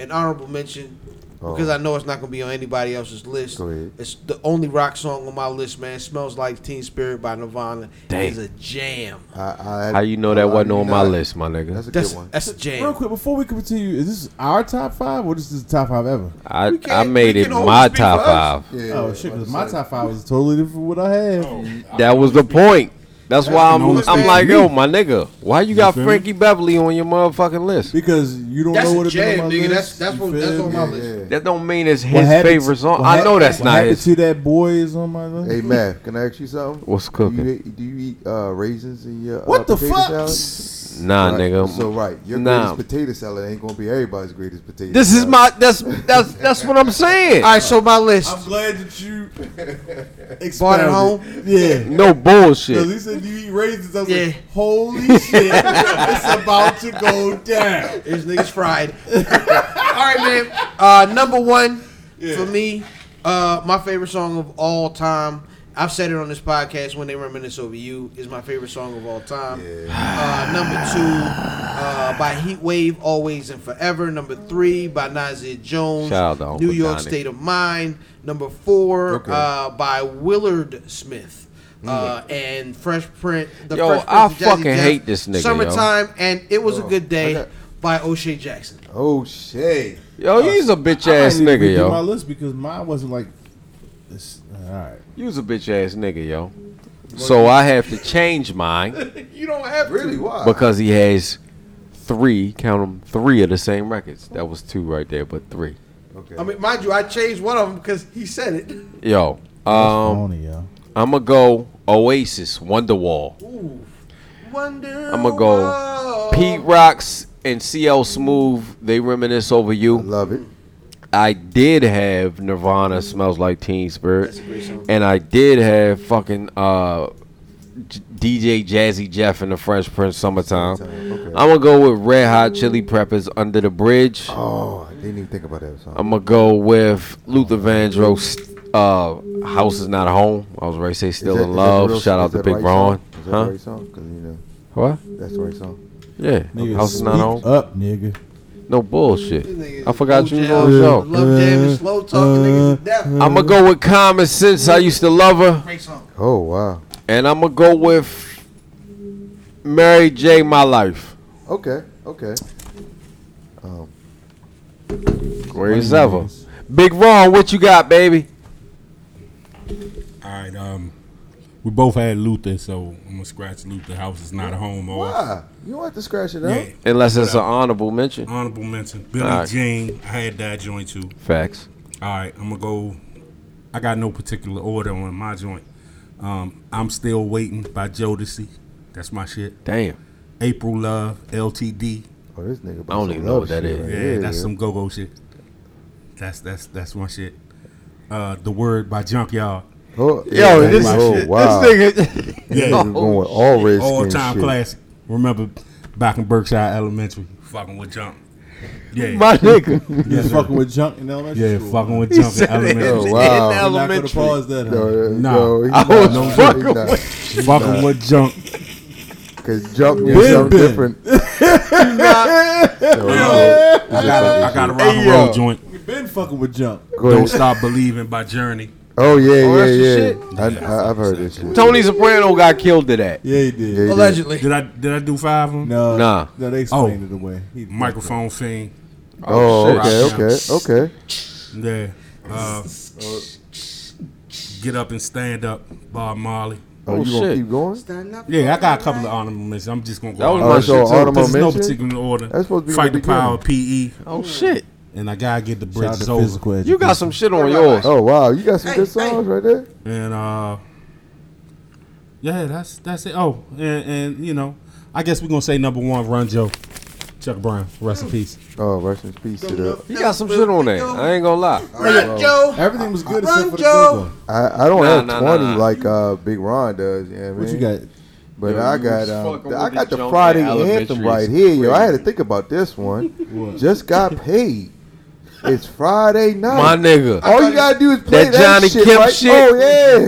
Speaker 1: an honorable mention because
Speaker 7: Oh.
Speaker 1: I know it's not gonna be on anybody else's list.
Speaker 7: Go ahead.
Speaker 1: It's the only rock song on my list, man. "Smells Like Teen Spirit" by Nirvana
Speaker 4: Dang.
Speaker 1: is a jam.
Speaker 7: I, I,
Speaker 4: How you know that
Speaker 7: I-
Speaker 4: wasn't
Speaker 7: I-
Speaker 4: on my
Speaker 7: nah,
Speaker 4: list, my nigga?
Speaker 7: Oh, That's a
Speaker 1: That's
Speaker 7: good one.
Speaker 1: that's a jam.
Speaker 2: Real quick, before we continue, is this our top five or this is the top five ever?
Speaker 4: I,
Speaker 1: We can't-
Speaker 4: I made
Speaker 1: we
Speaker 4: it
Speaker 1: can only
Speaker 4: my
Speaker 1: speak for
Speaker 4: top
Speaker 1: us.
Speaker 4: five.
Speaker 7: Yeah,
Speaker 2: oh
Speaker 7: yeah,
Speaker 2: shit,
Speaker 7: about
Speaker 2: because
Speaker 7: to
Speaker 2: my
Speaker 7: say.
Speaker 2: top five is totally different from what I had.
Speaker 6: Oh.
Speaker 4: That was the point. That's why I'm,
Speaker 2: only
Speaker 4: I'm
Speaker 2: speak
Speaker 4: like,
Speaker 2: for
Speaker 4: yo,
Speaker 2: you.
Speaker 4: my nigga, why you got
Speaker 2: feel me?
Speaker 4: Frankie Beverly on your motherfucking list?
Speaker 2: Because you don't
Speaker 1: That's
Speaker 2: know
Speaker 1: a
Speaker 2: what it's on
Speaker 1: jam,
Speaker 2: my
Speaker 1: nigga.
Speaker 2: list.
Speaker 1: That's- that's
Speaker 2: you
Speaker 1: what-
Speaker 2: feel
Speaker 1: that's
Speaker 2: me?
Speaker 1: on my list.
Speaker 7: Yeah.
Speaker 4: That don't mean it's
Speaker 2: What
Speaker 4: his
Speaker 2: happened-
Speaker 4: favorite song.
Speaker 2: what
Speaker 4: I know
Speaker 2: hap-
Speaker 4: that's
Speaker 2: what
Speaker 4: not
Speaker 2: happened
Speaker 4: his.
Speaker 2: to that boy is on my list.
Speaker 7: Hey, Matt, can I ask you something?
Speaker 4: What's
Speaker 7: Do
Speaker 4: cooking?
Speaker 7: you, do you eat uh, raisins in your uh,
Speaker 2: What the
Speaker 7: potato
Speaker 2: fuck?
Speaker 7: salad?
Speaker 4: Nah,
Speaker 7: Right,
Speaker 4: nigga.
Speaker 7: So right, your
Speaker 4: nah.
Speaker 7: greatest potato salad ain't gonna be everybody's greatest potato.
Speaker 4: This is
Speaker 7: salad.
Speaker 4: my. That's that's that's what I'm saying.
Speaker 1: All right, so my list.
Speaker 2: I'm glad that you expounded.
Speaker 1: Bought at home?
Speaker 2: Yeah.
Speaker 4: No
Speaker 2: Because
Speaker 4: bullshit.
Speaker 2: he said you eat raisins. I was
Speaker 1: Yeah.
Speaker 2: like, holy shit, it's about to go down.
Speaker 1: This nigga's fried. All right, man. Uh, number one for me, uh, my favorite song of all time. I've said it on this podcast when they reminisce over you is my favorite song of all time. Uh, number two, uh, by Heatwave, Always and Forever. Number three, by Nazir Jones,
Speaker 4: Shout out to Uncle
Speaker 1: New York
Speaker 4: Donnie.
Speaker 1: State of Mind. Number four, uh, by Willard Smith.
Speaker 2: Mm.
Speaker 1: Uh, and Fresh Print. The
Speaker 4: Yo,
Speaker 1: Fresh Prince
Speaker 4: I
Speaker 1: of Jazzy
Speaker 4: fucking
Speaker 1: Jeff,
Speaker 4: hate this nigga, yo.
Speaker 1: Summertime and It Was a
Speaker 7: Oh,
Speaker 1: Good Day
Speaker 7: I got-
Speaker 1: by O'Shea Jackson.
Speaker 7: Oh shit!
Speaker 4: Yo, he's a bitch ass
Speaker 2: Uh, I might need to
Speaker 4: nigga,
Speaker 2: redo My
Speaker 4: yo.
Speaker 2: list because mine wasn't like. This. All right.
Speaker 4: You's a bitch ass nigga, yo. So I have to change mine
Speaker 1: You don't have
Speaker 7: Really? Why?
Speaker 4: because he has three, count them, three of the same records. That was two right there, but three.
Speaker 7: okay.
Speaker 1: I mean, mind you, I changed one of them because he said it.
Speaker 4: Yo,
Speaker 2: Um,
Speaker 4: um,
Speaker 2: Tony, yo.
Speaker 4: I'm gonna go Oasis, Wonderwall.
Speaker 1: Ooh. Wonder.
Speaker 4: I'ma go Pete Rocks and CL Smooth, they reminisce over
Speaker 7: I
Speaker 4: you.
Speaker 7: love it.
Speaker 4: I did have Nirvana smells like Teen Spirit,
Speaker 1: That's a great song.
Speaker 4: and I did have fucking uh, J- DJ Jazzy Jeff and the Fresh Prince Summertime.
Speaker 7: Summertime, okay.
Speaker 4: I'm gonna go with Red Hot Chili Peppers Under the Bridge.
Speaker 7: Oh, I didn't even think about that song.
Speaker 4: I'm gonna go with Luther Vandross. Uh, House is not home. I was right. Say still in love. Shout out to Big Ron.
Speaker 7: Song? Is that
Speaker 4: Huh?
Speaker 7: the right song? 'Cause, you know
Speaker 4: What?
Speaker 7: that's the right song.
Speaker 4: Yeah.
Speaker 2: Nigga,
Speaker 4: House is not
Speaker 2: speak
Speaker 4: home.
Speaker 2: up, nigga.
Speaker 4: No
Speaker 1: This
Speaker 4: bullshit.
Speaker 1: nigga
Speaker 4: I
Speaker 1: is
Speaker 4: forgot
Speaker 1: slow
Speaker 4: you was
Speaker 1: jab,
Speaker 4: on the show.
Speaker 1: Love jam and slow talking niggas to death.
Speaker 4: I'm gonna go with Common Sense. I used to love her,
Speaker 1: Great song.
Speaker 7: Oh wow.
Speaker 4: and I'm gonna go with Mary J. My Life.
Speaker 7: Okay. Okay. Um,
Speaker 4: Greatest ever. Big Ron, what you got, baby?
Speaker 6: All right, um, we both had Luther, so I'm gonna scratch Luther. House is not a home. Off.
Speaker 7: why? You don't have to scratch it out.
Speaker 6: Yeah,
Speaker 4: Unless it's an honorable mention.
Speaker 6: honorable mention. Billy
Speaker 4: All right.
Speaker 6: Jean, I had that joint too.
Speaker 4: Facts.
Speaker 6: All right, I'm gonna go. I got no particular order on my joint. Um, I'm still waiting by Jodeci. That's my shit.
Speaker 4: Damn.
Speaker 6: April Love, LTD.
Speaker 7: Oh, this nigga.
Speaker 4: I don't even know what that is.
Speaker 6: Yeah, that's some go-go shit. That's that's that's my shit. Uh, the word by Junkyard.
Speaker 4: Yo,
Speaker 7: Oh, yeah,
Speaker 4: this,
Speaker 7: oh, wow.
Speaker 4: this nigga.
Speaker 6: Yeah,
Speaker 7: Nigga going all red skin
Speaker 6: all-time
Speaker 7: shit.
Speaker 6: classic. Remember back in Berkshire Elementary, fucking with Junk. Yeah,
Speaker 4: My nigga.
Speaker 2: You was fucking with junk in elementary
Speaker 6: yeah,
Speaker 2: school.
Speaker 6: fucking with Junk in
Speaker 7: Oh,
Speaker 6: Elementary.
Speaker 7: wow.
Speaker 2: You're not gonna pause that. huh?
Speaker 7: No, no,
Speaker 6: Nah.
Speaker 7: no, he's
Speaker 4: I
Speaker 7: not.
Speaker 4: was
Speaker 7: No, he's
Speaker 4: fucking
Speaker 7: not.
Speaker 6: Fucking with Junk.
Speaker 7: Cause jump means something different. So,
Speaker 6: I got a, I got a rock and
Speaker 7: yo.
Speaker 6: roll joint.
Speaker 2: You been fucking with junk.
Speaker 7: go
Speaker 6: Don't
Speaker 7: ahead.
Speaker 6: stop believing by Journey.
Speaker 7: Oh yeah,
Speaker 4: Oh,
Speaker 7: yeah,
Speaker 4: that's your
Speaker 7: yeah.
Speaker 4: shit?
Speaker 7: I, I, I've heard this shit.
Speaker 4: Tony Soprano got killed to that.
Speaker 2: Yeah, he did.
Speaker 7: Yeah, he did.
Speaker 1: Allegedly.
Speaker 6: Did I did I do five of them?
Speaker 2: No,
Speaker 4: Nah.
Speaker 2: no, they explained
Speaker 6: Oh.
Speaker 2: it away. He,
Speaker 6: Microphone fiend.
Speaker 7: Oh,
Speaker 4: shit.
Speaker 7: okay, okay, okay.
Speaker 6: Yeah. Uh, get up and stand up, Bob Marley.
Speaker 7: Oh,
Speaker 4: Oh,
Speaker 7: you gonna
Speaker 4: shit.
Speaker 7: keep going?
Speaker 6: Yeah, I got a couple of honorable mentions. I'm just gonna go.
Speaker 4: That was my
Speaker 6: honorable
Speaker 7: Oh, so
Speaker 4: shit, too.
Speaker 7: honorable
Speaker 6: There's no
Speaker 7: mention.
Speaker 6: particular order.
Speaker 7: That's supposed to be
Speaker 6: Fight
Speaker 7: the
Speaker 6: the power, PE,
Speaker 4: Oh shit.
Speaker 6: and I gotta get the
Speaker 2: Shout out
Speaker 6: bridges
Speaker 2: to
Speaker 6: over.
Speaker 2: physical education.
Speaker 4: You got some shit on yours.
Speaker 7: Oh wow, you got some
Speaker 1: Hey,
Speaker 7: good songs
Speaker 1: hey.
Speaker 7: right there.
Speaker 6: And uh, yeah, that's that's it. Oh, and, and you know, I guess we're gonna say number one, Run Joe, Chuck Brown, rest in peace.
Speaker 7: Oh, rest in peace to the.
Speaker 4: You got some shit on there. I ain't gonna lie.
Speaker 1: Run, Joe.
Speaker 2: Everything was
Speaker 1: Run,
Speaker 2: good except for the
Speaker 1: Joe.
Speaker 2: Google.
Speaker 7: I, I don't
Speaker 4: Nah,
Speaker 7: have
Speaker 4: nah, nah,
Speaker 7: Oh, twenty
Speaker 4: nah.
Speaker 7: like uh, Big Ron does. Yeah,
Speaker 2: What you got?
Speaker 7: But
Speaker 4: Yo,
Speaker 7: I
Speaker 4: you
Speaker 7: got
Speaker 4: was
Speaker 7: um,
Speaker 4: fucking
Speaker 7: th- I
Speaker 4: with the
Speaker 7: got the
Speaker 4: junk in
Speaker 7: Friday
Speaker 4: elementary
Speaker 7: anthem
Speaker 4: is
Speaker 7: right here, yo. I had
Speaker 4: crazy.
Speaker 7: to think about this one.
Speaker 2: What?
Speaker 7: Just got paid. It's Friday night.
Speaker 4: My nigga.
Speaker 7: All Oh, you gotta do is play that,
Speaker 4: that Johnny
Speaker 7: shit,
Speaker 4: Kemp
Speaker 7: right?
Speaker 4: shit.
Speaker 7: Oh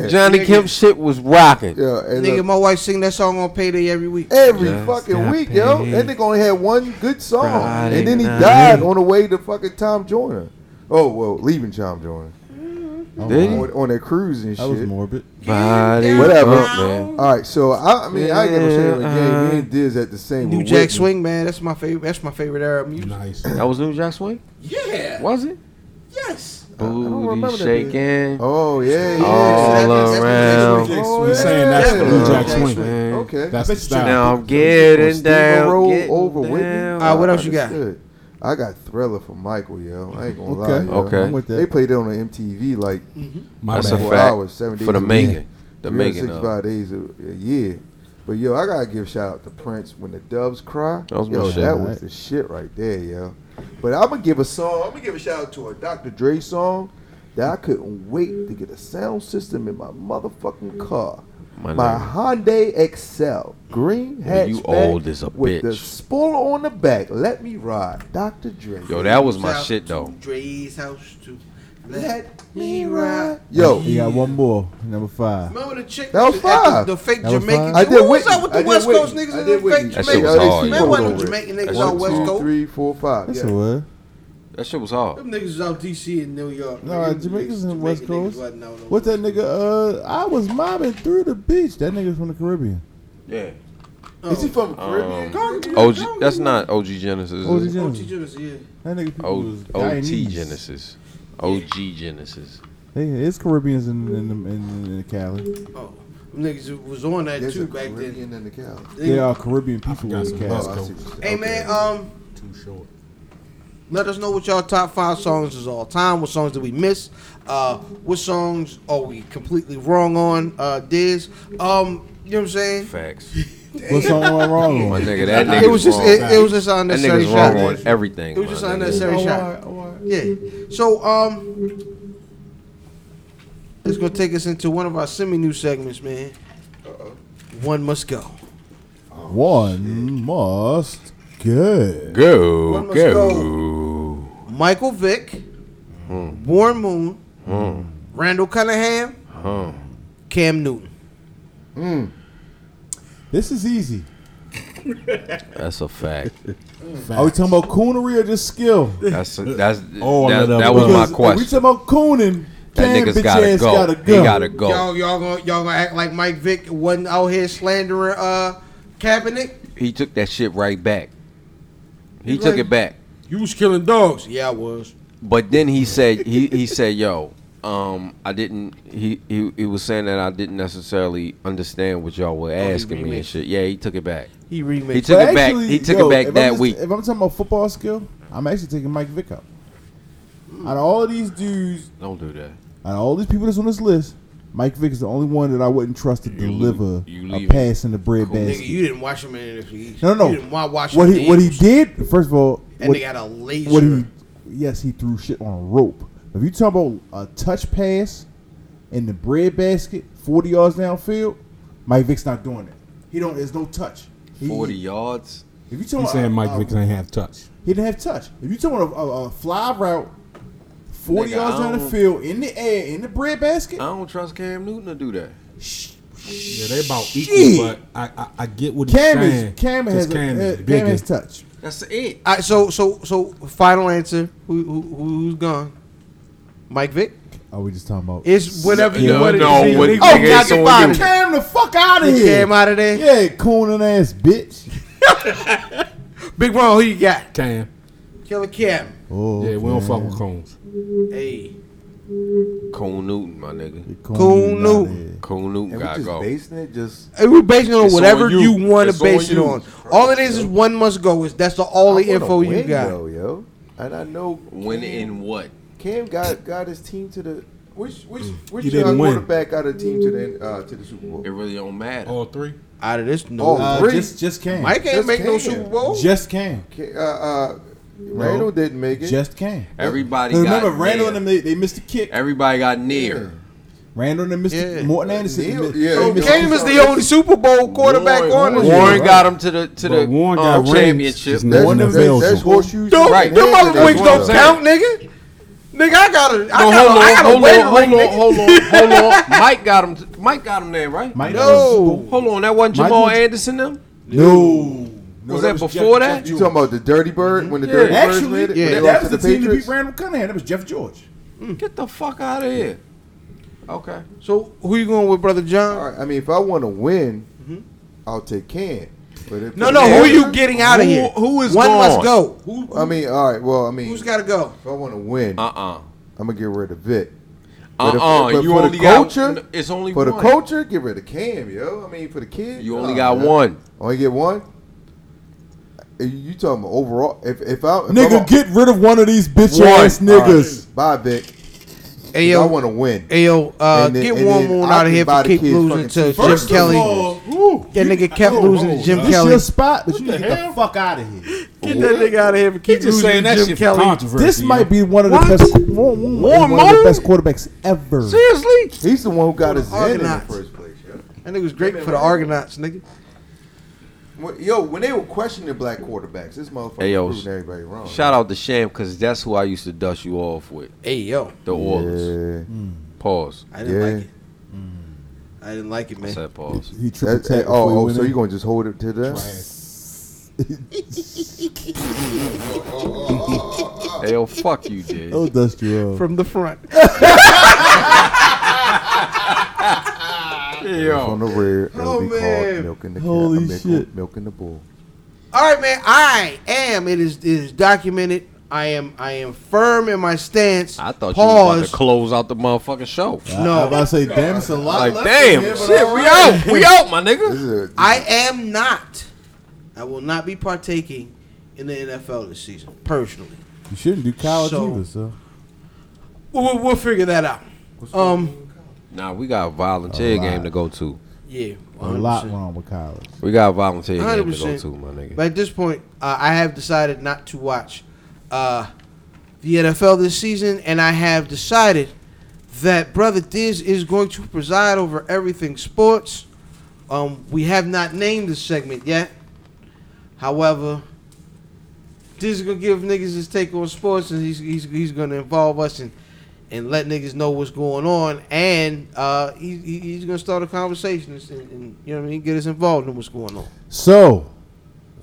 Speaker 7: yeah.
Speaker 4: Johnny
Speaker 1: Nigga.
Speaker 4: Kemp shit was rocking.
Speaker 7: Yeah, and
Speaker 1: Nigga,
Speaker 7: look,
Speaker 1: my wife sing that song on payday every week.
Speaker 7: every
Speaker 4: Just
Speaker 7: fucking
Speaker 4: got
Speaker 7: week, yo.
Speaker 4: paid.
Speaker 7: That nigga only had one good song,
Speaker 4: Friday
Speaker 7: and then he
Speaker 4: night.
Speaker 7: died on the way to fucking Tom Joyner. Oh well, leaving Tom Joyner
Speaker 4: Did he?
Speaker 7: on, on that cruise and
Speaker 11: That was
Speaker 7: shit.
Speaker 11: morbid.
Speaker 4: Body
Speaker 7: Oh, Whatever.
Speaker 4: up, man.
Speaker 7: All right, so I, I mean, I ain't never seen him again. Me and Diz at the same.
Speaker 1: New
Speaker 7: with
Speaker 1: Jack
Speaker 7: Whitney.
Speaker 1: Swing, man. That's my favorite. That's my favorite era of music.
Speaker 6: Nice.
Speaker 4: That was New Jack Swing?
Speaker 10: Yeah.
Speaker 4: Was it?
Speaker 10: Yes.
Speaker 7: remember
Speaker 4: Booty
Speaker 7: that dude.
Speaker 4: shaking.
Speaker 7: Oh yeah, yeah.
Speaker 4: All around.
Speaker 7: Oh,
Speaker 6: We saying that's
Speaker 7: yeah.
Speaker 6: New Jack
Speaker 7: Okay.
Speaker 6: Swing.
Speaker 4: Man.
Speaker 7: Okay.
Speaker 6: That's the style.
Speaker 4: Now I'm getting
Speaker 7: Steve
Speaker 4: down.
Speaker 7: Roll
Speaker 4: getting
Speaker 7: over with me.
Speaker 4: down.
Speaker 1: All right, what else you got?
Speaker 7: Understood. I got Thriller from Michael, yo. I ain't gonna
Speaker 11: Okay.
Speaker 7: lie. Yo.
Speaker 4: Okay.
Speaker 11: I'm with that.
Speaker 7: They played it on the MTV like
Speaker 11: My
Speaker 4: That's a
Speaker 11: bad.
Speaker 7: four
Speaker 4: fact.
Speaker 7: hours, seven days
Speaker 4: For the
Speaker 7: a week.
Speaker 4: making. The making of.
Speaker 7: 365 days a, a year. But yo, I gotta give shout out to Prince when the doves cry.
Speaker 4: That was my
Speaker 7: yo,
Speaker 4: shit.
Speaker 7: that was the shit right there, yo. But I'm gonna give a song. I'm gonna give a shout out to a Dr. Dre song that I couldn't wait to get a sound system in my motherfucking car.
Speaker 4: My
Speaker 7: My,
Speaker 4: nigga.
Speaker 7: Hyundai Excel green
Speaker 4: Well,
Speaker 7: hatchback.
Speaker 4: you old as a
Speaker 7: with the
Speaker 4: bitch.
Speaker 7: spoiler on the back. Let me ride, Dr. Dre.
Speaker 4: Yo, that was my
Speaker 1: Shout
Speaker 4: shit
Speaker 1: to
Speaker 4: though.
Speaker 1: Dre's house too.
Speaker 7: Let
Speaker 1: me ride.
Speaker 7: Yo,
Speaker 11: You got one more, number five.
Speaker 1: Remember the chick?
Speaker 7: That was
Speaker 1: at the-
Speaker 7: five.
Speaker 1: The fake
Speaker 11: That was
Speaker 1: Jamaican.
Speaker 11: five.
Speaker 7: I
Speaker 1: chick?
Speaker 7: did
Speaker 1: What was
Speaker 7: Whitney.
Speaker 1: up with
Speaker 7: I
Speaker 1: the
Speaker 7: did
Speaker 1: West
Speaker 7: Whitney.
Speaker 1: Coast niggas
Speaker 7: I
Speaker 1: and
Speaker 7: did
Speaker 1: the fake
Speaker 7: Whitney.
Speaker 4: That shit
Speaker 1: Jamaicans?
Speaker 4: was hard.
Speaker 1: Man, wasn't no
Speaker 7: That
Speaker 1: Jamaican
Speaker 4: shit
Speaker 1: niggas
Speaker 4: was
Speaker 1: on West
Speaker 7: Two,
Speaker 1: Coast.
Speaker 7: three, four, five.
Speaker 11: That's
Speaker 7: Yeah.
Speaker 11: a word.
Speaker 4: That shit was hard.
Speaker 1: Them niggas is out DC and New York.
Speaker 11: Nah,
Speaker 1: nigga.
Speaker 11: Jamaicans
Speaker 1: Jamaican
Speaker 11: and West
Speaker 1: niggas
Speaker 11: Coast.
Speaker 1: wasn't out no
Speaker 11: What's that nigga? Uh, I was mobbing through the beach. That nigga's from the Caribbean.
Speaker 4: Yeah.
Speaker 7: Is he from the Caribbean?
Speaker 4: OG. That's not OG Genesis.
Speaker 11: OG
Speaker 4: Is it?
Speaker 1: OG
Speaker 11: Genesis.
Speaker 1: Genesis, yeah.
Speaker 11: That nigga people
Speaker 4: O-
Speaker 11: was
Speaker 4: OT
Speaker 11: Guyanese.
Speaker 4: Genesis. OG Genesis.
Speaker 11: They, it's Caribbeans in in,
Speaker 2: Mm.
Speaker 11: in, in, in Cali.
Speaker 1: Oh, them niggas was on that
Speaker 7: There's
Speaker 1: too
Speaker 7: a
Speaker 1: back then.
Speaker 7: Caribbean in the Cali.
Speaker 1: They-
Speaker 11: They are Caribbean people in Cali.
Speaker 7: Oh, I see what you're saying.
Speaker 1: Hey man, um,
Speaker 6: Too short.
Speaker 1: Let us know what y'all top five songs is all time. What songs did we miss? Uh, what songs are we completely wrong on? Uh, Diz, um, you know what I'm saying?
Speaker 4: Facts.
Speaker 11: What's something went wrong?
Speaker 4: My
Speaker 11: on?
Speaker 4: nigga, that nigga.
Speaker 1: It was just
Speaker 4: wrong.
Speaker 1: it, it was just an
Speaker 4: that
Speaker 1: unnecessary
Speaker 4: nigga's
Speaker 1: shot.
Speaker 4: wrong on everything.
Speaker 1: It was just
Speaker 4: my
Speaker 1: an
Speaker 4: nigga.
Speaker 1: unnecessary shot. Yeah. So um, it's gonna take us into one of our semi-new segments, man. One must go.
Speaker 11: One must go.
Speaker 4: Go,
Speaker 1: One must
Speaker 4: go.
Speaker 1: Michael Vick, Warren Moon, Randall Cunningham, Cam Newton.
Speaker 11: This is easy.
Speaker 4: That's a fact.
Speaker 11: Are we talking about coonery or just skill?
Speaker 4: That's a, that's
Speaker 6: All
Speaker 4: Oh, that,
Speaker 6: of that
Speaker 4: that was
Speaker 11: Because
Speaker 4: my
Speaker 11: If we
Speaker 4: question.
Speaker 11: talking about cooning,
Speaker 4: That
Speaker 11: Cam
Speaker 4: nigga's
Speaker 11: bitch
Speaker 4: gotta
Speaker 11: ass
Speaker 4: go.
Speaker 11: gotta
Speaker 4: He
Speaker 11: go.
Speaker 4: gotta go.
Speaker 1: Y'all, y'all gonna y'all gonna act like Mike Vick wasn't out here slandering uh Kaepernick?
Speaker 4: He took that shit right back. He
Speaker 1: You
Speaker 4: took
Speaker 1: like-
Speaker 4: it back.
Speaker 1: You was killing dogs. Yeah, I was.
Speaker 4: But then he said he, he said, "Yo, um, I didn't." He, he he was saying that I didn't necessarily understand what y'all were
Speaker 11: Oh,
Speaker 4: asking me and
Speaker 1: remixed.
Speaker 4: shit. Yeah, he took it back.
Speaker 1: He
Speaker 4: He
Speaker 1: remixed.
Speaker 4: took
Speaker 11: But
Speaker 4: it back.
Speaker 11: actually,
Speaker 4: He took
Speaker 11: yo,
Speaker 4: it back
Speaker 11: if I'm
Speaker 4: that
Speaker 11: just-
Speaker 4: week.
Speaker 11: If I'm talking about football skill, I'm actually taking Mike Vick out. Out of all of these dudes,
Speaker 4: Don't do that.
Speaker 11: out of all these people that's on this list, Mike Vick is the only one that I wouldn't trust to deliver
Speaker 4: you
Speaker 11: a
Speaker 4: leave
Speaker 11: pass in the bread
Speaker 1: Nigga,
Speaker 11: basket.
Speaker 1: you didn't watch him in the league.
Speaker 11: no, no,
Speaker 1: You
Speaker 11: no.
Speaker 1: didn't wa- watch
Speaker 11: What
Speaker 1: him
Speaker 11: he what he
Speaker 1: dance.
Speaker 11: did first of all,
Speaker 1: And
Speaker 11: what,
Speaker 1: they got a laser.
Speaker 11: what he yes he threw shit on a rope. If you talking about a touch pass in the bread basket, forty yards downfield, Mike Vick's not doing it. He don't. There's no touch. He-
Speaker 4: Forty yards.
Speaker 11: If you talking
Speaker 6: He's
Speaker 11: about
Speaker 6: saying
Speaker 11: a-
Speaker 6: Mike
Speaker 11: a-
Speaker 6: Vick ain't have touch.
Speaker 11: He didn't have touch. If you talking about a, a, a fly route, forty
Speaker 4: Nigga,
Speaker 11: yards
Speaker 4: I
Speaker 11: down the
Speaker 4: don't-
Speaker 11: field in the air in the bread basket,
Speaker 4: I don't trust Cam Newton to do that.
Speaker 6: Yeah, they about
Speaker 11: Shit.
Speaker 6: equal, but I, I, I get what he's
Speaker 11: Cam
Speaker 6: saying.
Speaker 11: is Cam
Speaker 6: 'cause
Speaker 11: has
Speaker 6: Cam is
Speaker 11: a, uh, Cam,
Speaker 6: bigger.
Speaker 11: has touch.
Speaker 4: That's it.
Speaker 1: All right, so so so final answer. Who, who who's gone? Mike Vick.
Speaker 11: Are we just talking about?
Speaker 1: It's whatever you
Speaker 4: No,
Speaker 1: want it
Speaker 4: no,
Speaker 1: to be.
Speaker 4: what
Speaker 1: oh,
Speaker 4: nigga
Speaker 1: God,
Speaker 4: is
Speaker 1: get
Speaker 4: on
Speaker 1: fired.
Speaker 4: you?
Speaker 1: Cam-
Speaker 11: Cam the fuck out of
Speaker 1: He
Speaker 11: here.
Speaker 1: came out of there.
Speaker 11: Yeah, cooning ass bitch.
Speaker 1: Big Ron, who you got?
Speaker 6: Cam.
Speaker 1: Killer Cam.
Speaker 11: Oh,
Speaker 6: Yeah, we don't fuck
Speaker 11: man.
Speaker 6: with cones.
Speaker 1: Hey,
Speaker 4: Cole Newton, my nigga.
Speaker 1: Coon
Speaker 11: is outta
Speaker 1: Newton.
Speaker 11: here.
Speaker 4: Cole Newton
Speaker 7: And we
Speaker 4: gotta
Speaker 7: just
Speaker 4: go.
Speaker 7: basing it just.
Speaker 1: Hey, we're basing it on
Speaker 4: It's
Speaker 1: whatever
Speaker 4: on
Speaker 1: you,
Speaker 4: you.
Speaker 1: want to
Speaker 4: It's
Speaker 1: base
Speaker 4: on
Speaker 1: it
Speaker 4: you.
Speaker 1: on. All it is is one must go. Is that's the all the
Speaker 7: I wanna
Speaker 1: info you
Speaker 7: win,
Speaker 1: got?
Speaker 7: though, yo. And I know
Speaker 4: When in what?
Speaker 7: Cam got got his team to the which which which
Speaker 6: He
Speaker 7: young
Speaker 6: didn't win.
Speaker 7: quarterback got a team to the uh, to the Super Bowl.
Speaker 4: It really don't matter.
Speaker 6: All three.
Speaker 1: Out of this, no.
Speaker 7: Oh,
Speaker 11: Uh,
Speaker 7: Three.
Speaker 11: just, just Cam.
Speaker 1: Mike ain't
Speaker 7: Just
Speaker 1: make no
Speaker 7: Cam.
Speaker 1: Super Bowl.
Speaker 11: Just Cam.
Speaker 7: Ca- Uh, uh, Randall didn't make it.
Speaker 11: Just Cam.
Speaker 4: Everybody got
Speaker 11: Remember,
Speaker 4: near.
Speaker 11: Randall and them, they, they missed the kick.
Speaker 4: Everybody got near.
Speaker 11: Randall and Mr.
Speaker 1: Yeah.
Speaker 11: Morton Anderson.
Speaker 7: Neil-
Speaker 11: they
Speaker 7: yeah.
Speaker 11: missed- they
Speaker 7: So
Speaker 11: missed
Speaker 1: Cam
Speaker 11: the
Speaker 1: is the only Super Bowl quarterback on
Speaker 4: Warren,
Speaker 1: this.
Speaker 4: Warren
Speaker 1: shit.
Speaker 4: got him to the to
Speaker 6: But
Speaker 4: the
Speaker 6: Warren
Speaker 4: uh,
Speaker 6: got rings.
Speaker 4: championship.
Speaker 6: Just
Speaker 11: That's-
Speaker 6: One in
Speaker 11: that's-
Speaker 6: Belgium.
Speaker 7: That's horseshoes.
Speaker 1: Dude,
Speaker 4: Right.
Speaker 1: them
Speaker 4: That's
Speaker 1: other
Speaker 4: what
Speaker 1: wings
Speaker 4: I'm
Speaker 1: don't
Speaker 4: saying.
Speaker 1: count, nigga. Nigga, I gotta. I
Speaker 4: No,
Speaker 1: gotta,
Speaker 4: hold on,
Speaker 1: I gotta
Speaker 4: hold
Speaker 1: wedding
Speaker 4: on, hold
Speaker 1: ring,
Speaker 4: on,
Speaker 1: nigga.
Speaker 4: hold on, hold on. Mike got him. Mike got him there, right?
Speaker 1: Mike No. was-
Speaker 4: hold on. That wasn't
Speaker 1: Mike
Speaker 4: Jamal
Speaker 1: was-
Speaker 4: Anderson. Them.
Speaker 7: No.
Speaker 4: Was that before that?
Speaker 7: You talking about the Dirty Bird when the
Speaker 4: Yeah.
Speaker 7: Dirty Birds
Speaker 4: Actually,
Speaker 7: made it?
Speaker 4: yeah.
Speaker 7: When they
Speaker 4: that
Speaker 7: lost
Speaker 4: was
Speaker 7: to
Speaker 4: the team that
Speaker 7: Patriots?
Speaker 4: beat
Speaker 11: Randall Cunningham. That was Jeff George.
Speaker 4: Get the fuck out of here. Okay.
Speaker 1: So who you going with, brother John?
Speaker 7: All right, I mean, if I want to win, I'll take Cam. But if
Speaker 1: No, no, who are you getting out of here? One must go.
Speaker 7: I mean, all right. Well, I mean,
Speaker 1: Who's got to go?
Speaker 7: if I want to win,
Speaker 4: uh-uh.
Speaker 7: I'm gonna get rid of Vic. But if-
Speaker 4: Uh-uh.
Speaker 7: but
Speaker 4: you
Speaker 7: for
Speaker 4: only
Speaker 7: the culture,
Speaker 4: got. It's only
Speaker 7: for the
Speaker 4: one.
Speaker 7: culture, get rid of Cam, yo. I mean, for the kids,
Speaker 4: You only
Speaker 7: nah,
Speaker 4: got
Speaker 7: man.
Speaker 4: one.
Speaker 7: Only get one. Uh, You talking about overall? If if I if
Speaker 2: Nigga,
Speaker 7: I'm-
Speaker 2: get rid of one of these bitch
Speaker 7: One.
Speaker 2: ass niggas.
Speaker 7: All right. Bye, Vic.
Speaker 1: Hey,
Speaker 7: I
Speaker 1: yo.
Speaker 7: want to win.
Speaker 1: Hey, yo, uh,
Speaker 7: And then-
Speaker 1: get
Speaker 7: and
Speaker 1: one
Speaker 7: then
Speaker 1: moon
Speaker 7: I
Speaker 1: out of
Speaker 7: can
Speaker 1: here
Speaker 7: buy
Speaker 1: for
Speaker 7: the
Speaker 1: keep
Speaker 7: kids
Speaker 1: losing
Speaker 7: fucking
Speaker 1: to
Speaker 7: cheese.
Speaker 1: Jim
Speaker 7: First of
Speaker 1: Kelly.
Speaker 7: all,
Speaker 1: That nigga kept losing to Jim
Speaker 2: This
Speaker 1: Kelly.
Speaker 2: your spot, but you need to get the
Speaker 11: hell?
Speaker 2: fuck out of here.
Speaker 1: Get that nigga out of here for keep
Speaker 6: just
Speaker 1: losing
Speaker 6: saying
Speaker 1: to
Speaker 6: that
Speaker 1: Jim
Speaker 6: shit for
Speaker 1: Kelly.
Speaker 6: controversy.
Speaker 2: This
Speaker 6: you
Speaker 2: might
Speaker 6: know?
Speaker 2: be one of the
Speaker 1: What?
Speaker 2: best, one, one-
Speaker 1: Warren
Speaker 2: one of
Speaker 1: Moon?
Speaker 2: the best quarterbacks ever.
Speaker 1: Seriously?
Speaker 7: He's the one who got his head in the
Speaker 1: Argonauts.
Speaker 7: first place, yo.
Speaker 1: That nigga was great for the Argonauts, nigga.
Speaker 7: When- Yo, when they were questioning black quarterbacks, this motherfucker
Speaker 4: Hey, yo,
Speaker 7: proving everybody wrong.
Speaker 4: Shout out to Sham because that's who I used to dust you off with.
Speaker 1: Hey, yo.
Speaker 4: The Oilers.
Speaker 7: Mm-hmm.
Speaker 4: Pause.
Speaker 1: I
Speaker 7: Yeah.
Speaker 1: didn't
Speaker 7: yeah.
Speaker 1: like it. Mm. I didn't like it,
Speaker 4: I
Speaker 1: man.
Speaker 4: said pause.
Speaker 2: He triple
Speaker 7: That-
Speaker 2: tap.
Speaker 7: that- oh, oh, so you gonna just hold it to that?
Speaker 4: Hey, yo, fuck you, dude.
Speaker 11: Oh,
Speaker 2: will dust you off.
Speaker 1: From the front.
Speaker 7: On
Speaker 4: Yo.
Speaker 7: the rear, it'll
Speaker 1: Oh,
Speaker 7: be
Speaker 1: man.
Speaker 7: called milking the
Speaker 2: Holy
Speaker 7: cow, milking-
Speaker 2: shit.
Speaker 7: milking the bull.
Speaker 1: All right, man. I am. It is. It is documented. I am. I am firm in my stance.
Speaker 4: I thought you was about
Speaker 1: Pause.
Speaker 4: to close out the motherfucking
Speaker 2: I
Speaker 4: show.
Speaker 2: was
Speaker 1: no,
Speaker 2: about to say, damn, it's a lot.
Speaker 4: Like,
Speaker 2: left in
Speaker 4: damn,
Speaker 2: here, but
Speaker 4: shit,
Speaker 2: all
Speaker 4: we
Speaker 2: right.
Speaker 4: out. We out, my nigga.
Speaker 7: This is a,
Speaker 1: I am not. I will not be partaking in the NFL this season, personally.
Speaker 2: You shouldn't do college
Speaker 1: So-
Speaker 2: either, so.
Speaker 1: We'll, we'll, we'll figure that out. Um.
Speaker 4: Nah, we got a volunteer game to go to.
Speaker 1: Yeah.
Speaker 2: A lot wrong with college.
Speaker 4: We got a volunteer game to go
Speaker 1: 100%.
Speaker 4: to, my nigga.
Speaker 1: But at this point, uh, I have decided not to watch uh, the NFL this season, and I have decided that Brother Diz is going to preside over everything sports. Um, we have not named the segment yet. However, Diz is going to give niggas his take on sports, and he's, he's, he's going to involve us and, and let niggas know what's going on. And uh, he, he- he's going to start a conversation and, and, you know what I mean, get us involved in what's going on.
Speaker 2: So,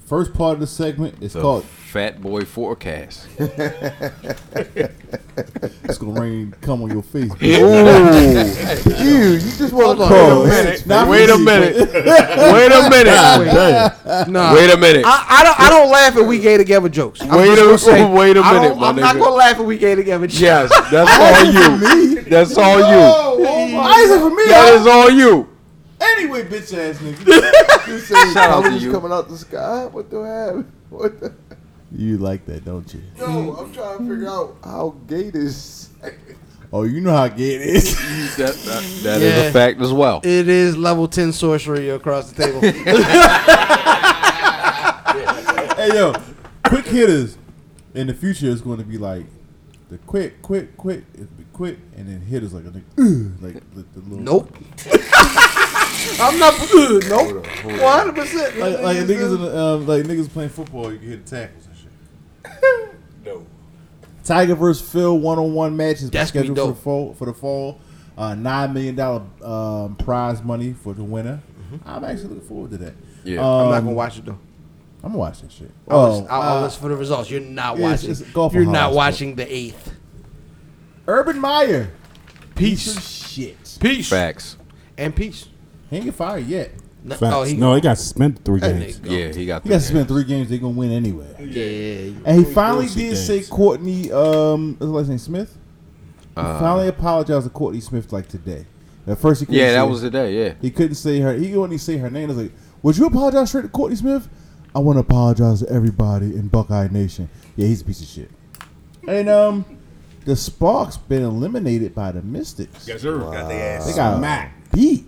Speaker 2: first part of the segment is
Speaker 4: The
Speaker 2: called
Speaker 4: Fat Boy Forecast.
Speaker 2: It's Gonna Rain Come on Your Face.
Speaker 7: you, you just
Speaker 1: Hold
Speaker 7: want to
Speaker 1: on.
Speaker 7: call.
Speaker 1: Wait a
Speaker 7: it.
Speaker 2: Not
Speaker 4: Wait a
Speaker 2: easy,
Speaker 4: minute. Wait a minute.
Speaker 1: Nah.
Speaker 4: Wait a minute.
Speaker 1: I, I don't. I don't laugh at we gay together jokes. I'm
Speaker 4: Wait
Speaker 1: just
Speaker 4: a-
Speaker 1: gonna say,
Speaker 4: wait a
Speaker 1: I don't-
Speaker 4: minute, my
Speaker 1: I'm not
Speaker 4: nigga.
Speaker 1: gonna laugh at we gay together jokes.
Speaker 4: Yes, that's all you. That's all you.
Speaker 2: Why is it for me?
Speaker 4: That is all you.
Speaker 2: Anyway, bitch ass nigga.
Speaker 7: You saying
Speaker 4: Shout out to
Speaker 7: colors
Speaker 4: you.
Speaker 7: coming out the sky? What the hell? What the?
Speaker 2: You like that, don't you?
Speaker 7: Yo, I'm trying to figure out how gay this.
Speaker 2: Oh, you know how gay it is.
Speaker 4: That, that, that is
Speaker 1: Yeah.
Speaker 4: a fact as well.
Speaker 1: It is level ten sorcery across the table.
Speaker 2: hey, yo, quick hitters in the future is going to be like the quick, quick, quick, it's be quick, and then hitters like a nigga, "Ugh," like the, the little.
Speaker 1: nope. I'm not. Good. Nope. One hundred percent.
Speaker 2: Like, like
Speaker 1: uh,
Speaker 2: niggas, in the, um, like niggas playing football, you can hit tackles and shit.
Speaker 13: No.
Speaker 2: Tiger versus Phil one on one match is
Speaker 1: That's
Speaker 2: scheduled
Speaker 1: me
Speaker 2: for the
Speaker 1: dope.
Speaker 2: fall. For the fall, uh, nine million dollar um, prize money for the winner.
Speaker 1: Mm-hmm.
Speaker 2: I'm actually looking forward to that.
Speaker 4: Yeah.
Speaker 2: um,
Speaker 1: I'm not gonna watch it though.
Speaker 2: I'm gonna watch that shit.
Speaker 1: I'll,
Speaker 2: Oh,
Speaker 1: listen, I'll, I'll
Speaker 2: uh,
Speaker 1: listen for the results. You're not
Speaker 2: it's-
Speaker 1: watching.
Speaker 2: it's golf
Speaker 1: You're
Speaker 2: on
Speaker 1: not
Speaker 2: Hollis,
Speaker 1: watching the eighth.
Speaker 2: Urban Meyer, piece of
Speaker 1: Peace.
Speaker 2: shit.
Speaker 1: Peace.
Speaker 4: Facts.
Speaker 1: And peace.
Speaker 2: He ain't get fired yet.
Speaker 1: No,
Speaker 6: Facts.
Speaker 1: oh, he-
Speaker 6: no, he got suspended three
Speaker 1: That
Speaker 6: games.
Speaker 1: nigga.
Speaker 4: Yeah, he got
Speaker 2: He got to
Speaker 4: the
Speaker 2: spend three games. They gonna win anyway.
Speaker 1: Yeah, yeah, yeah.
Speaker 2: And he finally did
Speaker 6: games.
Speaker 2: say Courtney. Um, his last name Smith. He
Speaker 4: Uh,
Speaker 2: finally apologized to Courtney Smith like today. At first he couldn't
Speaker 4: Yeah,
Speaker 2: say-
Speaker 4: that was the day, yeah.
Speaker 2: He couldn't say her. He wouldn't even say her name. I was like, "Would you apologize straight to Courtney Smith?" I want to apologize to everybody in Buckeye Nation. Yeah, he's a piece of shit. And um, the Sparks been eliminated by the Mystics.
Speaker 11: sir. Got their ass
Speaker 2: They got
Speaker 11: smacked.
Speaker 2: beat.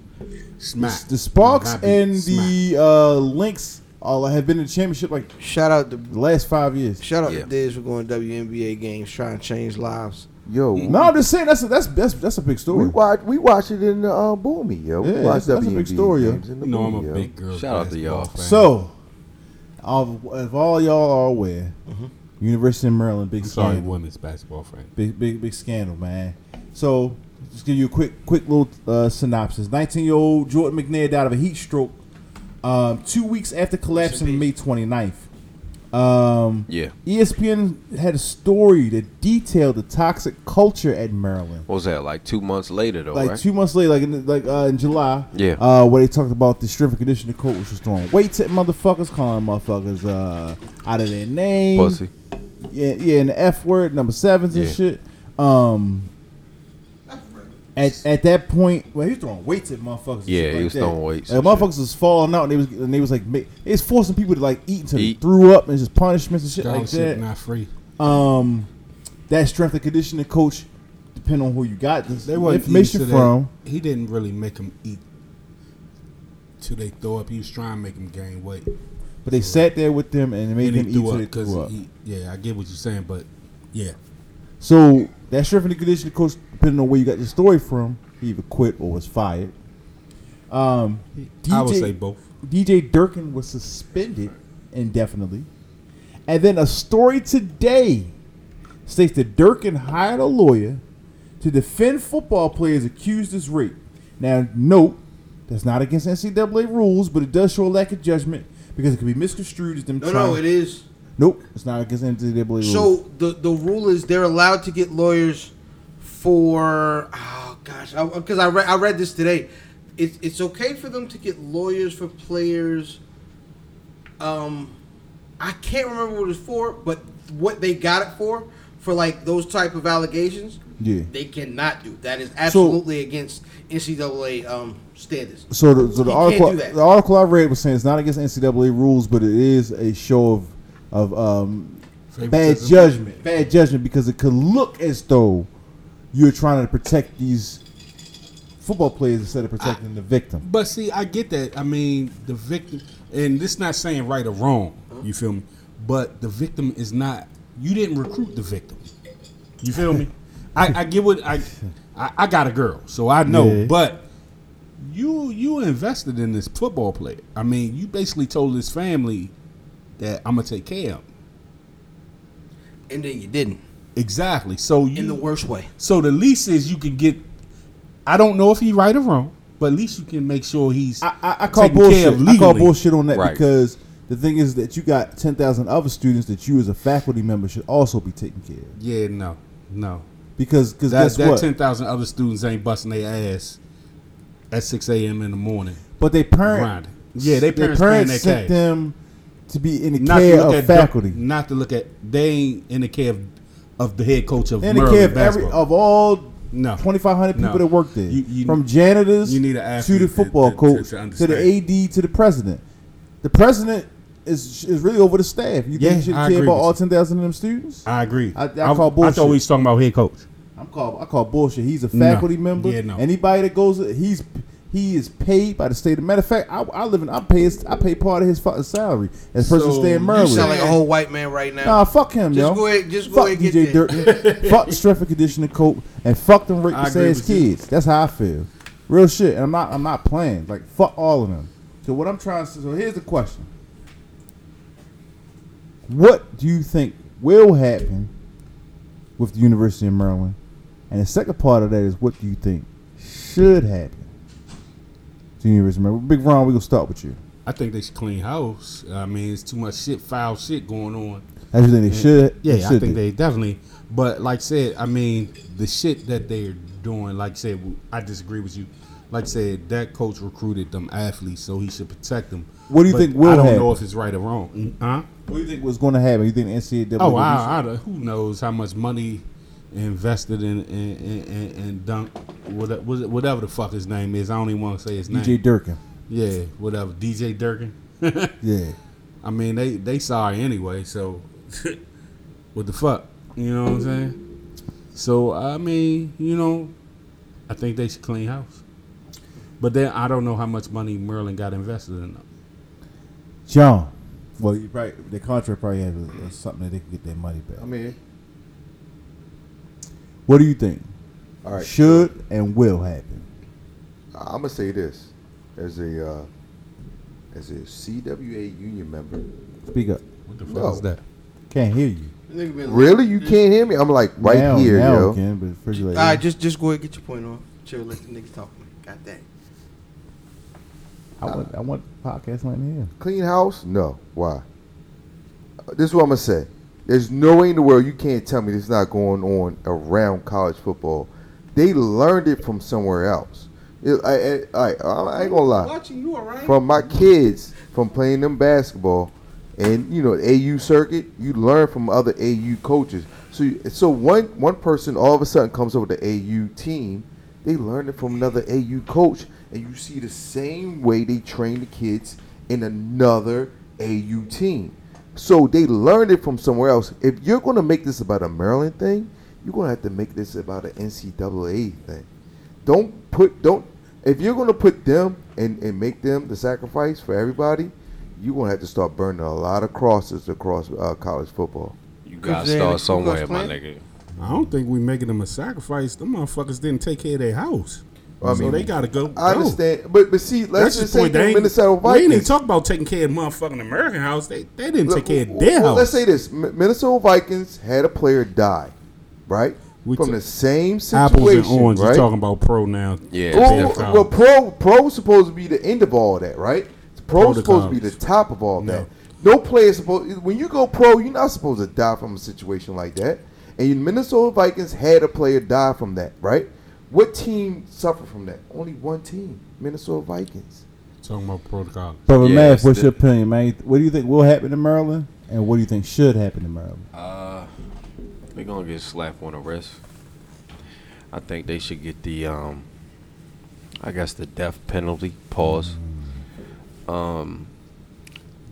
Speaker 11: Smacked.
Speaker 2: The Sparks
Speaker 6: Not beat,
Speaker 2: and the uh, Lynx all have been in the championship like
Speaker 1: Shout out to
Speaker 2: the last five years.
Speaker 1: shout out
Speaker 4: Yeah.
Speaker 1: to Diz for going WNBA games, trying to change lives.
Speaker 7: Yo,
Speaker 2: No, I'm just saying that's a, that's that's that's a big
Speaker 7: we
Speaker 2: story.
Speaker 7: watch we watch it in the uh, Boomy, yo.
Speaker 2: Yeah,
Speaker 7: we watch
Speaker 2: that's a big
Speaker 7: WNBA
Speaker 2: story, yo.
Speaker 7: games in the
Speaker 6: You know I'm
Speaker 7: Boomy,
Speaker 6: a
Speaker 7: yo.
Speaker 6: big girl.
Speaker 4: Shout out to y'all.
Speaker 6: basketball fan.
Speaker 2: So, of, if all y'all are aware, University of Maryland, big
Speaker 6: Mm-hmm. I'm sorry,
Speaker 2: scandal.
Speaker 6: women's basketball, Frank.
Speaker 2: Big big big scandal, man. So just give you a quick quick little uh, synopsis. Nineteen year old Jordan McNair died of a heat stroke um, two weeks after collapsing May 29th. Um,
Speaker 4: Yeah.
Speaker 2: ESPN had a story that detailed the toxic culture at Maryland.
Speaker 4: What was that? Like two months later, though,
Speaker 2: like
Speaker 4: right?
Speaker 2: two months later, like in, like uh, in July,
Speaker 4: Yeah.
Speaker 2: uh, where they talked about the strength and conditioning coach was throwing weights at motherfuckers, calling motherfuckers uh, out of their name,
Speaker 4: Pussy.
Speaker 2: yeah, yeah, and the F word, number sevens and
Speaker 4: Yeah.
Speaker 2: shit. Um, at, at that point, well, he was throwing weights at motherfuckers. and
Speaker 4: Yeah,
Speaker 2: shit
Speaker 4: he
Speaker 2: like
Speaker 4: was
Speaker 2: that.
Speaker 4: throwing weights
Speaker 2: And
Speaker 4: and
Speaker 2: motherfuckers was falling out, and they was and they was like, ma- they was forcing people to like eat until
Speaker 4: Eat.
Speaker 2: they threw up, and just punishments and shit like
Speaker 6: Scholarship
Speaker 2: that.
Speaker 6: not free.
Speaker 2: Um, that strength and conditioning coach, depending on who you got this
Speaker 6: They wasn't
Speaker 2: information
Speaker 6: eating till they-
Speaker 2: from.
Speaker 6: He didn't really make them eat till they throw up. He was trying to make them gain weight.
Speaker 2: But they sat there with them and made
Speaker 6: And
Speaker 2: them
Speaker 6: he
Speaker 2: eat
Speaker 6: threw
Speaker 2: till
Speaker 6: up
Speaker 2: they threw up.
Speaker 6: because he. Yeah, I get what you're saying, but yeah,
Speaker 2: So that strength and conditioning coach, depending on where you got the story from, he either quit or was fired. Um,
Speaker 6: I would say both.
Speaker 2: DJ Durkin was suspended indefinitely, and then a story today states that Durkin hired a lawyer to defend football players accused of rape. Now, note that's not against NCAA rules, but it does show a lack of judgment because it can be misconstrued as them.
Speaker 1: No,
Speaker 2: trying-
Speaker 1: no, it is.
Speaker 2: Nope, it's not against NCAA rules.
Speaker 1: So the the rule is they're allowed to get lawyers for oh gosh, because I, read I read this today. It's it's okay for them to get lawyers for players. Um, I can't remember what it's for, but what they got it for for like those type of allegations.
Speaker 2: Yeah.
Speaker 1: they cannot do that. Is absolutely against NCAA um standards.
Speaker 2: So the, so the
Speaker 1: You
Speaker 2: article
Speaker 1: can't do that.
Speaker 2: the article I read was saying it's not against NCAA rules, but it is a show of of um, bad
Speaker 6: Favoritism.
Speaker 2: judgment, bad judgment because it could look as though you're trying to protect these football players instead of protecting the victim.
Speaker 6: But see, I get that. I mean, the victim, and this not saying right or wrong. You feel me? But the victim is not. You didn't recruit the victim. You feel me? I, I get what I, I. I got a girl, so I know.
Speaker 2: Yeah.
Speaker 6: But you you invested in this football player. I mean, you basically told his family that I'm gonna take care of. him.
Speaker 1: And then you didn't
Speaker 6: Exactly. So you
Speaker 1: in the worst way.
Speaker 6: So the least is you can get. I don't know if he right or wrong, but at least you can make sure he's.
Speaker 2: I, I, I call
Speaker 6: taken care
Speaker 2: bullshit.
Speaker 6: of
Speaker 2: I call
Speaker 6: legally.
Speaker 2: bullshit on that
Speaker 4: Right.
Speaker 2: because the thing is that you got ten thousand other students that you as a faculty member should also be taking care of
Speaker 6: Yeah, no, no.
Speaker 2: because because
Speaker 6: That,
Speaker 2: guess
Speaker 6: that
Speaker 2: what?
Speaker 6: ten thousand other students ain't busting their ass at six a.m. in the morning.
Speaker 2: But they parent,
Speaker 6: Grinding. Yeah, they parents
Speaker 2: their
Speaker 6: paying
Speaker 2: parents
Speaker 6: their
Speaker 2: sent
Speaker 6: cash.
Speaker 2: them to be in the care of faculty,
Speaker 6: not to look at. They ain't in the care of, of the head coach of
Speaker 2: in the
Speaker 6: Maryland
Speaker 2: care of every oh,
Speaker 6: basketball.
Speaker 2: of all
Speaker 6: No.
Speaker 2: 2,500 people
Speaker 6: No.
Speaker 2: that work there,
Speaker 6: You- you-
Speaker 2: from janitors
Speaker 6: you need an
Speaker 2: to
Speaker 6: athlete
Speaker 2: the
Speaker 6: to-
Speaker 2: football
Speaker 6: to- to-
Speaker 2: coach
Speaker 6: to
Speaker 2: to,
Speaker 6: understand.
Speaker 2: the AD to the president. The president is is really over the staff. You
Speaker 6: Yeah,
Speaker 2: think you should
Speaker 6: I
Speaker 2: care
Speaker 6: agree
Speaker 2: about
Speaker 6: with
Speaker 2: all
Speaker 6: you.
Speaker 2: 10,000 of them students?
Speaker 6: I agree.
Speaker 2: I- I call bullshit.
Speaker 6: I thought we was talking about head coach.
Speaker 2: I'm call I call bullshit. He's a
Speaker 6: No.
Speaker 2: faculty member.
Speaker 6: Yeah, no.
Speaker 2: Anybody that goes, he's he is paid by the state. Matter of fact, I, I live in I pay his, I pay part of his fucking salary. As person
Speaker 6: So,
Speaker 2: staying in
Speaker 6: you
Speaker 1: You
Speaker 2: Maryland.
Speaker 1: sound like a whole white man right now.
Speaker 2: Nah, fuck him,
Speaker 1: Just
Speaker 2: yo.
Speaker 1: go ahead- just go
Speaker 2: fuck
Speaker 1: ahead and
Speaker 2: DJ
Speaker 1: get
Speaker 2: Durkin. fuck the strength and conditioning coach, and fuck them
Speaker 6: I
Speaker 2: rapist
Speaker 6: agree
Speaker 2: ass
Speaker 6: with you.
Speaker 2: kids. That's how I feel. Real shit. And I'm not. I'm not playing. Like fuck all of them. So what I'm trying to. So here's the question. What do you think will happen with the University of Maryland? And the second part of that is what do you think should happen to the University of Maryland? Big Ron, we gonna start with you.
Speaker 6: I think they should clean house. I mean, it's too much shit, foul shit going on.
Speaker 2: That's what you think they should.
Speaker 6: Yeah, I
Speaker 2: should do.
Speaker 6: think they definitely. But like I said, I mean, the shit that they're doing, like I said, I disagree with you. Like I said, that coach recruited them athletes, so he should protect them.
Speaker 2: What do you
Speaker 6: But
Speaker 2: think will
Speaker 6: I don't
Speaker 2: happen?
Speaker 6: know if it's right or wrong. Mm, Huh?
Speaker 2: What do you think was going to happen? You think the NCAA?
Speaker 6: Oh,
Speaker 2: would do
Speaker 6: I, I, don't- who knows how much money invested in in in, in, in Dunk, whatever, whatever the fuck his name is. I don't even want to say his name.
Speaker 2: DJ Durkin.
Speaker 6: yeah, whatever. DJ Durkin.
Speaker 2: Yeah.
Speaker 6: I mean, they they sorry anyway. So what the fuck? You know what I'm saying? So I mean, you know, I think they should clean house. But then I don't know how much money Merlin got invested in them.
Speaker 2: John. Well, you probably, the contract probably has a- a something that they can get their money back.
Speaker 7: I mean,
Speaker 2: What do you think?
Speaker 7: all right.
Speaker 2: Should and will happen.
Speaker 7: I'm gonna say this as a uh, as a CWA union member.
Speaker 2: Speak up.
Speaker 6: What the fuck
Speaker 7: No.
Speaker 6: is that?
Speaker 2: Can't hear you.
Speaker 1: Nigga been-
Speaker 3: Really? You can't hear me? I'm like right
Speaker 11: Now-
Speaker 3: here,
Speaker 11: now
Speaker 3: yo.
Speaker 11: again, but first you
Speaker 1: All
Speaker 11: like-
Speaker 1: right, just just go ahead and get your point off. Chill, let the niggas talk. man. God damn.
Speaker 11: I want, I want podcast right here.
Speaker 3: Clean house? No. Why? Uh, This is what I'm gonna say. There's no way in the world you can't tell me this is not going on around college football. They learned it from somewhere else. It- I, I, I, I ain't gonna lie.
Speaker 1: Watching you, all right?
Speaker 3: From my kids, from playing them basketball, and you know AU circuit, you learn from other AU coaches. So, you, so one one person all of a sudden comes over to AU team, they learn it from another AU coach, and you see the same way they train the kids in another AU team. So they learned it from somewhere else. If you're going to make this about a Maryland thing, you're going to have to make this about an NCAA thing. Don't put don't if you're going to put them and and make them the sacrifice for everybody, you're going to have to start burning a lot of crosses across uh, college football.
Speaker 4: You
Speaker 6: gotta
Speaker 4: start somewhere, my nigga.
Speaker 6: I don't think we making them a sacrifice. Them motherfuckers didn't take care of their house.
Speaker 3: I
Speaker 6: so
Speaker 3: mean,
Speaker 6: they gotta go.
Speaker 3: I
Speaker 6: go.
Speaker 3: understand, but but see, let's
Speaker 6: That's
Speaker 3: just say
Speaker 6: the point.
Speaker 3: the
Speaker 6: They ain't-
Speaker 3: Minnesota
Speaker 6: we ain't even
Speaker 3: Vikings.
Speaker 6: talk about taking care of motherfucking American house. They they didn't take care of
Speaker 3: Well,
Speaker 6: their
Speaker 3: well,
Speaker 6: house.
Speaker 3: Let's say this: M- Minnesota Vikings had a player die, right, from
Speaker 6: took
Speaker 3: the same situation.
Speaker 6: Apples and oranges.
Speaker 3: right?
Speaker 6: Talking about pro now.
Speaker 4: Yeah.
Speaker 3: Well, well, pro pro supposed to be the end of all that, right? Pro
Speaker 6: Protocols.
Speaker 3: supposed to be the top of all that. No player supposed when you go pro, you're not supposed to die from a situation like that. And you Minnesota Vikings had a player die from that, right? What team suffered from that? Only one team, Minnesota Vikings.
Speaker 6: talking about protocol.
Speaker 11: Brother
Speaker 4: Yeah,
Speaker 11: Math,
Speaker 4: it's
Speaker 11: what's
Speaker 4: the-
Speaker 11: your opinion, man? What do you think will happen to Maryland, and what do you think should happen to Maryland?
Speaker 4: Uh, they're gonna get slapped on the wrist. I think they should get the um, I guess the death penalty. Pause. Um,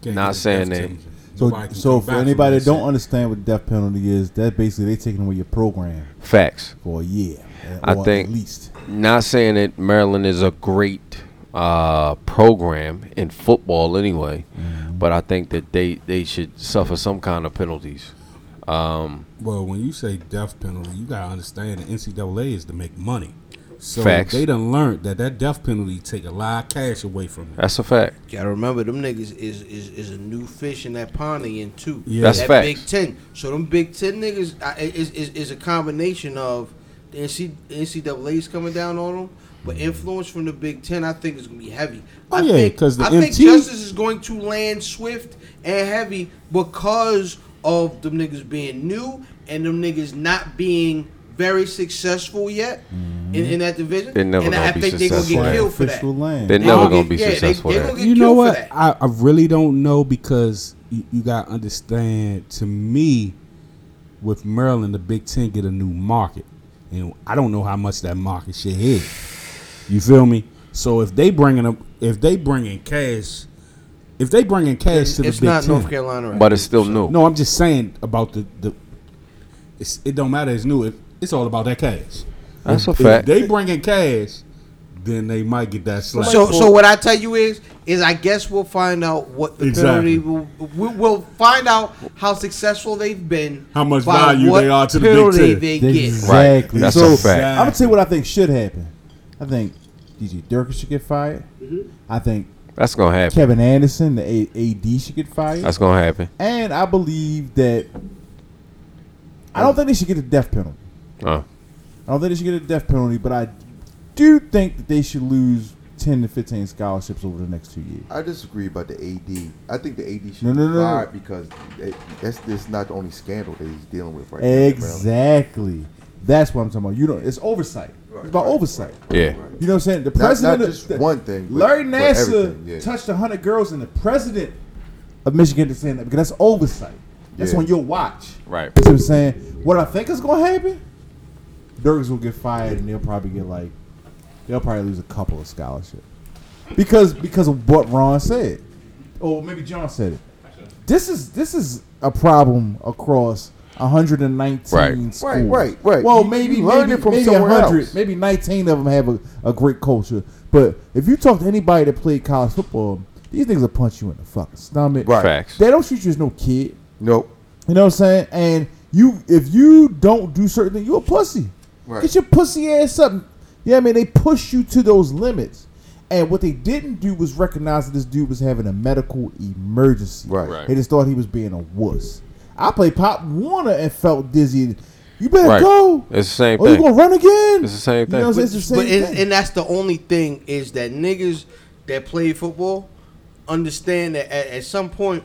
Speaker 6: Can't
Speaker 4: not
Speaker 6: get a
Speaker 4: saying
Speaker 6: death
Speaker 4: that.
Speaker 6: penalty. Nobody
Speaker 11: So,
Speaker 6: can
Speaker 11: so
Speaker 6: come
Speaker 11: for
Speaker 6: back from
Speaker 11: anybody that
Speaker 6: this
Speaker 11: don't
Speaker 6: shit.
Speaker 11: understand what death penalty is, that's basically they taking away your program
Speaker 4: Facts.
Speaker 11: for a year.
Speaker 4: I
Speaker 11: or
Speaker 4: think-
Speaker 11: at least
Speaker 4: Not saying that Maryland is a great uh program in football anyway,
Speaker 1: Mm-hmm.
Speaker 4: but I think that they they should suffer some kind of penalties. Um,
Speaker 6: Well, when you say death penalty, you gotta understand the NCAA is to make money. So
Speaker 4: Facts.
Speaker 6: they done learned that that death penalty take a lot of cash away from it.
Speaker 4: that's a fact.
Speaker 1: Gotta remember them niggas is, is is a new fish in that pond they in too.
Speaker 6: Yeah. That's
Speaker 1: that
Speaker 4: facts.
Speaker 1: Big Ten. So them Big Ten niggas I- is is, is a combination of the NC NCAA's coming down on them, but influence from the Big Ten I think is gonna be heavy.
Speaker 6: Oh,
Speaker 1: I
Speaker 6: yeah,
Speaker 1: think-
Speaker 6: 'cause the
Speaker 1: I think
Speaker 6: MT
Speaker 1: justice is going to land swift and heavy because of them niggas being new and them niggas not being very successful yet in,
Speaker 6: Mm-hmm.
Speaker 1: in that division.
Speaker 4: They're never
Speaker 1: and I
Speaker 4: gonna be
Speaker 1: think they're gonna
Speaker 4: successful.
Speaker 1: get killed for that.
Speaker 11: official land.
Speaker 4: They're never
Speaker 1: gonna
Speaker 4: gonna
Speaker 1: get-
Speaker 4: be
Speaker 1: yeah, they-
Speaker 4: successful.
Speaker 1: they
Speaker 4: at it.
Speaker 1: gonna get
Speaker 6: you know
Speaker 1: killed for
Speaker 6: what?
Speaker 1: that.
Speaker 6: I, I really don't know because you, you got to understand. To me, with Maryland, the Big Ten get a new market, and I don't know how much that market shit is. You feel me? So if they bringing up, if they bringing cash, if they bringing cash to the
Speaker 1: it's
Speaker 6: Big
Speaker 1: not
Speaker 6: Ten,
Speaker 1: North Carolina right
Speaker 4: but it's still new.
Speaker 6: no, I'm just saying about the the. It's, it don't matter. It's new. It, it's all about that cash.
Speaker 4: That's a
Speaker 6: If
Speaker 4: fact.
Speaker 6: they bringing cash, then they might get that slap.
Speaker 1: So, so what I tell you is, is I guess we'll find out what the penalty
Speaker 6: Exactly.
Speaker 1: will. We'll, we'll find out how successful they've been,
Speaker 6: How much
Speaker 1: by
Speaker 6: value they
Speaker 1: what
Speaker 6: are to the Big
Speaker 1: penalty
Speaker 6: Ten.
Speaker 1: They get.
Speaker 11: Exactly.
Speaker 4: That's
Speaker 11: so,
Speaker 4: a fact.
Speaker 11: I'm gonna tell you what I think should happen. I think DJ Durkin should get fired. I think
Speaker 4: That's gonna happen.
Speaker 11: Kevin Anderson, the A- AD, should get fired.
Speaker 4: That's gonna happen.
Speaker 11: and I believe that I don't think they should get the death penalty.
Speaker 4: Uh,
Speaker 11: I don't think they should get a death penalty, but I do think that they should lose ten to fifteen scholarships over the next two years.
Speaker 3: I disagree about the AD. I think the AD should
Speaker 11: No, no,
Speaker 3: be
Speaker 11: no, no.
Speaker 3: fired because that- that's this not the only scandal that he's dealing with right now.
Speaker 11: Exactly. That's what I'm talking about. You don't. It's oversight. It's about oversight.
Speaker 4: yeah.
Speaker 11: You know what I'm saying? The
Speaker 3: not
Speaker 11: president, of-
Speaker 3: just
Speaker 11: the-
Speaker 3: one thing, but-
Speaker 11: Larry
Speaker 3: but
Speaker 11: Nasser
Speaker 3: everything, yeah.
Speaker 11: touched hundred girls, and the president of Michigan is saying that because that's oversight. That's
Speaker 3: Yeah.
Speaker 11: on your watch.
Speaker 4: Right.
Speaker 11: You see what I'm saying? What I think is gonna happen? Dirks will get fired, and they'll probably get like they'll probably lose a couple of scholarships because because of what Ron said, or maybe John said it. This is this is a problem across 119
Speaker 4: Right.
Speaker 11: schools.
Speaker 3: Right, right, right.
Speaker 11: Well,
Speaker 3: You-
Speaker 11: maybe
Speaker 3: you learn
Speaker 11: maybe,
Speaker 3: it from
Speaker 11: maybe
Speaker 3: somewhere
Speaker 11: 100,
Speaker 3: else.
Speaker 11: maybe 19 of them have a, a great culture. But if you talk to anybody that played college football, these niggas will punch you in the fucking stomach.
Speaker 3: Right.
Speaker 4: Facts.
Speaker 11: They don't shoot you as no kid.
Speaker 3: Nope.
Speaker 11: You know what I'm saying? And you, if you don't do certain things, you a pussy.
Speaker 3: Right.
Speaker 11: Get your pussy ass up. Yeah, I mean they push you to those limits. And what they didn't do was recognize that this dude was having a medical emergency.
Speaker 3: Right. Right.
Speaker 11: They just thought he was being a wuss.
Speaker 2: I played Pop Warner and felt dizzy. You better
Speaker 4: Right.
Speaker 2: go.
Speaker 4: It's the same
Speaker 2: or
Speaker 4: thing.
Speaker 2: Oh, you gonna run again?
Speaker 4: It's the same
Speaker 2: You know,
Speaker 4: thing.
Speaker 2: what I'm saying? it's the same
Speaker 1: but
Speaker 2: thing.
Speaker 1: and, and that's the only thing is that niggas that play football understand that at, at some point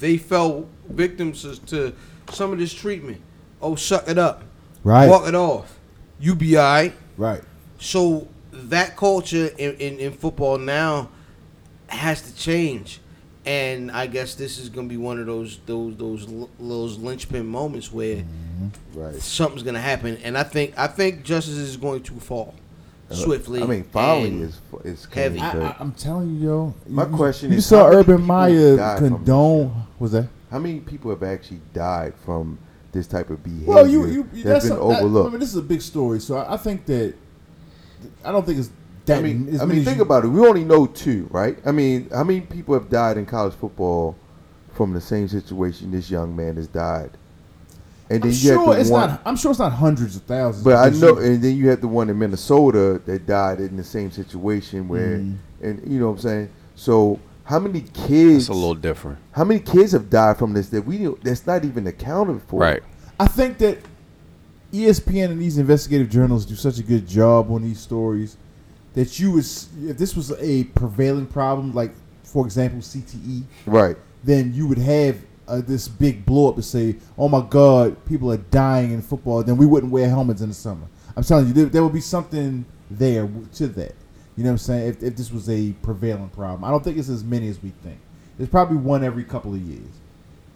Speaker 1: they fell victims to- to some of this treatment. Oh, suck it up.
Speaker 11: Right.
Speaker 1: Walk it off. You be all right.
Speaker 2: Right.
Speaker 1: So that culture in, in, in football now has to change. And I guess this is gonna be one of those those those l- those linchpin moments where something's gonna happen. And I think I think justice is going to fall swiftly.
Speaker 3: Uh, I mean, following
Speaker 1: and
Speaker 3: is is
Speaker 1: heavy.
Speaker 3: heavy. But
Speaker 2: I'm telling you, yo.
Speaker 3: my question
Speaker 11: you
Speaker 3: is,
Speaker 11: saw
Speaker 3: how many
Speaker 11: Urban
Speaker 3: people
Speaker 11: Meyer
Speaker 3: died from this
Speaker 11: condone.
Speaker 3: shit?
Speaker 11: Was that?
Speaker 3: How many people have actually died from this type of behavior?
Speaker 2: Well, you, you
Speaker 3: that's, been
Speaker 2: a- that- I
Speaker 3: overlooked.
Speaker 2: mean, this is a big story, so I, I think that I don't think it's that.
Speaker 3: I mean,
Speaker 2: as
Speaker 3: I
Speaker 2: many
Speaker 3: mean,
Speaker 2: as
Speaker 3: think
Speaker 2: you-
Speaker 3: about it. We only know two, right? I mean, how many people have died in college football from the same situation this young man has died? And
Speaker 2: I'm
Speaker 3: then you
Speaker 2: sure
Speaker 3: have the
Speaker 2: it's
Speaker 3: one,
Speaker 2: not. I'm sure it's not hundreds of thousands.
Speaker 3: but I
Speaker 2: because
Speaker 3: know,
Speaker 2: you-
Speaker 3: and then you have the one in Minnesota that died in the same situation where,
Speaker 2: Mm-hmm.
Speaker 3: and you know what I'm saying. So, how many kids?
Speaker 4: It's a little different.
Speaker 3: How many kids have died from this that we don't- that's not even accounted for?
Speaker 4: Right.
Speaker 2: I think that E ESPN and these investigative journalists do such a good job on these stories that you was if this was a prevailing problem, like for example E, CTE,
Speaker 3: Right.
Speaker 2: then you would have uh, this big blow up to say, "Oh my God, people are dying in football." Then we wouldn't wear helmets in the summer. I'm telling you, there, there would be something there w- to that. You know what I'm saying? If, if this was a prevailing problem, I don't think it's as many as we think. There's probably one every couple of years.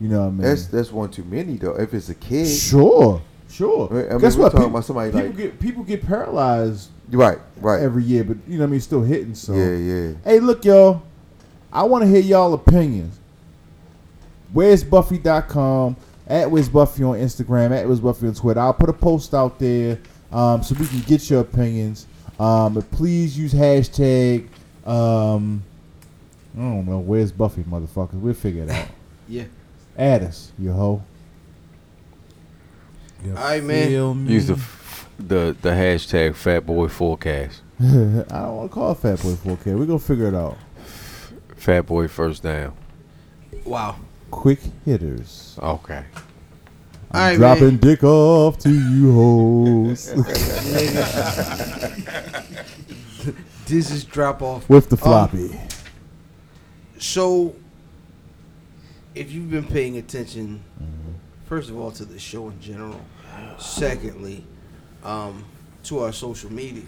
Speaker 2: You know what I mean?
Speaker 3: That's that's one too many though. If it's a kid,
Speaker 2: Sure, sure.
Speaker 3: I mean, I mean,
Speaker 2: Guess
Speaker 3: we're
Speaker 2: what?
Speaker 3: talking
Speaker 2: People,
Speaker 3: about somebody
Speaker 2: people
Speaker 3: like-
Speaker 2: get people get paralyzed
Speaker 3: right, right.
Speaker 2: every year, but you know what I mean. Still hitting. So
Speaker 3: yeah, yeah.
Speaker 2: hey, look, y'all. I want to hear y'all opinions. Where's Buffy.com? At Wiz Buffy on Instagram. At Wiz Buffy on Twitter. I'll put a post out there um, so we can get your opinions. Um, but please use hashtag. Um, I don't know. Where's Buffy, motherfuckers? We'll figure it out.
Speaker 1: yeah.
Speaker 2: Add us, you hoe.
Speaker 1: All right, man.
Speaker 11: Feel me?
Speaker 4: Use the f- the the hashtag Fatboy Forecast.
Speaker 2: I don't want to call it Fat Boy 4K. We're going to figure it out.
Speaker 4: Fatboy First Down.
Speaker 1: Wow.
Speaker 2: Quick hitters.
Speaker 4: Okay.
Speaker 1: All right,
Speaker 2: Dropping
Speaker 1: man.
Speaker 2: dick off to you hoes
Speaker 1: This is drop off.
Speaker 2: with the
Speaker 4: Um,
Speaker 2: floppy.
Speaker 1: So, if you've been paying attention, first of all, to the show in general, secondly, um, to our social media,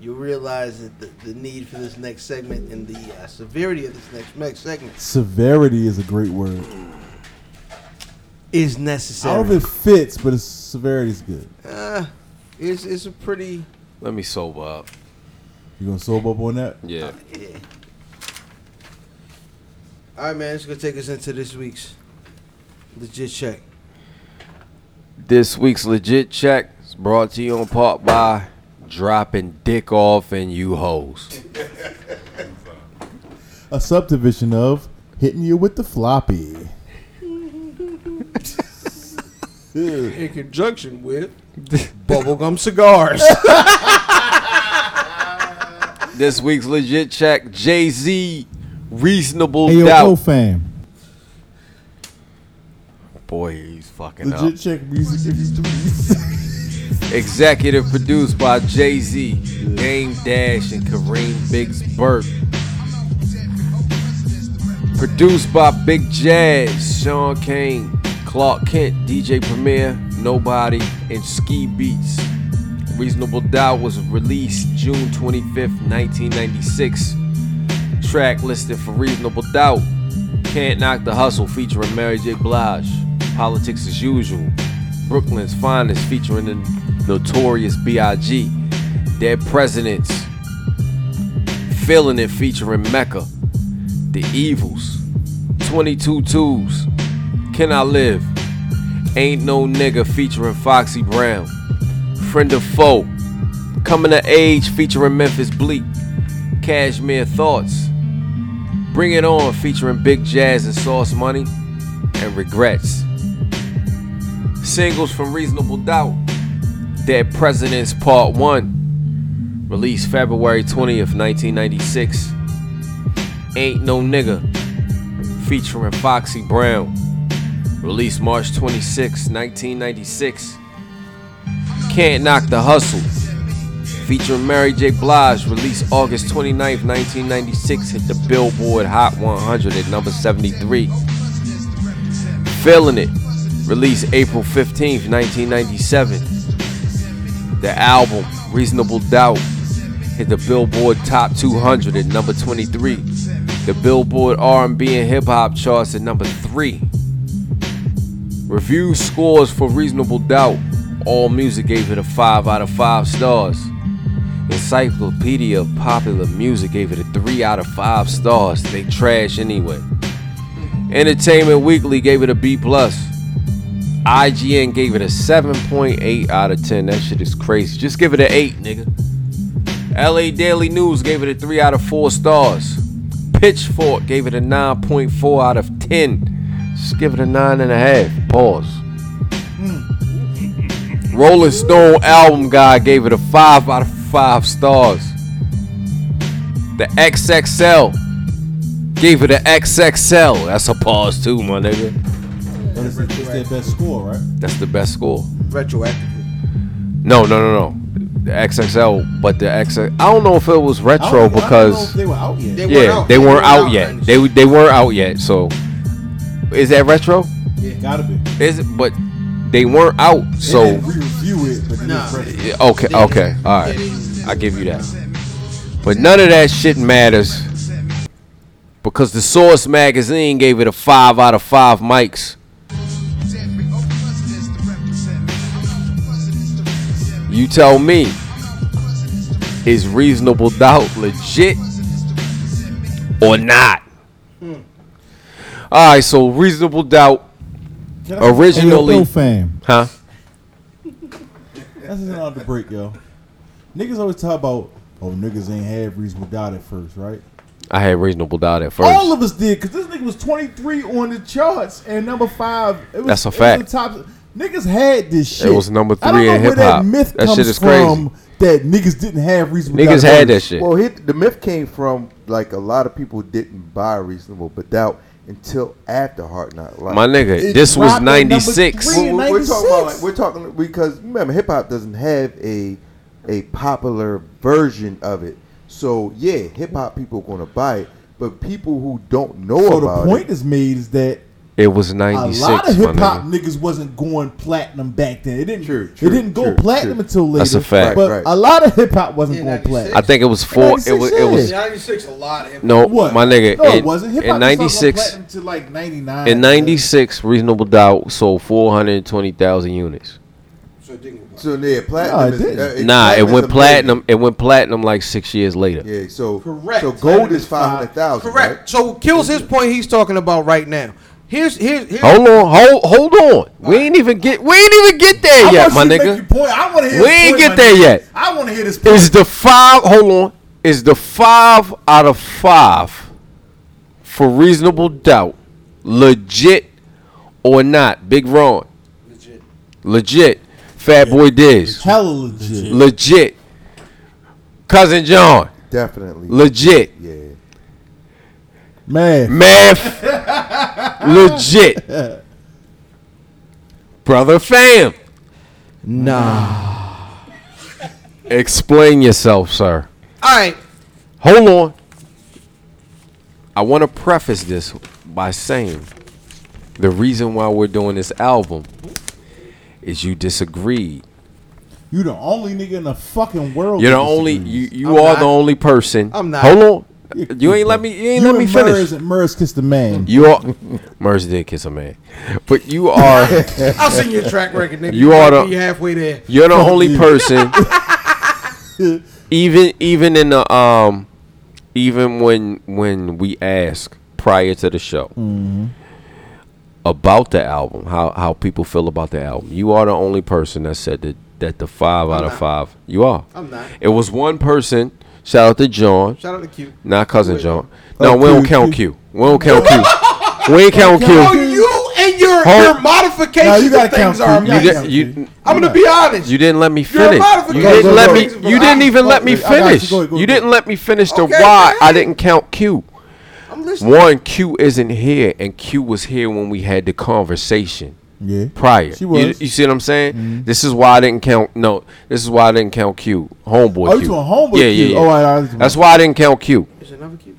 Speaker 1: you realize that the, the need for this next segment and the uh, severity of this next next segment
Speaker 2: Severity is a great word.
Speaker 1: is
Speaker 2: I don't
Speaker 1: necessary.
Speaker 2: know if it fits, but it's, severity is good.
Speaker 1: Uh, it's, it's a pretty.
Speaker 4: Let me sober up.
Speaker 2: You going to sober up on that?
Speaker 4: Yeah.
Speaker 1: Yeah. All right, man, it's going to take us into this week's legit check.
Speaker 4: This week's legit check is brought to you on part by dropping dick off and you hoes.
Speaker 2: A subdivision of hitting you with the floppy.
Speaker 1: in conjunction with bubblegum cigars.
Speaker 4: This week's legit check, Jay Z, reasonable
Speaker 11: Hey, yo,
Speaker 4: doubt.
Speaker 11: Cole fam.
Speaker 4: Boy, he's fucking
Speaker 2: Legit
Speaker 4: up.
Speaker 2: check music.
Speaker 4: Executive produced by Jay Z, Game Dash, and Kareem Biggs Burke. Produced by Big Jazz, Sean Kane, Clark Kent, DJ Premier, Nobody, and Ski Beats. Reasonable Doubt was released June 25th, 1996. Track listed for Reasonable Doubt Can't Knock the Hustle featuring Mary J. Blige, Politics as Usual, Brooklyn's Finest featuring the Notorious B.I.G., Dead Presidents, Feeling It featuring Mecca, The Evils, 22 Twos, Can I Live, Ain't No Nigga featuring Foxy Brown, Friend of Foe, Coming to Age featuring Memphis Bleak, Cashmere Thoughts, Bring It On featuring Big Jazz and Sauce Money, and Regrets. Singles from Reasonable Doubt, Dead Presidents Part 1, released February 20th, 1996. Ain't No Nigga featuring Foxy Brown. Released March 26, 1996. Can't Knock the Hustle. Featuring Mary J. Blige, released August 29, 1996, hit the Billboard Hot 100 at number 73. Feeling It, released April 15, 1997. The album, Reasonable Doubt, hit the Billboard Top 200 at number 23. The Billboard R&B and Hip Hop charts at number 3. Review scores for Reasonable Doubt. All Music gave it a 5 out of 5 stars. Encyclopedia of Popular Music gave it a 3 out of 5 stars. They trash anyway. Entertainment Weekly gave it a B plus. IGN gave it a 7.8 out of 10. That shit is crazy. Just give it an 8, nigga. LA Daily News gave it a 3 out of 4 stars. Pitchfork gave it a 9.4 out of 10. Just give it a 9.5. Pause. Rolling Stone album guy gave it a 5 out of 5 stars. The XXL gave it an XXL. That's a pause too, my nigga.
Speaker 2: But it's, it's their best score, right?
Speaker 4: That's the best score.
Speaker 1: Retroactively.
Speaker 4: No, no, no, no. The XXL, but the XX. I don't know if it was retro because
Speaker 2: they were out yet.
Speaker 1: They
Speaker 4: yeah,
Speaker 1: weren't out.
Speaker 4: they weren't out,
Speaker 1: then.
Speaker 4: yet. They w- they weren't out yet. So is that retro?
Speaker 2: Yeah. Gotta be. They
Speaker 4: Is it? But they weren't out. So
Speaker 2: didn't re-review it, but then
Speaker 1: Nah.
Speaker 2: it's retro.
Speaker 4: Yeah, okay, okay, all right. I give you that. But none of that shit matters because the Source magazine gave it a five out of five mics. You tell me, is reasonable doubt legit or not? All right, so reasonable doubt
Speaker 11: Hey, yo,
Speaker 4: originally,
Speaker 11: Throw fam.
Speaker 4: huh?
Speaker 2: That's just out the break, yo. Niggas always talk about, oh, niggas ain't had reasonable doubt at first, right?
Speaker 4: I had reasonable doubt at first.
Speaker 2: All of us did, because this nigga was 23 on the charts and number five. It was,
Speaker 4: That's a
Speaker 2: it was
Speaker 4: fact.
Speaker 2: the top, niggas had this shit.
Speaker 4: was number
Speaker 2: I don't
Speaker 4: three
Speaker 2: know
Speaker 4: in
Speaker 2: where
Speaker 4: hip-hop.
Speaker 2: That myth
Speaker 4: That
Speaker 2: comes
Speaker 4: shit is crazy.
Speaker 2: from That niggas didn't have reasonable doubt.
Speaker 4: Niggas
Speaker 2: at
Speaker 4: had
Speaker 2: first.
Speaker 4: that shit.
Speaker 7: Well, hit, the myth came from like a lot of people didn't buy reasonable but doubt until after Hard Knock Life.
Speaker 4: My nigga,
Speaker 2: It
Speaker 4: this was
Speaker 2: dropped at number
Speaker 4: 96.
Speaker 2: three.
Speaker 7: we're, we're- we're talking about
Speaker 2: 96.
Speaker 7: like, we're talking because remember hip hop doesn't have a a popular version of it. So yeah, hip hop people gonna buy it, but people who don't know
Speaker 2: So the
Speaker 7: about
Speaker 2: point
Speaker 7: it,
Speaker 2: is made is that
Speaker 4: It was
Speaker 2: a
Speaker 4: 96.
Speaker 2: lot of
Speaker 4: my
Speaker 2: hip hop
Speaker 4: nigga.
Speaker 2: niggas wasn't going platinum back then. It didn't.
Speaker 7: True, true,
Speaker 2: it didn't go
Speaker 7: true,
Speaker 2: platinum
Speaker 7: true.
Speaker 2: until later.
Speaker 4: That's a fact.
Speaker 2: But
Speaker 7: Right, right.
Speaker 2: a lot of hip hop wasn't
Speaker 1: Yeah,
Speaker 2: going
Speaker 1: 96.
Speaker 2: platinum.
Speaker 4: I think it was four. It
Speaker 2: 96
Speaker 4: was. It was.
Speaker 2: shit.
Speaker 1: 96 a lot. Of
Speaker 4: No,
Speaker 2: What?
Speaker 4: my nigga.
Speaker 2: No, it,
Speaker 4: in,
Speaker 2: wasn't. Hip
Speaker 4: in
Speaker 2: hop
Speaker 4: '96.
Speaker 2: to like '99.
Speaker 4: In '96, Reasonable Doubt sold 420,000 units.
Speaker 1: So it didn't go
Speaker 7: so yeah,
Speaker 2: No, it
Speaker 7: platinum. is,
Speaker 2: didn't.
Speaker 7: uh,
Speaker 4: nah, it
Speaker 7: platinum's
Speaker 4: went
Speaker 7: a
Speaker 4: platinum. It went platinum like six years later.
Speaker 7: million. Yeah, so
Speaker 1: Correct.
Speaker 7: So gold
Speaker 1: Platinum
Speaker 7: is five hundred thousand.
Speaker 1: Correct. So kills his point he's talking about right now. Here's here's here's
Speaker 4: Hold on, hold hold on. We ain't even get. We ain't even get there
Speaker 2: I
Speaker 4: yet,
Speaker 2: want
Speaker 4: my
Speaker 2: you to make
Speaker 4: nigga.
Speaker 2: your point. I want to hear.
Speaker 4: We
Speaker 2: this
Speaker 4: ain't
Speaker 2: point,
Speaker 4: get
Speaker 2: my
Speaker 4: there
Speaker 2: nigga.
Speaker 4: yet.
Speaker 2: I want to hear this. Point.
Speaker 4: Is the five? Hold on. Is the five out of five for reasonable doubt legit or not? Big Ron.
Speaker 1: legit.
Speaker 4: Legit. Fat Boy Diz.
Speaker 2: hella legit?
Speaker 4: Legit. Cousin John.
Speaker 7: Definitely.
Speaker 4: Legit.
Speaker 7: yeah.
Speaker 2: Man,
Speaker 4: Math. legit. Brother Fam.
Speaker 1: Nah.
Speaker 4: Explain yourself, sir.
Speaker 1: All right.
Speaker 4: Hold on. I want to preface this by saying the reason why we're doing this album is you disagreed.
Speaker 2: you the only nigga in the fucking
Speaker 11: Oh,
Speaker 2: world.
Speaker 4: You're the
Speaker 2: that
Speaker 4: only
Speaker 2: disagrees.
Speaker 4: you, you
Speaker 1: I'm
Speaker 4: are
Speaker 1: not.
Speaker 4: the only person.
Speaker 1: I'm not.
Speaker 4: Hold on. You ain't let me you ain't let me
Speaker 2: and
Speaker 4: finish.
Speaker 2: Murs, and Murs kissed the man.
Speaker 4: You are Merz did kiss a man. But you are
Speaker 1: I'll sing your track record, nigga.
Speaker 4: You are the-
Speaker 1: you halfway there.
Speaker 4: you're the only person even even in the um even when when we ask prior to the show about the album, how how people feel about the album. You are the only person that said that that the 5 out of
Speaker 1: not.
Speaker 4: five. You are.
Speaker 1: I'm not.
Speaker 4: It was one person. Shout out to John.
Speaker 1: Shout out to Q.
Speaker 4: Not cousin John.
Speaker 2: Oh,
Speaker 4: No, we don't
Speaker 2: Q,
Speaker 4: count
Speaker 2: Q.
Speaker 4: Q. We don't count Q. We ain't count
Speaker 1: Oh,
Speaker 4: Q.
Speaker 1: you and your
Speaker 4: Hold-
Speaker 1: your modifications
Speaker 2: Nah, you gotta
Speaker 1: of things are
Speaker 2: count Q. You
Speaker 4: You,
Speaker 1: amazing.
Speaker 2: got-
Speaker 4: did, you
Speaker 1: I'm gonna be honest.
Speaker 4: you didn't let me
Speaker 1: You're a
Speaker 4: finish. You
Speaker 1: modification.
Speaker 4: didn't
Speaker 2: Go,
Speaker 4: let
Speaker 2: go,
Speaker 4: me.
Speaker 2: go.
Speaker 4: You didn't even let me
Speaker 2: I got you.
Speaker 4: finish.
Speaker 2: Go, go,
Speaker 4: You
Speaker 2: go.
Speaker 4: didn't let me finish the
Speaker 1: Okay,
Speaker 4: why
Speaker 1: go
Speaker 4: I
Speaker 1: ahead.
Speaker 4: didn't count Q.
Speaker 1: I'm listening.
Speaker 4: One, Q isn't here, and Q was here when we had the conversation.
Speaker 11: Yeah.
Speaker 4: Prior,
Speaker 11: She was.
Speaker 4: You, you see what I'm saying? This is why I didn't count. No, this is why I didn't count Q. Homeboy.
Speaker 11: Oh, you
Speaker 4: Q.
Speaker 11: talking homeboy
Speaker 4: Yeah,
Speaker 11: Q.
Speaker 4: yeah, Uh, yeah.
Speaker 11: Oh, I- I was-
Speaker 4: That's why I didn't count Q.
Speaker 1: There's another Q.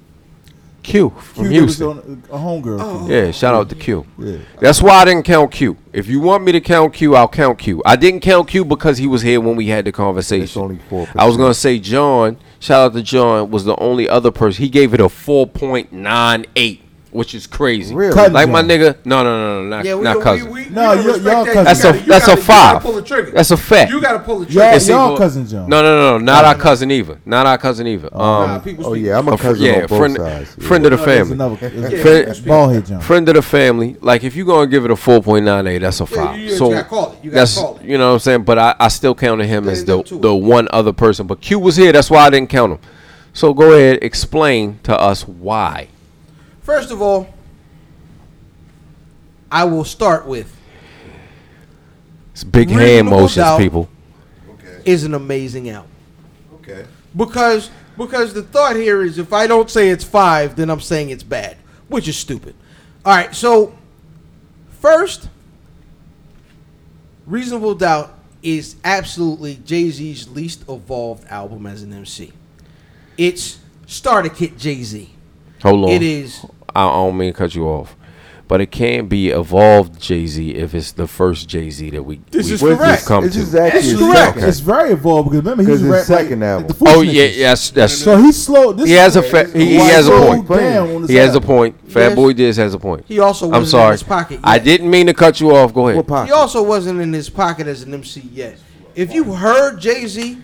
Speaker 4: Q from
Speaker 11: Q that was
Speaker 4: Houston.
Speaker 11: on- a homegirl.
Speaker 1: Oh,
Speaker 11: Q.
Speaker 4: Yeah, shout out to Q.
Speaker 11: Yeah.
Speaker 4: That's why I didn't count Q. If you want me to count Q, I'll count Q. I didn't count Q because he was here when we had the conversation. I was gonna say John. Shout out to John was the only other person. He gave it a four point nine eight, which is crazy. Really?
Speaker 11: Cousin
Speaker 4: Like my
Speaker 11: John.
Speaker 4: nigga. No, no, no, no, not,
Speaker 11: Yeah, we
Speaker 4: not
Speaker 11: don't-
Speaker 4: cousin.
Speaker 11: we- we- No, we don't y'all- respect y'all that. You cousin.
Speaker 4: That's
Speaker 11: gotta-
Speaker 4: a
Speaker 11: you
Speaker 4: that's
Speaker 11: gotta-
Speaker 4: a
Speaker 11: you
Speaker 4: five.
Speaker 11: gotta pull the trigger.
Speaker 4: That's a fact.
Speaker 11: You gotta pull the
Speaker 4: It's
Speaker 11: trigger. Y'all- y'all
Speaker 4: either-
Speaker 11: cousin John.
Speaker 4: No, no, no, no, not our cousin either. Not our cousin either. Um,
Speaker 11: nah, people Oh, speak- yeah, I'm a
Speaker 4: fr-
Speaker 11: cousin on both
Speaker 4: friend,
Speaker 11: sides.
Speaker 4: Friend
Speaker 11: Yeah.
Speaker 4: of the
Speaker 11: No, there's
Speaker 4: family.
Speaker 11: another- there's a-
Speaker 4: Friend-
Speaker 11: there's ballhead John.
Speaker 4: friend of the family. Like if you're gonna give it a four point nine eight, that's a five.
Speaker 11: you- you
Speaker 4: so
Speaker 11: gotta call it. You gotta
Speaker 4: that's
Speaker 11: call
Speaker 4: you know what I'm saying. But I, I still counted him as the the one other person. But Q was here, that's why I didn't count him. So go ahead, explain to us why.
Speaker 1: First of all, I will start with
Speaker 4: It's big hand
Speaker 1: Reasonable
Speaker 4: motions,
Speaker 1: doubt.
Speaker 4: people.
Speaker 1: is an amazing album.
Speaker 10: Okay.
Speaker 1: Because because the thought here is if I don't say it's five, then I'm saying it's bad, which is stupid. All right, so first, Reasonable Doubt is absolutely Jay Z's least evolved album as an MC. It's starter kit Jay Z.
Speaker 4: Hold on.
Speaker 1: It is
Speaker 4: I I don't mean to cut you off, but it can be evolved Jay Z if it's the first Jay Z that we
Speaker 11: This
Speaker 4: we,
Speaker 11: is
Speaker 4: we've
Speaker 11: correct.
Speaker 4: come
Speaker 11: This
Speaker 4: to.
Speaker 11: is actually This is his correct. second. It's very evolved because remember, he's
Speaker 7: 'Cause his
Speaker 11: rap- like,
Speaker 7: second album.
Speaker 11: the Full
Speaker 4: Oh
Speaker 11: Snickers.
Speaker 4: yeah, yes, that's
Speaker 11: So he slowed. This
Speaker 4: he has a fa- he, he has a point. He has a point. Fat
Speaker 1: Yes.
Speaker 4: Boy Diz has a point.
Speaker 1: He also
Speaker 4: I'm
Speaker 1: wasn't in
Speaker 4: sorry.
Speaker 1: his pocket
Speaker 4: I didn't mean to cut you off. Go ahead.
Speaker 1: He also wasn't in his pocket as an MC yet. If you heard Jay Z,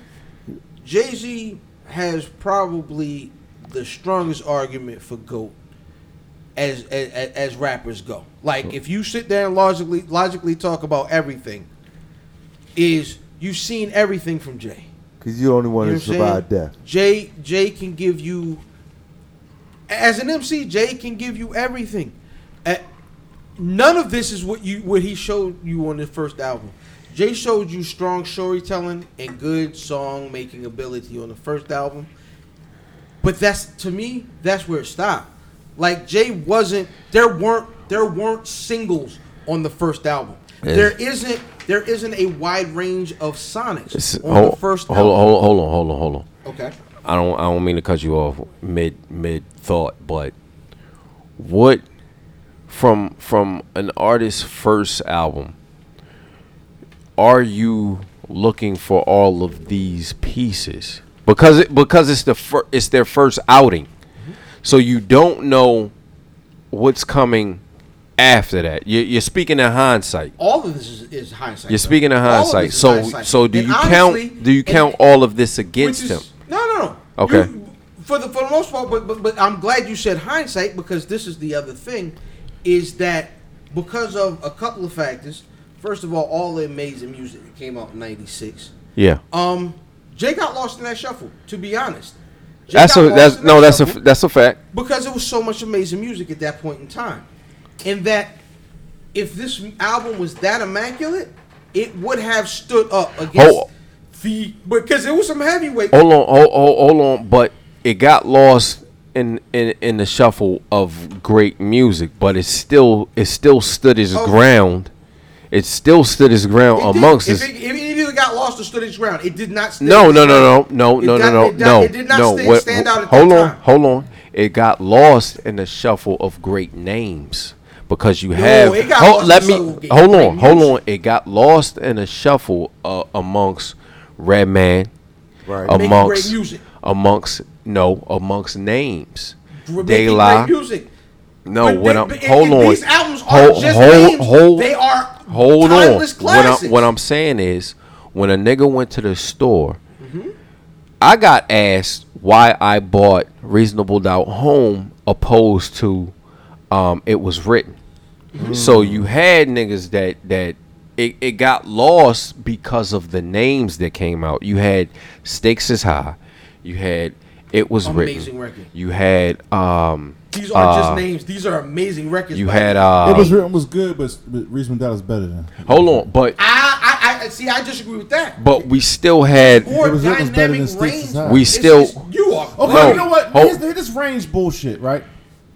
Speaker 1: Jay Z has probably the strongest argument for goat as as, as rappers go. Like if you sit there and logically logically talk about everything, is you've seen everything from Jay.
Speaker 7: Because you're the only one
Speaker 1: You know
Speaker 7: that
Speaker 1: what I'm
Speaker 7: survived
Speaker 1: saying?
Speaker 7: death.
Speaker 1: Jay Jay can give you as an MC, Jay can give you everything. Uh, none of this is what you what he showed you on the first album. Jay showed you strong storytelling and good song making ability on the first album. But that's to me, that's where it stopped. Like Jay wasn't there weren't there weren't singles on the first album.
Speaker 4: Yeah.
Speaker 1: There isn't there isn't a wide range of sonics
Speaker 4: It's-
Speaker 1: on
Speaker 4: hold,
Speaker 1: the first
Speaker 4: hold,
Speaker 1: album.
Speaker 4: hold, hold on, hold on, hold on.
Speaker 1: Okay.
Speaker 4: I don't I don't mean to cut you off mid mid thought, but what from from an artist's first album are you looking for all of these pieces? Because it, because it's the fir- it's their first outing.
Speaker 1: Mm-hmm.
Speaker 4: So you don't know what's coming after that. You're, you're speaking in hindsight.
Speaker 1: All of this is, is hindsight.
Speaker 4: You're
Speaker 1: though.
Speaker 4: speaking in
Speaker 1: All of
Speaker 4: hindsight.
Speaker 1: this is
Speaker 4: So
Speaker 1: hindsight.
Speaker 4: so do
Speaker 1: And
Speaker 4: you
Speaker 1: honestly,
Speaker 4: count do you
Speaker 1: and-
Speaker 4: count all of this against
Speaker 1: which
Speaker 4: him?
Speaker 1: is- No, no, no.
Speaker 4: Okay.
Speaker 1: You- for the for the most part, but, but but I'm glad you said hindsight because this is the other thing, is that because of a couple of factors. First of all, all the amazing music that came out in '96.
Speaker 4: Yeah.
Speaker 1: Um, Jay got lost in that shuffle. To be honest, Jay
Speaker 4: That's
Speaker 1: got
Speaker 4: a
Speaker 1: lost
Speaker 4: that's
Speaker 1: in that
Speaker 4: no that's a
Speaker 1: shuffle
Speaker 4: that's a fact.
Speaker 1: because there was so much amazing music at that point in time, and that if this album was that immaculate, it would have stood up against
Speaker 4: Hold-
Speaker 1: the because there was some heavyweight.
Speaker 4: Hold on, hold, hold, hold on, but it got lost in, in in the shuffle of great music, but it still it still stood its
Speaker 1: Oh.
Speaker 4: ground. It still stood its ground
Speaker 1: It did.
Speaker 4: amongst
Speaker 1: If
Speaker 4: us.
Speaker 1: it, if it either got lost or stood its ground. It did not. Stand
Speaker 4: No,
Speaker 1: its
Speaker 4: no, no, no,
Speaker 1: ground.
Speaker 4: no,
Speaker 1: It
Speaker 4: no,
Speaker 1: got-
Speaker 4: no,
Speaker 1: it
Speaker 4: no, no.
Speaker 1: It did not
Speaker 4: no,
Speaker 1: stand,
Speaker 4: what-
Speaker 1: stand out at
Speaker 4: Hold
Speaker 1: that
Speaker 4: on,
Speaker 1: time.
Speaker 4: hold on. It got lost in the shuffle of great names because you have.
Speaker 1: it got
Speaker 4: Hol-
Speaker 1: lost in
Speaker 4: let
Speaker 1: the
Speaker 4: me
Speaker 1: shuffle of great-
Speaker 4: hold on,
Speaker 1: great
Speaker 4: hold
Speaker 1: names.
Speaker 4: on. It got lost in a shuffle uh, amongst Redman,
Speaker 1: Right. Making great
Speaker 4: amongst
Speaker 1: music.
Speaker 4: amongst no amongst names.
Speaker 1: We're
Speaker 4: De
Speaker 1: making
Speaker 4: La.
Speaker 1: great music.
Speaker 4: No,
Speaker 1: But
Speaker 4: what
Speaker 1: they-
Speaker 4: I'm
Speaker 1: but-
Speaker 4: hold
Speaker 1: and
Speaker 4: on.
Speaker 1: these albums
Speaker 4: hold,
Speaker 1: aren't just
Speaker 4: hold,
Speaker 1: names.
Speaker 4: hold,
Speaker 1: They are
Speaker 4: hold on.
Speaker 1: timeless
Speaker 4: What I'm,
Speaker 1: classics.
Speaker 4: what I'm saying is, when a nigga went to the store,
Speaker 1: Mm-hmm.
Speaker 4: I got asked why I bought Reasonable Doubt Home opposed to um, it was written.
Speaker 1: Mm-hmm.
Speaker 4: So you had niggas that that it, it got lost because of the names that came out. You had Stakes is High. You had It Was
Speaker 1: Amazing
Speaker 4: Written.
Speaker 1: record.
Speaker 4: You had um
Speaker 1: These aren't
Speaker 4: uh,
Speaker 1: just names. These are amazing records.
Speaker 4: you
Speaker 1: by-
Speaker 4: had uh
Speaker 11: it was written was good, but, but Reason Doubt is better than.
Speaker 4: Hold on, but
Speaker 1: I, I, I see. I disagree with that.
Speaker 4: but we still had
Speaker 1: Or It was written
Speaker 11: was better than Sticks is High.
Speaker 4: we
Speaker 11: It's
Speaker 4: still
Speaker 11: just-
Speaker 1: You are
Speaker 11: Okay,
Speaker 4: No,
Speaker 11: you know what?
Speaker 4: hold-
Speaker 11: Here's, here's this range bullshit, right?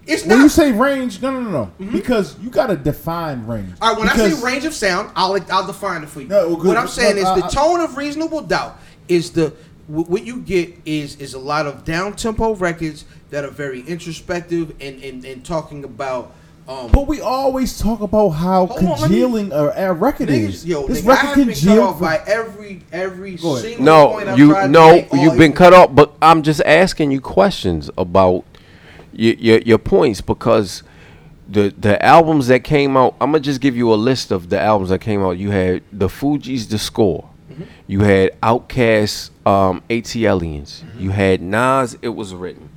Speaker 1: It's
Speaker 2: when
Speaker 1: not-
Speaker 2: you say range, no, no, no, no, because you gotta define range.
Speaker 1: Mm-hmm. All right, when I
Speaker 2: Because-
Speaker 1: say range of sound, I'll I'll define it for you.
Speaker 2: No, well, good.
Speaker 1: what I'm saying
Speaker 2: Look,
Speaker 1: is
Speaker 2: I-
Speaker 1: the
Speaker 2: I-
Speaker 1: tone of reasonable doubt is the wh- what you get is is a lot of down tempo records that are very introspective and and, and talking about um
Speaker 2: But we always talk about how
Speaker 1: Hold on, let me-
Speaker 2: congealing
Speaker 11: uh,
Speaker 2: a, a record
Speaker 1: niggas.
Speaker 2: is.
Speaker 1: Yo,
Speaker 2: this
Speaker 1: nigga, I
Speaker 2: record
Speaker 1: have been cut
Speaker 2: congealed
Speaker 1: off by every every
Speaker 2: Go ahead.
Speaker 1: single point
Speaker 4: No,
Speaker 1: I've
Speaker 4: you
Speaker 1: tried to
Speaker 4: no,
Speaker 1: make all
Speaker 4: you've been
Speaker 1: evening.
Speaker 4: cut off. But I'm just asking you questions about your your, your points because the the albums that came out. I'm gonna just give you a list of the albums that came out. You had the Fugees, the score.
Speaker 1: Mm-hmm.
Speaker 4: You had Outkast, um, ATLians.
Speaker 1: Mm-hmm.
Speaker 4: You had Nas. It was written.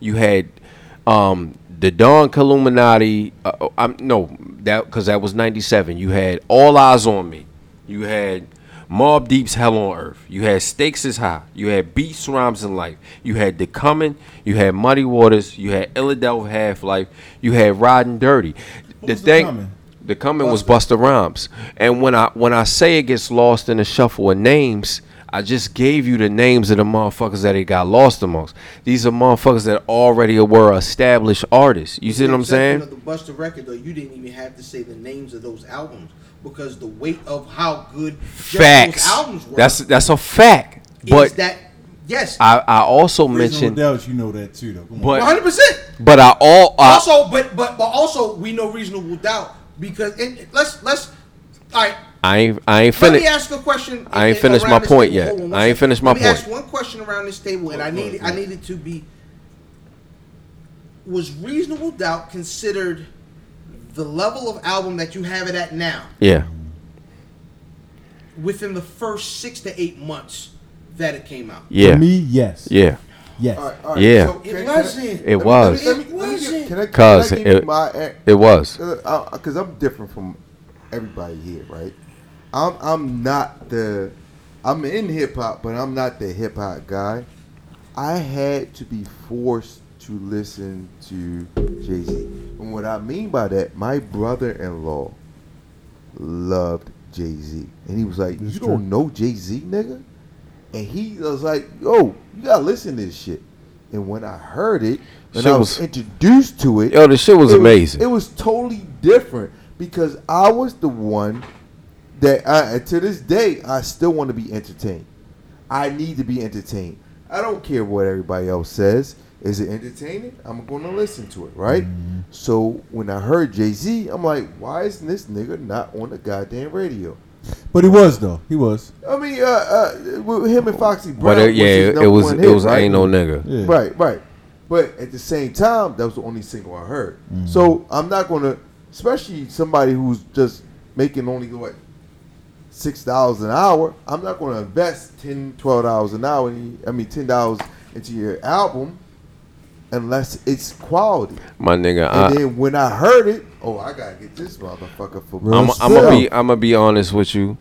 Speaker 4: You had um, the Don Illuminati. Uh, oh, I'm no that because that was '97. You had All Eyes on Me. You had Mob Deep's Hell on Earth. You had Stakes is High. You had Beats, Rhymes, and Life. You had The Coming. You had Muddy Waters. You had Illadelph Half Life. You had Riding Dirty. The
Speaker 2: was The Comin'?
Speaker 4: thing, The Coming was Busta Rhymes. And when I when I say it gets lost in the shuffle of names, I just gave you the names of the motherfuckers that it got lost amongst. These are motherfuckers that already were established artists. You see what I'm saying?
Speaker 1: Of the Buster record, though, you didn't even have to say the names of those albums because the weight of how good just those
Speaker 4: Facts.
Speaker 1: albums were.
Speaker 4: That's that's a fact.
Speaker 1: is
Speaker 4: But
Speaker 1: that yes,
Speaker 4: I, I also
Speaker 2: Reasonable
Speaker 4: mentioned,
Speaker 2: doubt, you know that too, though. Come on.
Speaker 1: one
Speaker 4: but
Speaker 1: hundred percent.
Speaker 4: But I all I,
Speaker 1: also, but but but also, we know reasonable doubt because and let's let's. All right,
Speaker 4: I ain't I ain't
Speaker 1: let me
Speaker 4: finished.
Speaker 1: ask a question.
Speaker 4: I ain't
Speaker 1: a-
Speaker 4: finished
Speaker 1: around
Speaker 4: my
Speaker 1: this
Speaker 4: point
Speaker 1: table.
Speaker 4: yet.
Speaker 1: Hold on one
Speaker 4: I ain't
Speaker 1: second.
Speaker 4: finished my
Speaker 1: Let me
Speaker 4: point.
Speaker 1: ask one question around this table, and I need I needed to be. Was reasonable doubt considered the level of album that you have it at now?
Speaker 4: Yeah,
Speaker 1: within the first six to eight months that it came out.
Speaker 4: yeah,
Speaker 2: For me, yes,
Speaker 4: yeah.
Speaker 2: yes.
Speaker 3: All right, all right.
Speaker 4: Yeah.
Speaker 3: So,
Speaker 1: It
Speaker 3: can-
Speaker 1: wasn't.
Speaker 4: It
Speaker 3: Can I,
Speaker 4: was.
Speaker 3: let me- let me
Speaker 1: It
Speaker 3: get- can I, can I
Speaker 4: Cause
Speaker 3: give
Speaker 4: it-
Speaker 3: you my a-
Speaker 4: It was.
Speaker 3: because Uh, I'm different from everybody here, right? I'm I'm not the I'm in hip hop, but I'm not the hip hop guy. I had to be forced to listen to Jay Z, and what I mean by that, my brother-in-law loved Jay Z, and he was like,
Speaker 6: That's
Speaker 3: "You
Speaker 6: true.
Speaker 3: don't know Jay Z, nigga," and he was like, "Yo, you gotta listen to this shit." And when I heard it, when
Speaker 4: Shit
Speaker 3: I was
Speaker 4: was-
Speaker 3: introduced to it,
Speaker 4: Yo, the shit was
Speaker 3: it
Speaker 4: amazing.
Speaker 3: it was totally different because I was the one that I, and to this day I still want to be entertained. I need to be entertained. I don't care what everybody else says. Is it entertaining? I'm going to listen to it, right?
Speaker 4: Mm-hmm.
Speaker 3: So when I heard Jay Z, I'm like, why isn't this nigga not on the goddamn radio?
Speaker 2: But he was though. He was.
Speaker 3: I mean, uh, uh, with him and Foxy Brown.
Speaker 4: But it,
Speaker 3: was
Speaker 4: yeah,
Speaker 3: his
Speaker 4: it
Speaker 3: number
Speaker 4: was
Speaker 3: one
Speaker 4: it
Speaker 3: hit,
Speaker 4: was
Speaker 3: right?
Speaker 4: ain't no nigga.
Speaker 2: Yeah.
Speaker 3: Right, right. But at the same time, that was the only single I heard. So
Speaker 4: Mm-hmm.
Speaker 3: I'm not gonna, especially somebody who's just making only what six dollars an hour. I'm not gonna invest 10 12 dollars an hour. in- I mean, ten dollars into your album unless it's quality.
Speaker 4: My nigga,
Speaker 3: And
Speaker 4: I,
Speaker 3: then when I heard it, oh, I gotta get this motherfucker for
Speaker 4: I'm
Speaker 3: myself.
Speaker 4: I'm gonna be I'm gonna be honest with you.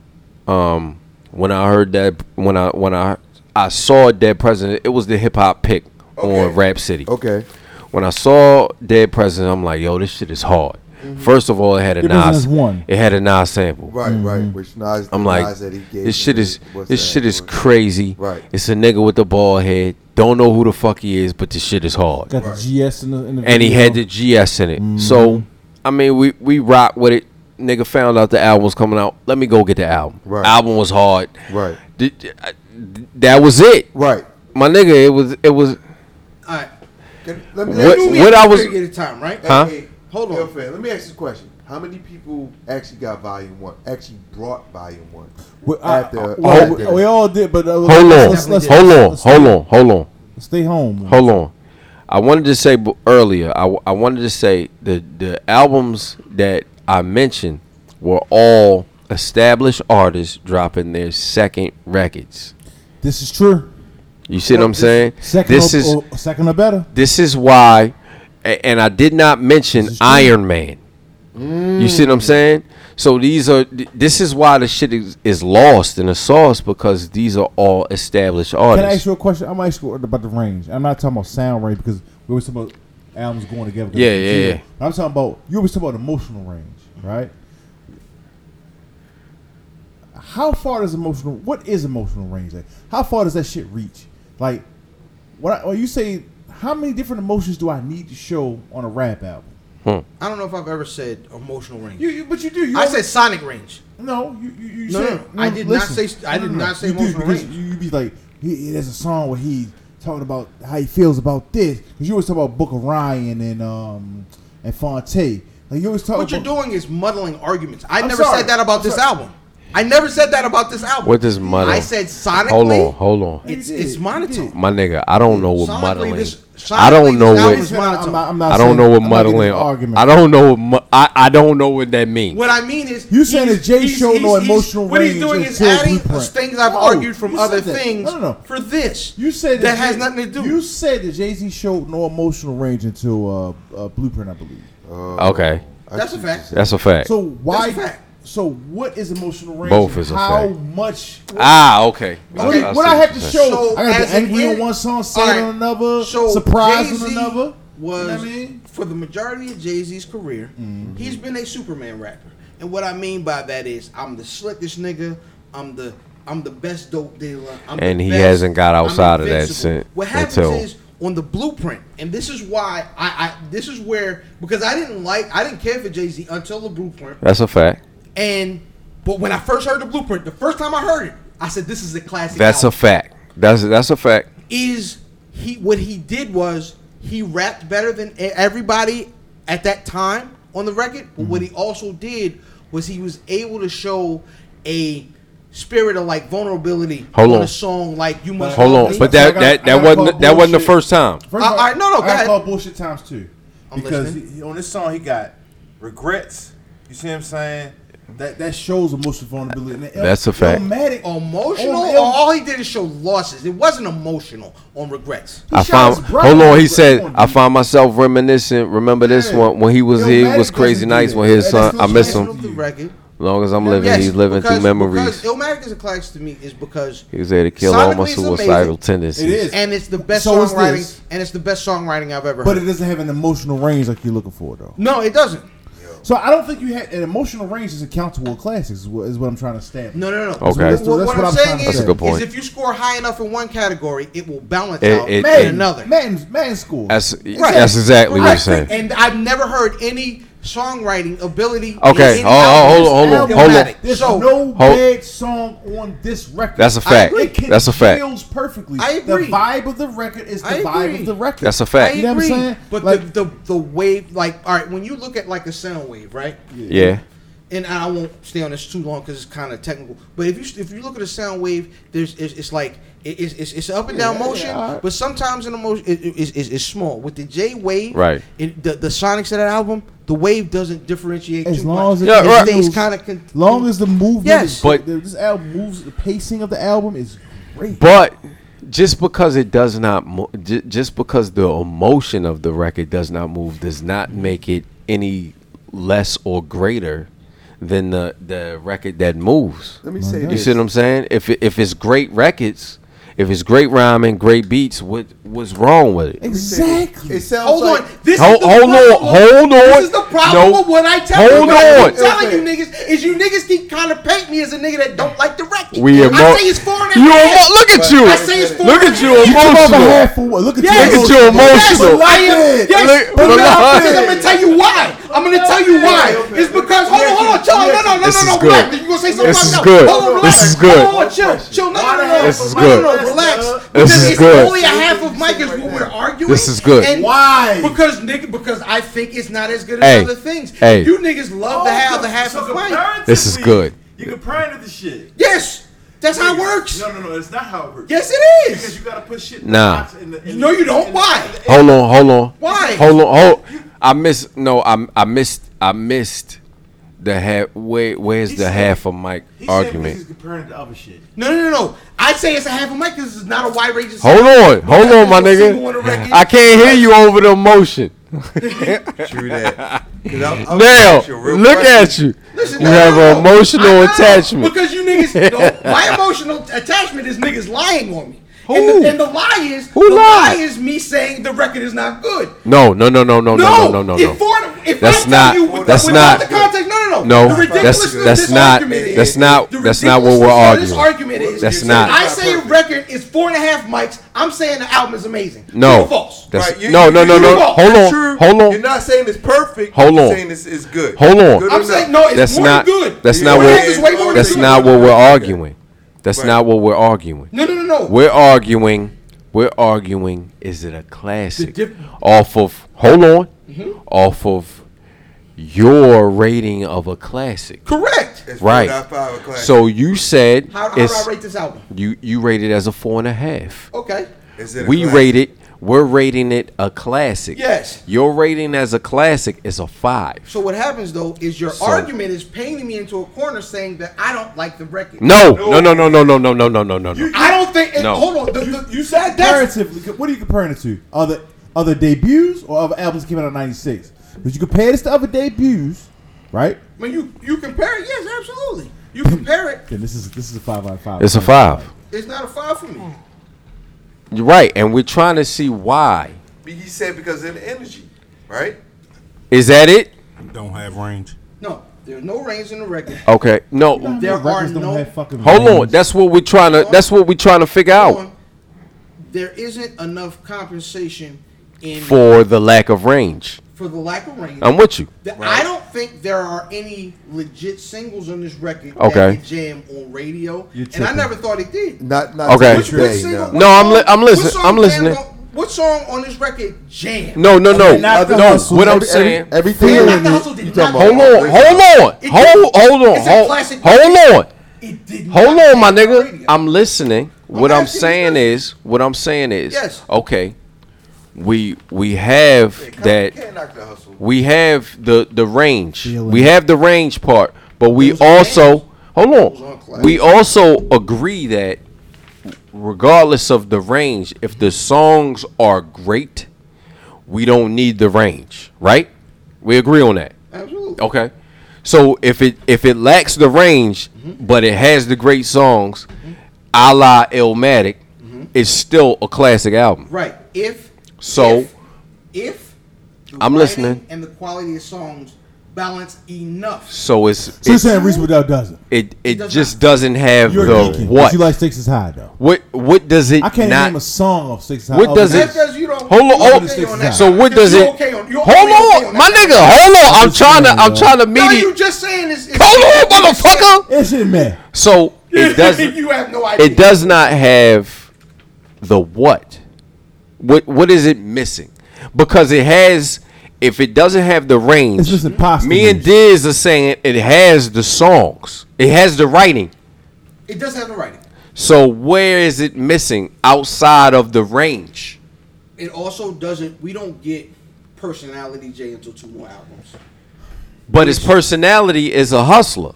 Speaker 4: Um, when I heard that when I when I I saw Dead President, it was the hip hop pick on
Speaker 3: Okay.
Speaker 4: Rap City.
Speaker 3: okay.
Speaker 4: When I saw Dead President, I'm like, yo, this shit is hard. First of all, it had a
Speaker 2: It was
Speaker 4: Nas.
Speaker 2: just one.
Speaker 4: It had a Nas sample.
Speaker 3: Mm-hmm. Right, right. Which Nas,
Speaker 4: Mm-hmm. I'm
Speaker 3: the
Speaker 4: like,
Speaker 3: Nas that he gave
Speaker 4: this shit
Speaker 3: me
Speaker 4: is
Speaker 3: was
Speaker 4: this
Speaker 3: that
Speaker 4: shit is
Speaker 3: one.
Speaker 4: crazy.
Speaker 3: Right.
Speaker 4: It's a nigga with a bald head. Don't know who the fuck he is, but this shit is hard.
Speaker 6: Got the GS in the, in the
Speaker 4: And he
Speaker 6: video.
Speaker 4: had the GS in it. So,
Speaker 3: Mm-hmm.
Speaker 4: I mean, we we rock with it. Nigga found out the album was coming out. Let me go get the album.
Speaker 3: Right.
Speaker 4: Album was hard.
Speaker 3: Right.
Speaker 4: D- d- I- d- that was it.
Speaker 3: Right.
Speaker 4: My nigga, it was it was
Speaker 1: All right.
Speaker 3: Can- let me-
Speaker 1: They
Speaker 4: What-
Speaker 1: knew we had
Speaker 4: what I
Speaker 1: a
Speaker 4: was-
Speaker 1: period of time, right?
Speaker 4: Huh?
Speaker 3: Hey,
Speaker 1: Hold on.
Speaker 3: Yo, Fred, let me ask you a question. How many people actually got volume one? Actually brought volume one?
Speaker 2: We, I-
Speaker 3: After,
Speaker 2: I-
Speaker 3: after-
Speaker 2: well, we- we all did, but uh,
Speaker 4: hold on,
Speaker 2: let's- let's-
Speaker 4: hold on,
Speaker 2: let's
Speaker 4: hold
Speaker 2: stay-
Speaker 4: on, hold on.
Speaker 2: Stay home. man.
Speaker 4: Hold on. I wanted to say b- earlier. I, w- I wanted to say the the albums that I mentioned were all established artists dropping their second records.
Speaker 2: This is true.
Speaker 4: You see what I'm saying?
Speaker 2: Second,
Speaker 4: This
Speaker 2: or,
Speaker 4: is
Speaker 2: or second or better.
Speaker 4: this is why, a- and I did not mention Iron Man. You see what
Speaker 2: Mm.
Speaker 4: I'm saying? So these are th- this is why the shit is, is lost in the sauce because these are all established
Speaker 2: Can I ask
Speaker 4: artists.
Speaker 2: you a question? I'm asking you about the range. I'm not talking about sound range because we were talking about albums going together.
Speaker 4: Yeah, yeah,
Speaker 2: But
Speaker 4: yeah.
Speaker 2: I'm talking about you always talking about emotional range, right? How far does emotional? What is emotional range? Like, how far does that shit reach? Like, when, I, when you say How many different emotions do I need to show on a rap album?
Speaker 1: I don't know if I've ever said emotional range.
Speaker 2: You, you but you do. You
Speaker 1: I
Speaker 2: always-
Speaker 1: said sonic range.
Speaker 2: no. You, you, you
Speaker 1: No, no,
Speaker 2: said-
Speaker 1: no, I did not say- I did not say
Speaker 2: you do,
Speaker 1: emotional
Speaker 2: because
Speaker 1: range.
Speaker 2: You, you be like, he, he- there's a song where he talking about how he feels about this. Because you always talk about Book of Ryan and um and Fonte. Like you always talk.
Speaker 1: What you're
Speaker 2: about,
Speaker 1: doing is muddling arguments. I
Speaker 2: Oh. I'm
Speaker 1: never
Speaker 2: sorry.
Speaker 1: said that about
Speaker 2: I'm
Speaker 1: this
Speaker 2: sorry.
Speaker 1: album. I never said that about this album.
Speaker 4: What is muddle?
Speaker 1: I said sonically.
Speaker 4: Hold on, hold on.
Speaker 1: It's it's monotone.
Speaker 4: My nigga, I don't know what
Speaker 1: Sonically,
Speaker 4: muddling.
Speaker 1: this- sonically,
Speaker 4: I don't know
Speaker 1: this
Speaker 4: what.
Speaker 1: album is
Speaker 2: I'm not, I'm not
Speaker 4: I don't
Speaker 2: saying-
Speaker 4: know what
Speaker 2: I'm not getting
Speaker 4: muddling.
Speaker 2: into Argument.
Speaker 4: I don't know what mu- I, I don't know what that means.
Speaker 1: What I mean is,
Speaker 2: You saying that Jay
Speaker 1: he's-
Speaker 2: showed
Speaker 1: he's-
Speaker 2: no
Speaker 1: he's-
Speaker 2: emotional
Speaker 1: What he's
Speaker 2: range
Speaker 1: doing
Speaker 2: is
Speaker 1: is
Speaker 2: Jay's
Speaker 1: adding
Speaker 2: blueprint.
Speaker 1: things I've
Speaker 2: No,
Speaker 1: argued from
Speaker 2: you said
Speaker 1: other
Speaker 2: that.
Speaker 1: things
Speaker 2: No, no, no.
Speaker 1: for this.
Speaker 2: You said
Speaker 1: that
Speaker 2: Jay-
Speaker 1: has nothing to do.
Speaker 2: You said that Jay Z showed no emotional range until uh, uh, Blueprint, I believe.
Speaker 4: okay,
Speaker 1: That's a fact.
Speaker 4: that's a fact.
Speaker 2: So why?
Speaker 1: That's a fact.
Speaker 2: So what is emotional range?
Speaker 4: Both
Speaker 2: and
Speaker 4: is a
Speaker 2: How
Speaker 4: fact.
Speaker 2: much?
Speaker 4: ah, okay.
Speaker 2: What,
Speaker 4: Okay,
Speaker 2: do-
Speaker 4: I
Speaker 2: what
Speaker 4: see
Speaker 2: I have to
Speaker 4: you're
Speaker 2: show?
Speaker 4: saying.
Speaker 1: So,
Speaker 2: I got to
Speaker 1: as
Speaker 2: be angry
Speaker 1: an
Speaker 2: on one song, sad
Speaker 1: Alright,
Speaker 2: on another,
Speaker 1: So
Speaker 2: surprise on
Speaker 1: Jay-Z
Speaker 2: another.
Speaker 1: Was
Speaker 2: You know what I mean? Mm-hmm.
Speaker 1: for the majority of Jay Z's career, he's been a Superman rapper. And what I mean by that is, I'm the slickest nigga. I'm the I'm the best dope dealer. I'm the
Speaker 4: And he
Speaker 1: best,
Speaker 4: hasn't got
Speaker 1: I'm
Speaker 4: outside of that
Speaker 1: invincible.
Speaker 4: since-
Speaker 1: What happens
Speaker 4: until-
Speaker 1: is on the blueprint, and this is why I, I this is where because I didn't like I didn't care for Jay Z until the blueprint.
Speaker 4: That's a fact.
Speaker 1: And but when I first heard the blueprint, the first time I heard it, I said this is a classic.
Speaker 4: That's
Speaker 1: album
Speaker 4: a fact. That's that's a fact.
Speaker 1: is he what he did was he rapped better than e- everybody at that time on the record. But what he
Speaker 4: Mm-hmm.
Speaker 1: also did was he was able to show a spirit of like vulnerability
Speaker 4: Hold
Speaker 1: on,
Speaker 4: on.
Speaker 1: a song like you must
Speaker 4: Hold
Speaker 1: Love
Speaker 4: on,
Speaker 1: Me.
Speaker 4: but
Speaker 2: I
Speaker 4: that
Speaker 2: got-
Speaker 4: that,
Speaker 2: I
Speaker 4: that
Speaker 2: gotta
Speaker 4: wasn't
Speaker 2: call
Speaker 4: that wasn't the
Speaker 2: bullshit.
Speaker 4: first time.
Speaker 2: First
Speaker 1: Uh,
Speaker 2: of all,
Speaker 1: alright, no, no, go
Speaker 2: I gotta
Speaker 1: ahead.
Speaker 2: call bullshit times two
Speaker 1: I'm
Speaker 2: because
Speaker 1: listening.
Speaker 2: he- on this song he got regrets. You see what I'm saying? That that shows emotional vulnerability. And the-
Speaker 4: That's a fact.
Speaker 2: Illmatic-
Speaker 1: Emotional,
Speaker 2: Oh,
Speaker 1: or
Speaker 2: ill-
Speaker 1: all he did is show losses. It wasn't emotional on regrets.
Speaker 2: He
Speaker 4: I
Speaker 2: shot
Speaker 4: found.
Speaker 2: his brother.
Speaker 4: Hold on, he
Speaker 2: Come
Speaker 4: said.
Speaker 2: on,
Speaker 4: I
Speaker 2: dude.
Speaker 4: find myself reminiscent. Remember this
Speaker 2: Yeah.
Speaker 4: one when he was
Speaker 2: Yo,
Speaker 4: here.
Speaker 2: Madden
Speaker 4: was crazy
Speaker 2: doesn't do
Speaker 4: nice
Speaker 2: that.
Speaker 4: when
Speaker 2: That's
Speaker 4: his son.
Speaker 2: not
Speaker 4: I miss
Speaker 2: Madden.
Speaker 1: Of
Speaker 4: him.
Speaker 1: the record.
Speaker 4: Long as I'm living, he's living
Speaker 1: because-
Speaker 4: through memories.
Speaker 1: Because Illmatic is a classic to me is because
Speaker 4: He was able to kill all
Speaker 1: sonically
Speaker 4: my
Speaker 1: it's amazing,
Speaker 4: suicidal tendencies.
Speaker 2: It is.
Speaker 1: and it's the best
Speaker 2: So is
Speaker 1: songwriting,
Speaker 2: this.
Speaker 1: and it's the best songwriting I've ever
Speaker 2: But
Speaker 1: heard.
Speaker 2: it doesn't have an emotional range like you're looking for, though.
Speaker 1: no, it doesn't.
Speaker 2: So I don't think you have an emotional range is accountable classics is what, is what I'm trying to stamp.
Speaker 1: No, no, no.
Speaker 4: Okay.
Speaker 1: What, what,
Speaker 2: That's what
Speaker 1: I'm
Speaker 2: I'm
Speaker 1: saying
Speaker 2: trying
Speaker 1: is,
Speaker 2: to That's a
Speaker 4: good point.
Speaker 1: is if you score high enough in one category, it will balance
Speaker 4: It-
Speaker 1: out in
Speaker 4: it- it-
Speaker 1: another.
Speaker 2: Man's man's school.
Speaker 4: That's that's exactly what
Speaker 1: Right.
Speaker 4: I'm saying.
Speaker 1: And I've never heard any songwriting ability.
Speaker 4: Okay,
Speaker 1: in any
Speaker 4: oh, oh,
Speaker 1: album
Speaker 4: hold
Speaker 1: that's
Speaker 4: on, hold on,
Speaker 1: Illmatic.
Speaker 4: hold
Speaker 2: There's
Speaker 1: So,
Speaker 2: no
Speaker 4: Hold-
Speaker 2: bad song on this record.
Speaker 4: That's a fact.
Speaker 2: It can-
Speaker 4: That's a fact.
Speaker 2: feels perfectly.
Speaker 1: I agree.
Speaker 2: The vibe of the record is the
Speaker 1: I agree.
Speaker 2: vibe of the record.
Speaker 4: That's a
Speaker 1: I
Speaker 4: fact.
Speaker 2: You know what I'm
Speaker 1: agree,
Speaker 2: saying?
Speaker 1: but
Speaker 2: Like-
Speaker 1: the, the the wave, like, all right, when you look at like a sound wave, right?
Speaker 4: Yeah.
Speaker 1: and I won't stay on this too long because it's kind of technical. But if you if you look at a sound wave, there's it's, it's like it- it's, it's it's up and down motion, but sometimes in the motion it, it- it's, it's, it's small. With the J wave,
Speaker 4: Right.
Speaker 1: It, the the sonics of that album, the wave doesn't differentiate
Speaker 2: As
Speaker 1: too
Speaker 2: long
Speaker 1: much.
Speaker 2: as it
Speaker 4: Yeah, right.
Speaker 1: stays
Speaker 2: moves,
Speaker 1: kind of con-
Speaker 2: long as the movement,
Speaker 1: Yes.
Speaker 2: is,
Speaker 4: But-
Speaker 2: the- this album moves, the pacing of the album is great.
Speaker 4: But just because it does not, mo- ju- just because the emotion of the record does not move, does not make it any less or greater than the the record that moves.
Speaker 7: Let me say
Speaker 4: You
Speaker 7: this.
Speaker 4: see what I'm saying? If it, if it's great records, if it's great rhyming, great beats, what what's wrong with it?
Speaker 2: exactly.
Speaker 7: It sounds
Speaker 1: Hold
Speaker 7: like
Speaker 1: on. This
Speaker 4: Hold-
Speaker 1: is the
Speaker 4: hold on,
Speaker 1: problem.
Speaker 4: hold
Speaker 1: This
Speaker 4: on.
Speaker 1: is the problem
Speaker 4: No.
Speaker 1: with what I tell
Speaker 4: Hold
Speaker 1: you. What
Speaker 4: on.
Speaker 1: I'm telling you niggas is you niggas keep kind of paint me as a nigga that don't like the record.
Speaker 4: We emo-
Speaker 1: I say it's foreign.
Speaker 4: You emo- look at you.
Speaker 1: I say it's foreign.
Speaker 4: Look at you
Speaker 2: You come off a
Speaker 4: emotional.
Speaker 2: half full- Look at
Speaker 1: Yes.
Speaker 2: you.
Speaker 4: Look at you emotional.
Speaker 2: Like it.
Speaker 1: Yes,
Speaker 4: Look-
Speaker 1: but
Speaker 4: look
Speaker 1: no,
Speaker 4: at
Speaker 1: because
Speaker 4: it.
Speaker 1: I'm gonna tell you why. I'm gonna tell you why. It's because hold on, hold on, chill. out. No, no, no,
Speaker 4: This
Speaker 1: no,
Speaker 4: is
Speaker 1: no. Relax.
Speaker 4: good.
Speaker 1: You gonna say something?
Speaker 4: This is
Speaker 1: else.
Speaker 4: good.
Speaker 1: Hold on,
Speaker 4: This
Speaker 1: relax.
Speaker 4: is good.
Speaker 1: Hold on, chill, chill. No, no, no.
Speaker 4: This is
Speaker 1: no,
Speaker 4: good.
Speaker 1: No, no, relax.
Speaker 4: This
Speaker 1: Because
Speaker 4: is
Speaker 1: it's
Speaker 4: good.
Speaker 1: Only a half of Mike is what we're arguing.
Speaker 4: This is good.
Speaker 1: And
Speaker 2: Why?
Speaker 1: Because nigga, because I think it's not as good as
Speaker 4: Hey.
Speaker 1: other things.
Speaker 4: Hey.
Speaker 1: You niggas love to have Oh, the half of Mike.
Speaker 4: This is good.
Speaker 9: You comparing to the shit.
Speaker 1: Yes, that's how it works.
Speaker 9: no, no. It's not how it works.
Speaker 1: Yes, it
Speaker 9: Because
Speaker 1: is.
Speaker 9: you gotta put shit. in
Speaker 4: Nah.
Speaker 9: the box in the- in
Speaker 1: No,
Speaker 9: the-
Speaker 1: you don't.
Speaker 9: in the-
Speaker 1: Why?
Speaker 4: Hold on, hold on.
Speaker 1: Why?
Speaker 4: Hold on, hold. I missed. No, I I missed. I missed the half. Where, where's the
Speaker 9: said-
Speaker 4: half of Mike
Speaker 9: He said because
Speaker 4: argument?
Speaker 9: He's comparing it to other shit.
Speaker 1: No, no, no, no. I say it's a half of Mike because it's not a wide range. of
Speaker 4: Hold on, hold on, my
Speaker 1: Because it's a single on the
Speaker 4: nigga.
Speaker 1: record.
Speaker 4: I can't hear you over the emotion.
Speaker 10: True that. 'Cause I'm- I'm
Speaker 4: Now,
Speaker 10: actually a real
Speaker 4: look
Speaker 10: person.
Speaker 4: at you.
Speaker 1: Listen,
Speaker 4: You
Speaker 1: no, no,
Speaker 4: have
Speaker 1: no,
Speaker 4: an
Speaker 1: no. I
Speaker 4: emotional
Speaker 1: know,
Speaker 4: attachment.
Speaker 1: Because you niggas, no, my emotional attachment is niggas lying on me. And
Speaker 4: Who?
Speaker 1: the, and the lie is,
Speaker 4: Who
Speaker 1: the
Speaker 4: lied?
Speaker 1: lie is me saying the record is not good.
Speaker 4: Oh, No, no, no, no, no, no, no, no, no.
Speaker 1: If, for, if
Speaker 4: That's
Speaker 1: I tell
Speaker 4: not-
Speaker 1: you with-
Speaker 4: that's
Speaker 1: without
Speaker 4: not-
Speaker 1: the context, no, no, no. no.
Speaker 4: No,
Speaker 1: The
Speaker 4: that's
Speaker 1: ridiculousness of
Speaker 4: that's
Speaker 1: this
Speaker 4: not
Speaker 1: argument
Speaker 4: that's
Speaker 1: is-
Speaker 4: not
Speaker 1: the
Speaker 4: that's not what we're
Speaker 1: ridiculousness of
Speaker 4: arguing.
Speaker 1: This argument is
Speaker 4: that's not.
Speaker 1: I say a record is four and a half mics. I'm saying the album is amazing. True
Speaker 4: No.
Speaker 1: or false.
Speaker 4: That's- Right, you- no, no, no,
Speaker 1: True or
Speaker 4: no.
Speaker 1: false?
Speaker 4: Hold on,
Speaker 1: True.
Speaker 4: hold on.
Speaker 1: You're not saying it's perfect.
Speaker 4: Hold on. Hold on.
Speaker 1: I'm saying no. It's
Speaker 4: that's
Speaker 1: more
Speaker 4: not.
Speaker 1: than good.
Speaker 4: That's
Speaker 1: It
Speaker 4: not
Speaker 1: is way more
Speaker 4: what.
Speaker 1: than
Speaker 4: That's
Speaker 1: good.
Speaker 4: not what we're arguing. That's not what we're arguing.
Speaker 1: No, no, no, no.
Speaker 4: We're arguing. We're arguing. Is it a classic?
Speaker 1: The diff-
Speaker 4: off of. Hold on.
Speaker 1: Mhm.
Speaker 4: Off of your rating of a classic.
Speaker 1: Correct. It's four
Speaker 4: right.
Speaker 1: out of five a classic.
Speaker 4: So you said
Speaker 1: How- how do I
Speaker 4: it's-
Speaker 1: rate Oh, this album?
Speaker 4: You you rate it as a four and a half.
Speaker 1: Okay.
Speaker 10: Is it a
Speaker 4: we
Speaker 10: classic?
Speaker 4: rate it. We're rating it a classic.
Speaker 1: Yes.
Speaker 4: Your rating as a classic is a five.
Speaker 1: So what happens though is your
Speaker 4: So-
Speaker 1: argument is painting me into a corner, saying that I don't like the record.
Speaker 4: No, no, no, no, no, no, no, no, no, no, no.
Speaker 1: I don't think.
Speaker 4: No.
Speaker 1: Hold on. The, the, you said that's
Speaker 2: Comparatively, what are you comparing it to? Other other debuts or other albums that came out in '96? Because you compare this to other debuts, right?
Speaker 1: when you you compare it. Yes, absolutely. You compare it.
Speaker 2: Then this is this is a five out of five.
Speaker 4: It's a five.
Speaker 1: It's not a five for me.
Speaker 4: You're right, and we're trying to see why.
Speaker 10: He said because of the energy, right?
Speaker 4: Is that it?
Speaker 6: Don't have range.
Speaker 1: No, there's no range in the record.
Speaker 4: Okay. No.
Speaker 1: There are
Speaker 2: records don't
Speaker 1: no.
Speaker 2: have fucking
Speaker 4: Hold on.
Speaker 2: range.
Speaker 4: That's what we're trying to. That's what we're trying to figure out
Speaker 1: There isn't enough compensation in
Speaker 4: for the lack of range.
Speaker 1: for the lack of range.
Speaker 4: I'm with you.
Speaker 1: The- I don't think there are any legit singles on this record
Speaker 4: Okay.
Speaker 1: that could jam on radio,
Speaker 7: You're
Speaker 1: and I
Speaker 7: tripping.
Speaker 1: never thought it did.
Speaker 7: Not not
Speaker 4: Okay.
Speaker 7: Which, which
Speaker 1: single-
Speaker 4: No, I'm li-
Speaker 1: song-
Speaker 4: I'm
Speaker 1: what
Speaker 4: listening.
Speaker 1: song
Speaker 4: I'm
Speaker 1: jammed
Speaker 4: listening.
Speaker 1: on- what song on this record jam?
Speaker 4: No, no, no, no. What I'm
Speaker 7: Every-
Speaker 4: saying.
Speaker 7: every- everything.
Speaker 1: Not the
Speaker 7: in it,
Speaker 1: Hustle did
Speaker 7: you
Speaker 1: not
Speaker 7: talking
Speaker 1: go
Speaker 7: about-
Speaker 4: Hold on. Hold on.
Speaker 1: It
Speaker 4: Hold
Speaker 1: did-
Speaker 4: hold on.
Speaker 1: it's a
Speaker 4: Hold,
Speaker 1: classic
Speaker 4: hold on.
Speaker 1: It did not
Speaker 4: Hold on,
Speaker 1: jam
Speaker 4: my
Speaker 1: on
Speaker 4: nigga.
Speaker 1: radio.
Speaker 4: I'm listening. What
Speaker 1: I'm
Speaker 4: I'm
Speaker 1: asking you
Speaker 4: saying
Speaker 1: this.
Speaker 4: is, what I'm saying is,
Speaker 1: Yes.
Speaker 4: okay, we we have that. We have the the range. We have the range part, but we also hold on. We also agree that regardless of the range, if the songs are great, we don't need the range, right? We agree on that.
Speaker 1: Absolutely.
Speaker 4: Okay. So if it if it lacks the range, but it has the great songs, a la Illmatic, it's still a classic album.
Speaker 1: Right. If
Speaker 4: So
Speaker 1: if, if the
Speaker 4: I'm
Speaker 1: writing
Speaker 4: listening.
Speaker 1: and the quality of songs balance enough.
Speaker 4: so it's,
Speaker 2: So you're
Speaker 4: it's
Speaker 2: saying Reasonable Doubt doesn't?
Speaker 4: it it
Speaker 1: does
Speaker 4: just doesn't have
Speaker 2: You're
Speaker 4: the
Speaker 2: geeking. 'cause
Speaker 4: what
Speaker 2: You like Six is High though.
Speaker 4: what what does it
Speaker 2: I can't
Speaker 4: not
Speaker 2: name a song of Six is High.
Speaker 4: what does
Speaker 2: other
Speaker 4: it
Speaker 1: That's
Speaker 2: than-
Speaker 1: because you don't.
Speaker 4: Hold on,
Speaker 1: you
Speaker 4: hold
Speaker 1: okay
Speaker 2: on.
Speaker 1: that.
Speaker 4: so what
Speaker 1: Because
Speaker 4: does
Speaker 1: you
Speaker 4: it
Speaker 1: Okay on, you
Speaker 4: hold on my nigga hold on I'm
Speaker 2: Just
Speaker 4: trying to
Speaker 2: saying,
Speaker 4: I'm
Speaker 2: bro.
Speaker 4: trying to
Speaker 1: No,
Speaker 4: meet
Speaker 1: you
Speaker 4: it
Speaker 1: just saying this. is-
Speaker 4: hold on motherfucker
Speaker 2: It shouldn't matter.
Speaker 4: so it doesn't
Speaker 1: you have no idea.
Speaker 4: it does not have the what what what is it missing because it has if it doesn't have the range
Speaker 2: It's just impossible.
Speaker 4: me and diz are saying it has the songs it has the writing
Speaker 1: It does have the writing.
Speaker 4: so where is it missing outside of the range
Speaker 1: It also doesn't. We don't get personality J until two more albums.
Speaker 4: but his personality is a hustler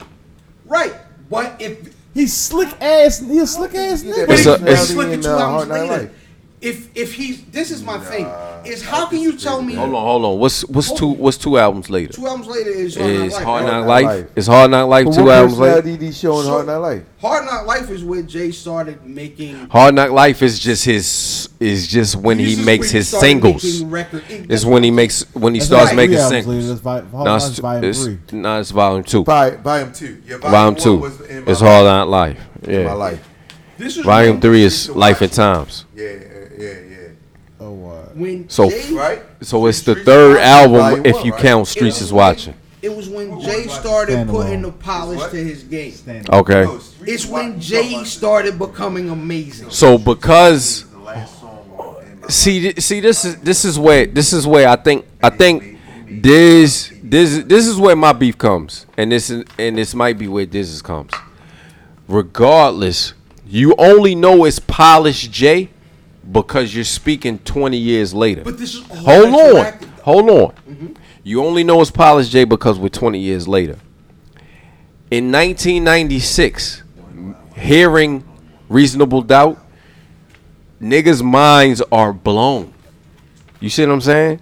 Speaker 1: Right. But if
Speaker 2: He's slick ass. He's a slick ass nigga.
Speaker 1: but
Speaker 4: It's a-
Speaker 1: if you
Speaker 4: it's-
Speaker 1: slick it two
Speaker 7: uh,
Speaker 1: albums
Speaker 7: Hard Knock
Speaker 1: later,
Speaker 7: Life.
Speaker 1: if if he's this is my thing is how can you tell me
Speaker 4: hold on hold on what's what's two what's two albums later
Speaker 1: two albums later is Hard Knock Life?
Speaker 4: is
Speaker 1: right?
Speaker 4: hard not
Speaker 7: Knock
Speaker 4: life
Speaker 7: Life.
Speaker 4: is hard not life
Speaker 7: But
Speaker 4: two
Speaker 7: what
Speaker 4: albums later
Speaker 7: personality did he show in Hard
Speaker 1: So-
Speaker 7: Knock Life?
Speaker 1: Hard Knock Life is where Jay started making.
Speaker 4: Hard Knock Life is just his is just when
Speaker 1: This
Speaker 4: he
Speaker 1: is when
Speaker 4: makes
Speaker 1: he
Speaker 4: his
Speaker 1: started
Speaker 4: singles.
Speaker 1: making record-
Speaker 4: It's when he makes when he
Speaker 2: That's
Speaker 4: starts
Speaker 2: not
Speaker 4: making
Speaker 2: three albums later,
Speaker 4: singles.
Speaker 2: that's vi- Hard
Speaker 4: No,
Speaker 2: Knock's
Speaker 4: it's,
Speaker 2: volume
Speaker 4: it's,
Speaker 2: three.
Speaker 4: no, it's volume two.
Speaker 7: Vi- volume two.
Speaker 10: Yeah,
Speaker 4: Volume
Speaker 10: one
Speaker 4: two.
Speaker 10: was in my
Speaker 4: It's
Speaker 10: life.
Speaker 4: Hard Knock Life. Yeah.
Speaker 7: My life.
Speaker 1: This is
Speaker 4: Volume
Speaker 1: when-
Speaker 4: three is Life and Times.
Speaker 10: Yeah, yeah, yeah.
Speaker 2: Oh, wow.
Speaker 1: When
Speaker 4: So-
Speaker 1: Jay,
Speaker 10: Right?
Speaker 4: So it's the
Speaker 10: Streets
Speaker 4: third
Speaker 10: is
Speaker 4: album
Speaker 10: Volume
Speaker 4: if
Speaker 10: one,
Speaker 4: you
Speaker 10: right?
Speaker 4: count Streets is watching.
Speaker 1: It was when Jay started
Speaker 2: Stand
Speaker 1: putting
Speaker 2: alone.
Speaker 1: the polish to his game.
Speaker 4: Okay.
Speaker 10: No, Streets
Speaker 1: It's
Speaker 10: is
Speaker 1: when
Speaker 10: Watching.
Speaker 1: Jay started becoming amazing.
Speaker 4: So because
Speaker 10: The last song on in my
Speaker 4: see thi- see this is this is where this is where I think I think this this this is where my beef comes and this is, and this might be where this is comes. Regardless, you only know it's polished J because you're speaking 20 years later.
Speaker 1: But this is all
Speaker 4: Hold on. Mm-hmm.
Speaker 1: retroactive, though.
Speaker 4: Hold on. You only know it's polished J because we're 20 years later. In 1996, hearing reasonable doubt, niggas' minds are blown. You see what I'm saying?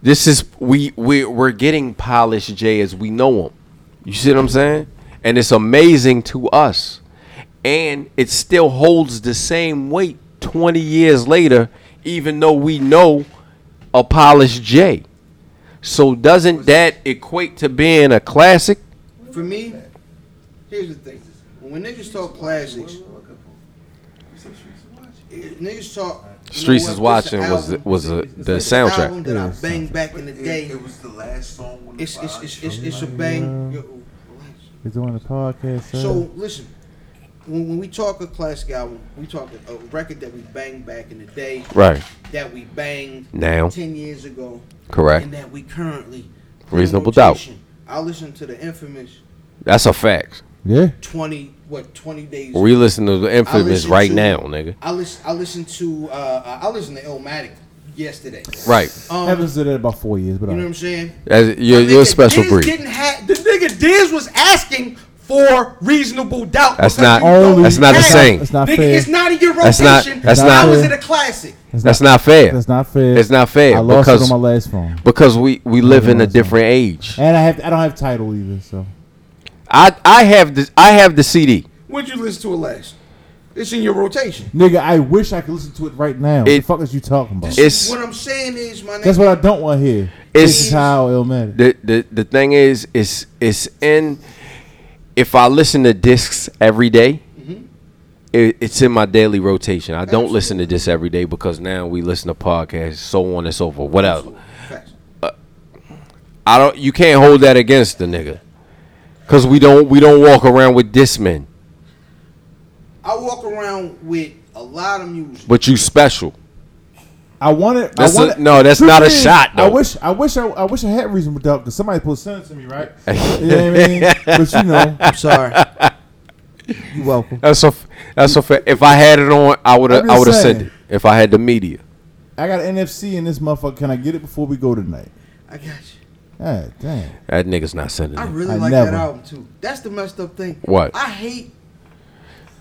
Speaker 4: This is we we we're getting polished J as we know him. You see what I'm saying? And it's amazing to us. And it still holds the same weight 20 years later even though we know a polished J. So doesn't that equate to being a classic?
Speaker 1: For me, here's the thing. When niggas talk classics, if niggas talk. you know
Speaker 4: Streets
Speaker 1: what,
Speaker 4: is
Speaker 1: this
Speaker 4: watching was
Speaker 1: album-
Speaker 4: was a, the
Speaker 1: this album
Speaker 4: soundtrack.
Speaker 1: that I banged back in the day. It, was the last song. It's it's it's, it's, it's a bang. Yo,
Speaker 11: We're doing a podcast. sir.
Speaker 1: So listen, when, when we talk a classic album, we talk a, a record that we banged back in the day,
Speaker 4: Right.
Speaker 1: That we banged
Speaker 4: Now.
Speaker 1: ten years ago,
Speaker 4: Correct.
Speaker 1: and that we currently put in
Speaker 4: Reasonable doubt.
Speaker 1: rotation. I listened to the infamous
Speaker 4: That's a fact.
Speaker 11: Yeah.
Speaker 1: twenty what twenty days.
Speaker 4: We listen to The
Speaker 1: I
Speaker 4: Infamous
Speaker 1: listened
Speaker 4: right now, nigga.
Speaker 1: I listen. I listened to. Uh, I listened to Illmatic yesterday.
Speaker 4: Right.
Speaker 1: Um,
Speaker 11: haven't said that about four years, but
Speaker 1: you know what
Speaker 11: I,
Speaker 1: I'm saying?
Speaker 4: As- you're-
Speaker 1: The
Speaker 4: you're a
Speaker 1: nigga
Speaker 4: special
Speaker 1: Diz
Speaker 4: breed.
Speaker 1: Didn't have, the nigga Diz was asking for reasonable doubt.
Speaker 4: That's
Speaker 1: because
Speaker 4: not-
Speaker 1: you don't
Speaker 4: that's not the
Speaker 1: have-
Speaker 4: same.
Speaker 11: That's not
Speaker 1: nigga,
Speaker 11: fair.
Speaker 1: It's not in your
Speaker 4: That's not-
Speaker 1: rotation.
Speaker 4: that's
Speaker 1: How
Speaker 4: not-
Speaker 1: is it a classic?
Speaker 4: That's not fair.
Speaker 11: that's not fair.
Speaker 4: It's not fair
Speaker 11: I lost
Speaker 4: because
Speaker 11: it on my last phone,
Speaker 4: because we we live in a
Speaker 11: Otherwise,
Speaker 4: different age.
Speaker 11: and I have I don't have title either. So
Speaker 4: I I have the I have the CD.
Speaker 1: When'd you listen to it last? It's in your rotation.
Speaker 11: nigga, I wish I could listen to it right now. What the
Speaker 4: It-
Speaker 11: fuck is you talking about?
Speaker 4: It's
Speaker 1: what I'm saying is, my nigga.
Speaker 11: That's what I don't want to hear. This
Speaker 4: It's-
Speaker 11: is how Illmatic.
Speaker 4: the the the thing is it's it's in. If I listen to discs every day,
Speaker 11: Mm-hmm.
Speaker 4: it, it's in my daily rotation. I don't listen to this every day because now we listen to podcasts, so on and so forth, whatever.
Speaker 1: Facts.
Speaker 4: I don't. You can't hold that against the nigga, cause we don't we don't walk around with this man.
Speaker 1: I walk around with a lot of music.
Speaker 4: But you special.
Speaker 11: I want it.
Speaker 4: That's
Speaker 11: I want
Speaker 4: a-
Speaker 11: it-
Speaker 4: no, that's
Speaker 11: Truth
Speaker 4: not a
Speaker 11: is,
Speaker 4: shot,
Speaker 11: I
Speaker 4: though.
Speaker 11: wish. I wish. I, I wish I had reasonable doubt because somebody supposed to send it to me, right? you know what I mean? But you know,
Speaker 1: I'm sorry.
Speaker 11: you welcome.
Speaker 4: That's a f- that's a fa- if I had it on, I would
Speaker 11: I'm
Speaker 4: have
Speaker 11: just
Speaker 4: I would have sent
Speaker 11: saying.
Speaker 4: it. If I had the media,
Speaker 11: I got NFC in this motherfucker. Can I get it before we go tonight?
Speaker 1: I got you.
Speaker 11: God Ah, damn.
Speaker 4: that nigga's not sending
Speaker 1: I
Speaker 4: it.
Speaker 1: really
Speaker 11: I
Speaker 1: like that
Speaker 11: never-
Speaker 1: album too. That's the messed up thing.
Speaker 4: What?
Speaker 1: I hate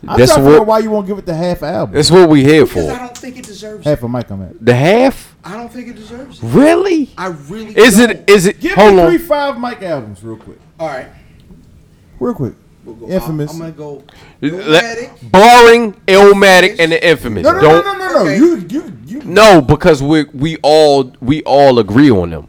Speaker 11: I'm
Speaker 4: That's
Speaker 11: trying to figure out
Speaker 4: what-
Speaker 11: why you won't give it the half album.
Speaker 4: That's what we here
Speaker 1: because I
Speaker 4: for.
Speaker 1: don't think it deserves it.
Speaker 11: Half a mic I'm at.
Speaker 4: The half?
Speaker 1: I don't think it deserves it.
Speaker 4: Really?
Speaker 1: I really
Speaker 4: Is
Speaker 1: don't.
Speaker 4: it? Is it?
Speaker 11: Give
Speaker 4: Hold
Speaker 11: me three
Speaker 4: on.
Speaker 11: five mic albums real quick.
Speaker 1: All right.
Speaker 11: Real quick.
Speaker 1: We'll go-
Speaker 11: Infamous.
Speaker 1: I'm, I'm gonna go. Nomadic.
Speaker 4: Let- Barring Illmatic and the Infamous.
Speaker 11: no, no, no,
Speaker 4: Don't.
Speaker 11: no, no, no.
Speaker 1: Okay.
Speaker 11: You, you, you.
Speaker 4: No, because we we all we all agree on them.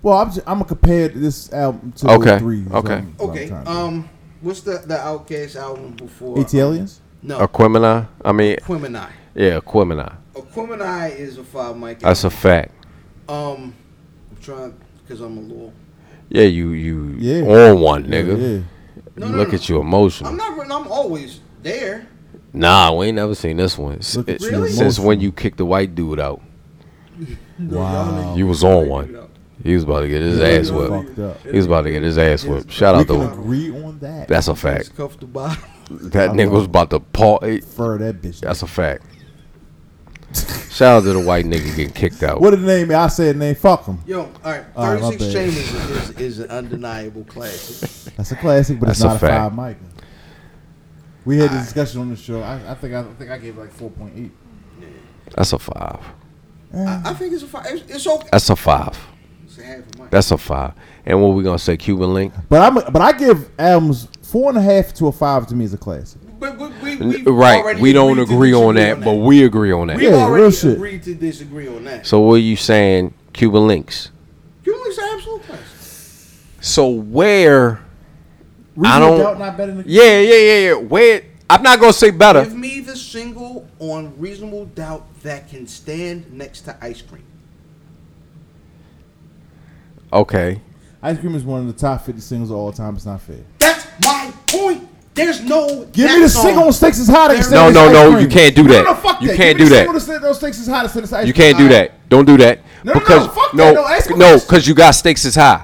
Speaker 11: Well, I'm, just, I'm gonna compare this album to
Speaker 4: Okay,
Speaker 11: those three.
Speaker 4: okay.
Speaker 11: is what I'm- what I'm
Speaker 1: Okay.
Speaker 11: trying to do.
Speaker 1: Um, what's the the Outcast album before?
Speaker 11: ATLians.
Speaker 1: No.
Speaker 4: Aquemini. I mean,
Speaker 1: Aquemini.
Speaker 4: yeah, Aquemini.
Speaker 1: Aquemini is a five mic.
Speaker 4: That's a fact.
Speaker 1: um. I'm trying because I'm a little.
Speaker 4: Yeah, you you
Speaker 11: Yeah.
Speaker 4: on one nigga.
Speaker 11: Yeah.
Speaker 1: No,
Speaker 4: You
Speaker 1: no,
Speaker 4: Look
Speaker 1: no.
Speaker 4: at you emotional.
Speaker 1: I'm not. I'm always there.
Speaker 4: Nah, we ain't never seen this one. S-
Speaker 11: Look at
Speaker 4: it-
Speaker 1: you,
Speaker 4: Since when
Speaker 11: emotional.
Speaker 4: you kicked the white dude out,
Speaker 11: Wow.
Speaker 4: you was on one. He was about to get his ass whipped.
Speaker 11: Fucked up.
Speaker 4: He was about to get his ass whipped. Shout
Speaker 11: We
Speaker 4: out
Speaker 11: can
Speaker 4: to
Speaker 11: agree on that.
Speaker 4: that's a fact.
Speaker 1: Cuff the bottom.
Speaker 4: That nigga was about to paw. it-
Speaker 11: for that bitch.
Speaker 4: That's a fact. Shout out to the white nigga getting kicked out.
Speaker 11: What a name? I said name. Fuck him.
Speaker 1: Yo, all right.
Speaker 11: All right, my
Speaker 1: Thirty Six
Speaker 11: bad.
Speaker 1: Chambers is, is an undeniable classic.
Speaker 11: That's a classic, but it's
Speaker 4: That's a
Speaker 11: not a,
Speaker 4: fact.
Speaker 11: five mic. We had this discussion on the show. I, I think I, think I gave it like four point eight.
Speaker 4: That's a five.
Speaker 1: I, I think it's a five. It's, it's okay.
Speaker 4: That's a five.
Speaker 1: It's a half a mic.
Speaker 4: That's a five. And what we gonna say? Cuban link?
Speaker 11: But I'm but I give albums four and a half to a five to me as a classic.
Speaker 1: But we, we,
Speaker 4: N-
Speaker 1: we've
Speaker 4: Right.
Speaker 1: already
Speaker 4: We don't
Speaker 1: agreed to
Speaker 4: agree on
Speaker 1: disagree
Speaker 4: that, but we agree on that.
Speaker 1: We've
Speaker 11: Yeah,
Speaker 1: already
Speaker 11: real shit.
Speaker 1: agreed to disagree on that.
Speaker 4: So what are you saying? Cuban links.
Speaker 1: Humans are absolute classic.
Speaker 4: So where? I
Speaker 11: Reasonable
Speaker 4: don't-
Speaker 11: Doubt not better than
Speaker 4: Yeah, yeah, yeah, yeah. Where? I'm not gonna say
Speaker 1: Give
Speaker 4: better.
Speaker 1: me the single on reasonable doubt that can stand next to ice cream.
Speaker 4: Okay.
Speaker 11: Ice Cream is one of the top fifty singles of all time. It's not fair.
Speaker 1: That's my point. There's no.
Speaker 11: Give
Speaker 1: that
Speaker 11: me the
Speaker 1: song.
Speaker 11: single on Stakes is hot. and send
Speaker 4: No,
Speaker 11: us
Speaker 4: no,
Speaker 11: Ice
Speaker 4: no.
Speaker 11: Cream.
Speaker 4: You can't do
Speaker 11: No, no,
Speaker 4: that.
Speaker 11: fuck
Speaker 4: You
Speaker 11: that.
Speaker 4: can't
Speaker 11: Give
Speaker 4: do
Speaker 11: me the
Speaker 4: that.
Speaker 11: single that. Those Stakes is hot. and Send us Ice
Speaker 4: You
Speaker 11: Cream.
Speaker 4: can't do that. Don't do that.
Speaker 11: No, no, no,
Speaker 4: because
Speaker 11: fuck that. No,
Speaker 4: no,
Speaker 11: ask him
Speaker 4: no,
Speaker 11: this.
Speaker 4: because you got stakes as high.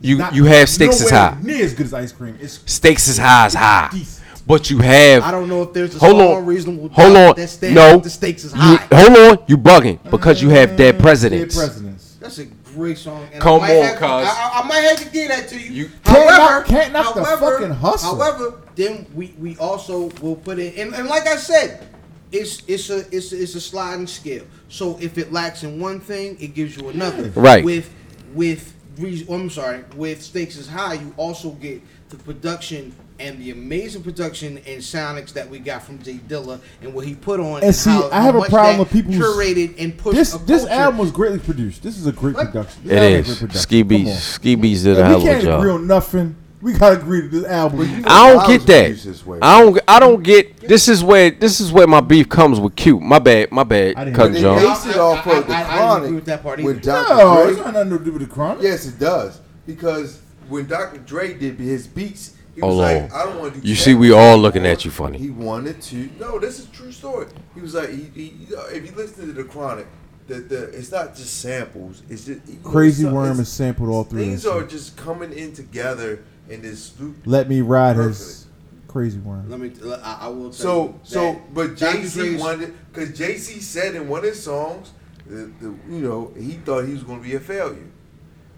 Speaker 4: You
Speaker 11: Not-
Speaker 4: you have stakes as
Speaker 11: nowhere
Speaker 4: high.
Speaker 11: Near as good as Ice Cream. It's
Speaker 4: Stakes as high as high.
Speaker 11: decent.
Speaker 4: But you have
Speaker 1: I don't know if there's a
Speaker 4: Hold
Speaker 1: song
Speaker 4: on.
Speaker 1: on reasonable doubt
Speaker 4: Hold on.
Speaker 1: that stands
Speaker 4: No.
Speaker 1: the stakes is
Speaker 4: You-
Speaker 1: high.
Speaker 4: hold on, you bugging because you have dead presidents.
Speaker 11: Dead presidents.
Speaker 1: That's a great song. And
Speaker 4: Come
Speaker 1: I might
Speaker 4: on,
Speaker 1: have,
Speaker 4: cuz.
Speaker 1: I, I, I might have to give that to you.
Speaker 4: You-
Speaker 11: Can't knock- can't knock the fucking hustle.
Speaker 1: However, then we, we also will put in and, and like I said, it's it's a it's a, it's a sliding scale. So if it lacks in one thing, it gives you another.
Speaker 4: Right.
Speaker 1: With with re- oh, I'm sorry, with stakes is high, you also get the production and the amazing production and sonics that we got from Jay Dilla and what he put on.
Speaker 2: And see,
Speaker 1: how-
Speaker 2: I have
Speaker 1: how
Speaker 2: a
Speaker 1: much
Speaker 2: problem
Speaker 1: that
Speaker 2: with people who's-
Speaker 1: curated and pushed.
Speaker 2: This
Speaker 1: a
Speaker 2: this
Speaker 1: culture.
Speaker 2: album was greatly produced. This is a great production. This
Speaker 4: It
Speaker 2: album a
Speaker 4: is.
Speaker 2: great production.
Speaker 4: Ski
Speaker 2: Come on.
Speaker 4: Beats. Ski Beats did a
Speaker 2: If
Speaker 4: hell
Speaker 2: we
Speaker 4: of a
Speaker 2: can't agree
Speaker 4: job.
Speaker 2: on nothing. We gotta agree to this album.
Speaker 4: I
Speaker 3: I
Speaker 4: don't
Speaker 3: was
Speaker 4: get
Speaker 3: abused this way.
Speaker 4: that. I don't. I don't get. This is where. This is where my beef comes with Q. My bad. My
Speaker 2: I
Speaker 4: bad.
Speaker 2: didn't
Speaker 4: Cut
Speaker 3: They
Speaker 1: John.
Speaker 4: Jones.
Speaker 3: based it off of the
Speaker 1: I- I- I didn't agree with that part
Speaker 3: chronic
Speaker 1: either.
Speaker 3: with Dr.
Speaker 2: No,
Speaker 3: Dre.
Speaker 2: it's got nothing to do with the crime.
Speaker 3: Yes, it does. Because when Dr. Dre did his beats, he was
Speaker 4: Hold
Speaker 3: like,
Speaker 4: on.
Speaker 3: I don't want to do
Speaker 4: You
Speaker 3: that
Speaker 4: see, we all looking
Speaker 3: anymore."
Speaker 4: at you funny.
Speaker 3: He wanted to. No, this is a true story. He was like, he, he, you know, if you listen to the Chronic, the, the it's not just samples. It's just you know,
Speaker 2: Crazy
Speaker 3: it's-
Speaker 2: Worm is
Speaker 3: it's-
Speaker 2: sampled all through
Speaker 3: Things
Speaker 2: that
Speaker 3: are
Speaker 2: shit.
Speaker 3: just coming in together in this loop.
Speaker 2: Let me ride his Crazy Worm.
Speaker 1: Let me. I, I will. Tell you
Speaker 3: So so,
Speaker 1: that
Speaker 3: but
Speaker 1: Dr.
Speaker 3: Jay Z
Speaker 1: Dre's-
Speaker 3: wanted because Jay Z said in one of his songs, that the, you know, he thought he was going to be a failure.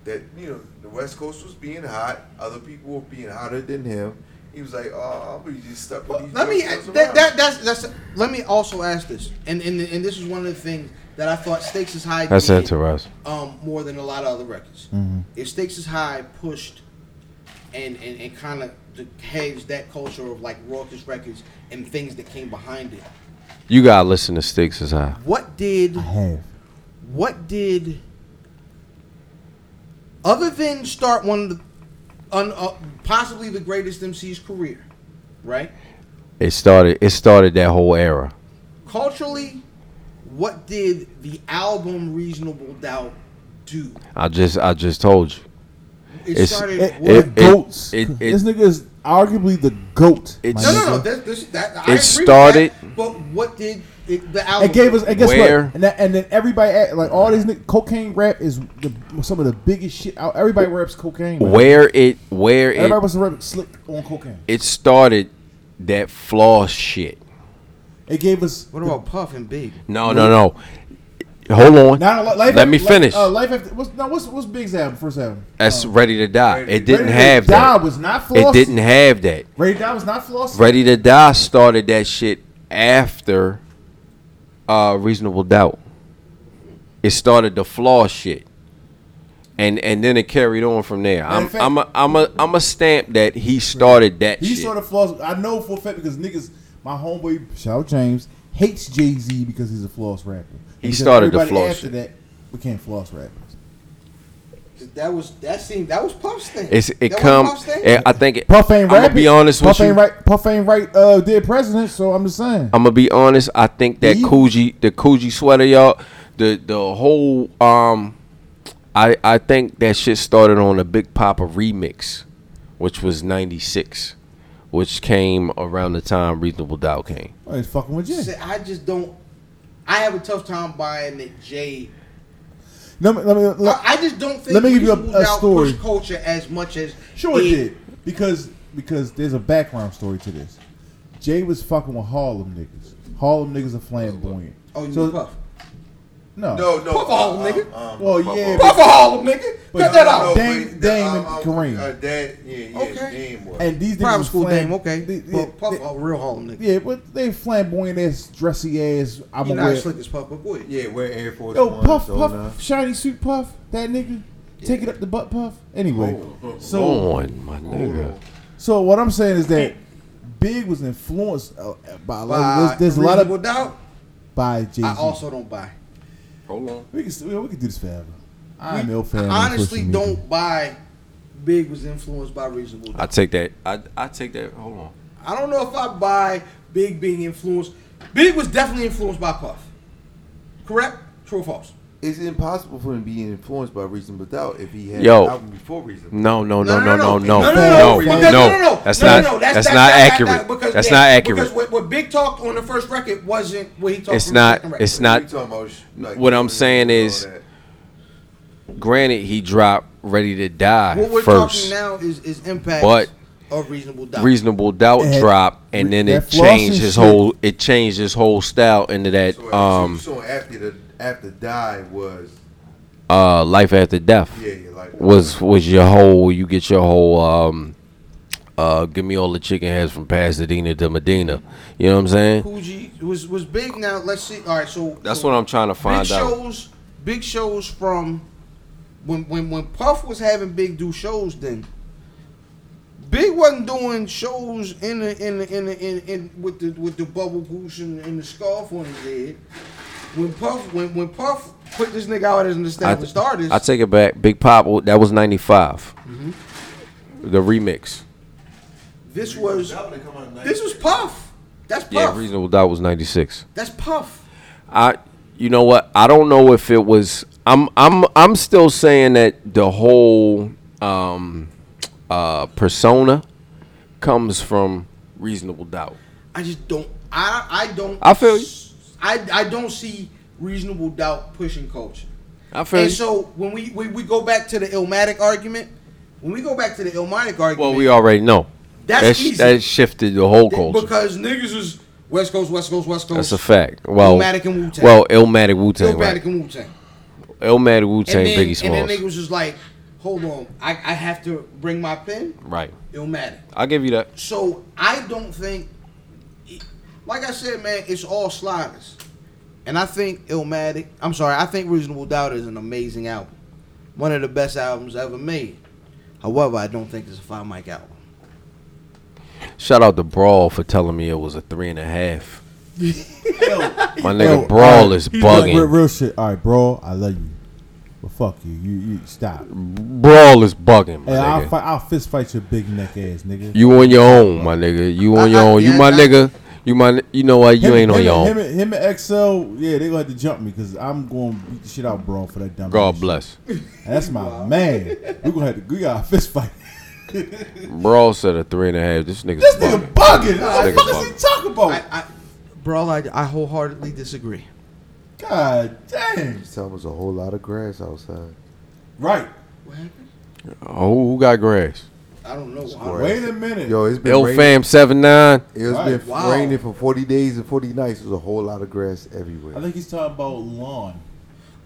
Speaker 3: That you know, the West Coast was being hot, other people were being hotter than him. He was like, "Oh, I'm gonna be just stuck with these."
Speaker 1: Let me
Speaker 3: jokers
Speaker 1: that,
Speaker 3: around."
Speaker 1: that that's that's. Let me also ask this, and and and this is one of the things that I thought stakes is high.
Speaker 4: That's
Speaker 1: did,
Speaker 4: interesting.
Speaker 1: Um, more than a lot of other records. If stakes is high pushed, and and, and kind of hedged that culture of like raucous records and things that came behind it.
Speaker 4: You gotta listen to Sticks as high.
Speaker 1: What did
Speaker 2: I have.
Speaker 1: what did other than start one of the un, uh, possibly the greatest MC's career, right?
Speaker 4: It started. It started that whole era.
Speaker 1: culturally, what did the album Reasonable Doubt do?
Speaker 4: I just. I just told you.
Speaker 1: It
Speaker 4: It's-
Speaker 1: started.
Speaker 2: It,
Speaker 1: what,
Speaker 2: the goats.
Speaker 4: it- it-
Speaker 2: this nigga is arguably the goat.
Speaker 4: It's-
Speaker 2: my
Speaker 1: no, no, no.
Speaker 2: nigga.
Speaker 1: That, this, that, I
Speaker 4: It
Speaker 1: agree with
Speaker 4: started-
Speaker 1: That, but what did it, the album?
Speaker 2: It gave us,
Speaker 1: do?
Speaker 2: and guess
Speaker 4: Where?
Speaker 2: what? And, that, and then everybody, act- like all these, nigg- cocaine rap is the, some of the biggest shit out. Everybody raps cocaine. man.
Speaker 4: Where it. Where it.
Speaker 2: Everybody was rap slick on cocaine.
Speaker 4: It started that flaw shit.
Speaker 2: It gave us.
Speaker 1: What about Puff and Big?
Speaker 4: No, no, no. Hold on.
Speaker 2: Now, li- life
Speaker 4: Let me
Speaker 2: Li-
Speaker 4: finish.
Speaker 2: Uh, life after, what's, now, what's what's Big's album? First album.
Speaker 4: That's ready to die. It didn't
Speaker 2: Ready to
Speaker 4: have
Speaker 2: Die
Speaker 4: that.
Speaker 2: was not flossy.
Speaker 4: It didn't have that.
Speaker 2: Ready to Die was not flossy.
Speaker 4: Ready to Die started that shit after uh Reasonable Doubt. It started the flaw shit. And and then it carried on from there. I'm
Speaker 2: in fact-
Speaker 4: I'm a, I'm a I'm a stamp that he started that
Speaker 2: He
Speaker 4: shit.
Speaker 2: sort of flaws. I know for a fact because niggas, my homeboy, shout out James, hates Jay Z because he's a floss rapper.
Speaker 4: He
Speaker 2: Because
Speaker 4: started the
Speaker 2: everybody
Speaker 4: floss
Speaker 2: After
Speaker 4: shit.
Speaker 2: that, became floss rappers.
Speaker 1: That was that seemed that was Puff's thing.
Speaker 4: it's
Speaker 1: that
Speaker 4: it
Speaker 1: was
Speaker 4: come
Speaker 1: Puff's thing?
Speaker 4: eh, I think it,
Speaker 2: Puff ain't
Speaker 4: I'm
Speaker 2: rapping.
Speaker 4: gonna be honest
Speaker 2: Puff
Speaker 4: with you.
Speaker 2: ain't right. Puff ain't right. Uh, dead president. So I'm just saying.
Speaker 4: I'm gonna be honest. I think that
Speaker 2: He-
Speaker 4: Coogee, the Coogee sweater, y'all, the the whole um, I I think that shit started on a Big Papa remix, which was '96, which came around the time Reasonable Doubt came.
Speaker 2: Oh, he's fucking with Jay.
Speaker 1: Say, I just don't. I have a tough time buying that Jay.
Speaker 2: Let me, let me, let me-
Speaker 1: I I just don't think
Speaker 2: Let me give you a-
Speaker 1: Reasonable
Speaker 2: a
Speaker 1: Doubt
Speaker 2: story.
Speaker 1: pushed culture as much as
Speaker 2: Sure it did. Because because there's a background story to this. Jay was fucking with Harlem niggas. Harlem niggas are flamboyant.
Speaker 1: Oh, you
Speaker 2: So-
Speaker 1: mean Puff?
Speaker 2: No.
Speaker 3: no, no,
Speaker 1: Puff all,
Speaker 3: um,
Speaker 1: nigga.
Speaker 3: um,
Speaker 2: Well, yeah.
Speaker 1: Puff all of them, nigga.
Speaker 2: But
Speaker 1: Cut
Speaker 2: no,
Speaker 1: that out.
Speaker 2: no. Dame-
Speaker 3: but,
Speaker 2: Dame
Speaker 3: um,
Speaker 2: and
Speaker 3: um,
Speaker 2: Kareem.
Speaker 3: Uh, Dame, yeah, yeah,
Speaker 1: Okay.
Speaker 3: Dame was.
Speaker 2: but- and these niggas
Speaker 1: Private
Speaker 2: was
Speaker 1: school
Speaker 2: flam-
Speaker 1: dame, okay.
Speaker 2: they- they-
Speaker 1: Well, Puff,
Speaker 2: they-
Speaker 1: all real Harlem nigga.
Speaker 2: yeah, but they flamboyant ass, dressy ass. I'm
Speaker 1: You're
Speaker 2: aware.
Speaker 1: not slick as Puff, but boy.
Speaker 3: yeah, wear Air Force
Speaker 2: Yo,
Speaker 3: Ones,
Speaker 2: puff,
Speaker 3: so
Speaker 2: puff,
Speaker 3: nah.
Speaker 2: shiny suit, puff. That nigga, take it up the butt, puff. Anyway,
Speaker 1: Oh,
Speaker 2: so
Speaker 4: Go on, my nigga.
Speaker 2: so what I'm saying is that Big was influenced uh, by a lot. of-
Speaker 1: By
Speaker 2: There's, there's a lot
Speaker 1: Reasonable
Speaker 2: of
Speaker 1: doubt.
Speaker 2: by Jay Z.
Speaker 1: I also don't buy.
Speaker 4: Hold on.
Speaker 2: We can we, we can do this forever. I'm
Speaker 1: We-
Speaker 2: ill fan.
Speaker 1: I honestly don't buy. Big was influenced by reasonable.
Speaker 4: I
Speaker 1: Doubt.
Speaker 4: take that. I I take that. Hold on.
Speaker 1: I don't know if I buy Big being influenced. Big was definitely influenced by Puff. Correct? True or false?
Speaker 3: It's impossible for him to be influenced by Reasonable Doubt if he had
Speaker 4: Yo.
Speaker 3: an album before Reasonable.
Speaker 4: No, no, no, no, no,
Speaker 1: no,
Speaker 4: no,
Speaker 1: no,
Speaker 4: no,
Speaker 1: because- no, no, no.
Speaker 4: That's
Speaker 1: No, no,
Speaker 4: not.
Speaker 1: no,
Speaker 4: That's not accurate.
Speaker 1: because
Speaker 4: That's
Speaker 1: that-
Speaker 4: not
Speaker 1: Because
Speaker 4: accurate.
Speaker 1: what, what Big talked on the first record wasn't what he talked.
Speaker 4: It's
Speaker 1: on the
Speaker 4: not.
Speaker 1: second record.
Speaker 4: It's not.
Speaker 3: We talking about, sh- like,
Speaker 4: What I'm
Speaker 3: and
Speaker 4: saying
Speaker 3: all
Speaker 4: is-
Speaker 3: that.
Speaker 4: Granted, he dropped "Ready to Die"
Speaker 1: What we're talking
Speaker 4: first.
Speaker 1: now is is impact.
Speaker 4: But-
Speaker 1: of reasonable doubt.
Speaker 4: Reasonable Doubt
Speaker 2: It had-
Speaker 4: drop, and then
Speaker 2: that
Speaker 4: it
Speaker 2: floss
Speaker 4: changed
Speaker 2: and
Speaker 4: his
Speaker 2: shit.
Speaker 4: whole. It changed his whole style into that
Speaker 3: So,
Speaker 4: um
Speaker 3: so after the after die was
Speaker 4: uh life after death
Speaker 3: yeah, yeah like
Speaker 4: was was your whole. You get your whole um uh give me all the chicken heads from Pasadena to Medina. You know what I'm saying?
Speaker 1: Coogee was was big. Now let's see. All right, so
Speaker 4: That's
Speaker 1: so
Speaker 4: what I'm trying to
Speaker 1: Big
Speaker 4: find out.
Speaker 1: shows, big shows from when when when Puff was having Big do shows, then Big wasn't doing shows in the in the in the in, in with the with the bubble goose and, and the scarf on his head. When Puff when when Puff put this nigga out as an
Speaker 4: I,
Speaker 1: established artist,
Speaker 4: I take it back. Big Pop, w- that was 95.
Speaker 1: Mhm.
Speaker 4: The remix.
Speaker 1: this was this was Puff. That's
Speaker 4: Yeah,
Speaker 1: Puff.
Speaker 4: Reasonable Doubt was 96.
Speaker 1: That's Puff.
Speaker 4: I you know what? I don't know if it was I'm I'm I'm still saying that the whole um uh persona comes from reasonable doubt.
Speaker 1: I just don't. I I don't.
Speaker 4: I feel you.
Speaker 1: I I don't see reasonable doubt pushing culture.
Speaker 4: I feel
Speaker 1: And
Speaker 4: you.
Speaker 1: so when we, we we go back to the Illmatic argument, when we go back to the Illmatic argument,
Speaker 4: Well, we already know.
Speaker 1: That's
Speaker 4: that, sh-
Speaker 1: easy.
Speaker 4: that shifted the whole culture.
Speaker 1: because niggas was West Coast, West Coast, West Coast.
Speaker 4: That's a fact. Well,
Speaker 1: Illmatic and Wu-Tang.
Speaker 4: well, Illmatic Wu-Tang,
Speaker 1: Illmatic
Speaker 4: right.
Speaker 1: and Wu Tang.
Speaker 4: Illmatic Wu-Tang,
Speaker 1: and then,
Speaker 4: Biggie
Speaker 1: And
Speaker 4: Smalls.
Speaker 1: then niggas was like, hold on, I, I have to bring my pen.
Speaker 4: right.
Speaker 1: Illmatic.
Speaker 4: I'll give you that.
Speaker 1: So I don't think, like I said, man, it's all sliders. And I think Illmatic, I'm sorry, I think Reasonable Doubt is an amazing album. One of the best albums ever made. However, I don't think it's a five mic album.
Speaker 4: Shout out to Brawl for telling me it was a three and a half. My nigga
Speaker 11: Yo,
Speaker 4: Brawl
Speaker 11: alright,
Speaker 4: is
Speaker 11: he's like,
Speaker 4: bugging.
Speaker 11: Real, real shit. All right, bro, I love you, but fuck you. You, you stop.
Speaker 4: Brawl is bugging, my
Speaker 11: Hey, I'll,
Speaker 4: nigga.
Speaker 11: fight, I'll fist fight your big neck ass, nigga.
Speaker 4: You on your own, my nigga. You on your own. You my nigga. You my. You know what? You
Speaker 11: Him-
Speaker 4: ain't on
Speaker 11: him-
Speaker 4: your own.
Speaker 11: Him, and- him and XL, yeah, they gonna have to jump me because I'm going to beat the shit out, bro, for that dumb.
Speaker 4: God
Speaker 11: ass
Speaker 4: bless.
Speaker 11: shit. That's my man. We gonna have to. We got a fist fight.
Speaker 4: Brawl said a three and a half. This nigga's
Speaker 11: This
Speaker 4: bugging.
Speaker 11: nigga bugging.
Speaker 4: This
Speaker 11: What the
Speaker 4: nigga
Speaker 11: fuck is he
Speaker 4: bugging.
Speaker 11: talking about?
Speaker 1: Bro, I, I wholeheartedly disagree.
Speaker 11: God damn.
Speaker 7: There was a whole lot of grass outside.
Speaker 11: Right.
Speaker 4: Oh, who got grass?
Speaker 1: I don't know.
Speaker 11: Wait a minute.
Speaker 7: Yo, it's been
Speaker 4: Ill
Speaker 7: raining-
Speaker 4: fam seven nine.
Speaker 7: It's been
Speaker 11: Wow.
Speaker 7: raining for 40 days and 40 nights. There's a whole lot of grass everywhere.
Speaker 11: I think he's talking about lawn.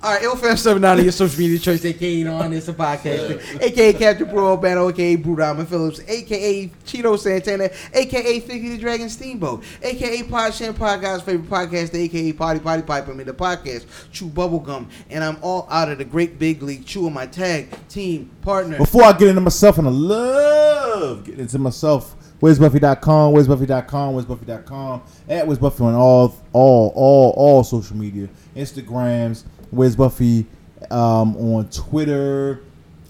Speaker 1: All right, LFM79 your social media choice, aka on this podcast, aka Captain Bro Albano, aka Brew Diamond Phillips, aka Cheeto Santana, aka Figgy the Dragon Steamboat, aka Pod Sham Pod Guy's favorite podcast, the aka Potty Potty Pipe. I'm in the podcast, Chew Bubblegum, and I'm all out of the great big league, chewing my tag, team, partner.
Speaker 11: Before I get into myself, and I love getting into myself. Where's Buffy.com? Where's Buffy.com? Where's Buffy.com? At Where's Buffy on all, all, all, all social media, Instagrams. Where's Buffy um, on Twitter?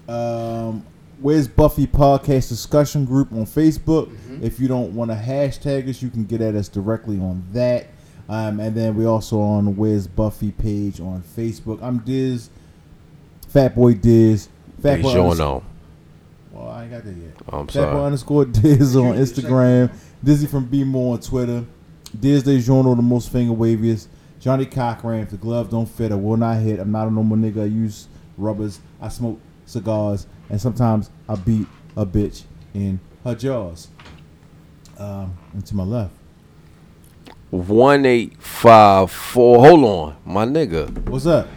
Speaker 11: Um, Where's Buffy podcast discussion group on Facebook? If you don't want to hashtag us, you can get at us directly on that. Um, and then we also on Where's Buffy page on Facebook. I'm Diz, Fat Boy Diz, Fat
Speaker 4: They
Speaker 11: Boy
Speaker 4: showing on.
Speaker 11: well, I ain't got that yet.
Speaker 4: Oh, I'm
Speaker 11: Fatboy
Speaker 4: sorry.
Speaker 11: underscore Diz on Instagram. Dizzy from B More on Twitter. Diz DeJourno, the most finger waviest. Johnny Cochran, if the glove don't fit, I will not hit. I'm not a normal nigga. I use rubbers. I smoke cigars. And sometimes I beat a bitch in her jaws. Um, and to my left.
Speaker 4: One eight five four. Hold on, my nigga.
Speaker 11: What's up?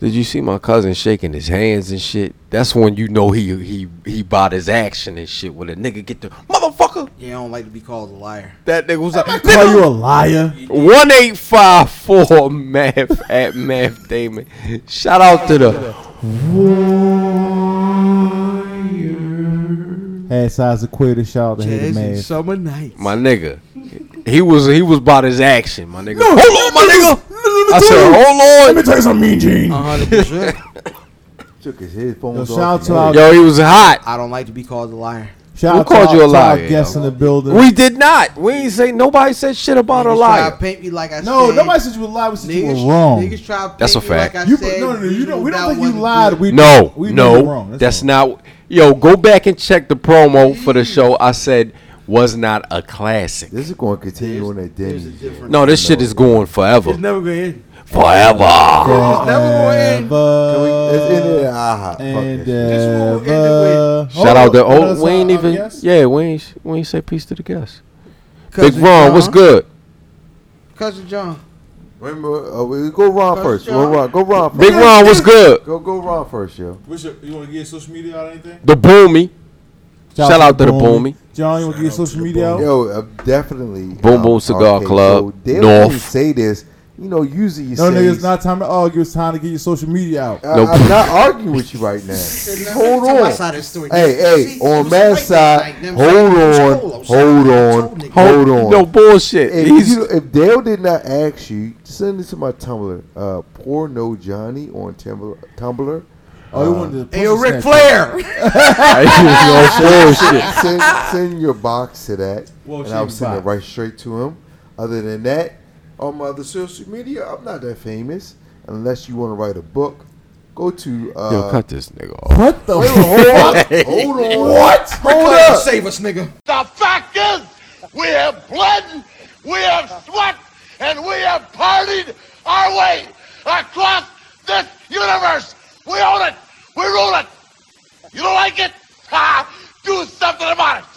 Speaker 4: Did you see my cousin shaking his hands and shit? That's when you know he he he bought his action and shit. When a nigga get the motherfucker,
Speaker 1: Yeah, I don't like to be called a liar.
Speaker 4: that nigga was like,
Speaker 11: Call you a liar.
Speaker 4: One eight five four math at math Damon. Shout out to the
Speaker 11: Had size equator. Shout out to Hater Man.
Speaker 1: Summer night.
Speaker 4: my nigga. He was he was about his action, my nigga. hold on, my nigga. I said, hold on.
Speaker 11: Let me tell you something, Mean Gene.
Speaker 1: 100%.
Speaker 7: Took his headphones
Speaker 11: Yo,
Speaker 7: off.
Speaker 11: shout out
Speaker 7: and
Speaker 11: to
Speaker 7: everything.
Speaker 11: our-
Speaker 4: Yo, he was hot.
Speaker 1: I don't like to be called a liar.
Speaker 11: Shout
Speaker 4: Who
Speaker 11: out
Speaker 4: called
Speaker 11: to our,
Speaker 4: you a
Speaker 11: to our
Speaker 4: liar,
Speaker 11: guests in the building.
Speaker 4: We did not. We ain't say nobody said shit about a
Speaker 1: Niggas try to
Speaker 4: liar.
Speaker 1: paint me like I
Speaker 11: no,
Speaker 1: said.
Speaker 11: nobody said you were liar. We said you
Speaker 1: Niggas,
Speaker 11: were wrong.
Speaker 1: niggas try to paint
Speaker 4: That's a
Speaker 1: me
Speaker 4: fact.
Speaker 1: Like I
Speaker 11: You-
Speaker 1: said,
Speaker 11: no, no, no, you don't- we don't think you
Speaker 1: wasn't
Speaker 11: lied.
Speaker 1: good.
Speaker 11: We
Speaker 4: No,
Speaker 11: we did
Speaker 4: no,
Speaker 11: it wrong. That's
Speaker 4: that's
Speaker 11: all.
Speaker 4: not. Yo, go back and check the promo for the show. I said was not a classic.
Speaker 7: This is going to continue on that
Speaker 1: There's a
Speaker 7: Denny's.
Speaker 1: difference.
Speaker 4: No, this shit is going
Speaker 1: It's
Speaker 4: forever,
Speaker 1: never gonna end.
Speaker 4: forever.
Speaker 1: It's never gonna end.
Speaker 7: Can we-
Speaker 3: uh,
Speaker 7: It's in there. Aha. Fuck
Speaker 11: And
Speaker 7: that shit.
Speaker 1: This one
Speaker 11: uh,
Speaker 1: we'll end it
Speaker 11: uh,
Speaker 4: Shout out to
Speaker 11: hold on,
Speaker 4: oh, we
Speaker 11: uh,
Speaker 4: ain't
Speaker 11: uh,
Speaker 4: even.
Speaker 11: yes?
Speaker 4: Yeah, we ain't we ain't say peace to the guests. Big
Speaker 1: Cousin
Speaker 4: Ron, what's
Speaker 1: John.
Speaker 4: good?
Speaker 1: Cousin John.
Speaker 7: Remember, uh, we- go Ron first. Go Ron. Go Ron first.
Speaker 4: Big Ron, what's good?
Speaker 7: Go go Ron first, yo.
Speaker 2: What's your, you want to get social media out or anything?
Speaker 4: The Boomy. Shout out to the Boomy.
Speaker 11: John, you want to get social media out?
Speaker 7: Yo, uh, definitely.
Speaker 4: Boom Boom Cigar Club,
Speaker 7: they
Speaker 4: North.
Speaker 7: Don't even say this
Speaker 3: you know, usually you
Speaker 2: No,
Speaker 3: say
Speaker 2: nigga, it's not time to argue. It's time to get your social media out.
Speaker 3: I, I'm not arguing with you right now. hold
Speaker 1: Tell my
Speaker 3: on.
Speaker 1: side of the story.
Speaker 3: Hey, hey, on my side, hold on, hold on, hold on.
Speaker 4: No bullshit.
Speaker 3: If,
Speaker 4: He's-
Speaker 3: you, if Dale did not ask you, send it to my Tumblr. Uh, poor no Johnny on Tumblr. Tumblr.
Speaker 2: Oh, he
Speaker 3: Uh,
Speaker 2: wanted to
Speaker 1: Hey, yo, Ric
Speaker 2: Rick
Speaker 1: Flair.
Speaker 3: send, send, send your box to that,
Speaker 2: Well,
Speaker 3: and I'll
Speaker 2: she's
Speaker 3: send
Speaker 2: box.
Speaker 3: it right straight to him. Other than that, on my other social media, I'm not that famous. Unless you want to write a book, go to uh,
Speaker 4: Yo, cut this nigga off.
Speaker 3: What the fuck? Hold on. What? Hold
Speaker 1: Flair,
Speaker 3: up.
Speaker 1: save us, nigga.
Speaker 14: The fact is, we have bled, we have sweat, and we have partied our way across this universe. We own it. We rule it. You don't like it? Ha! Do something about it.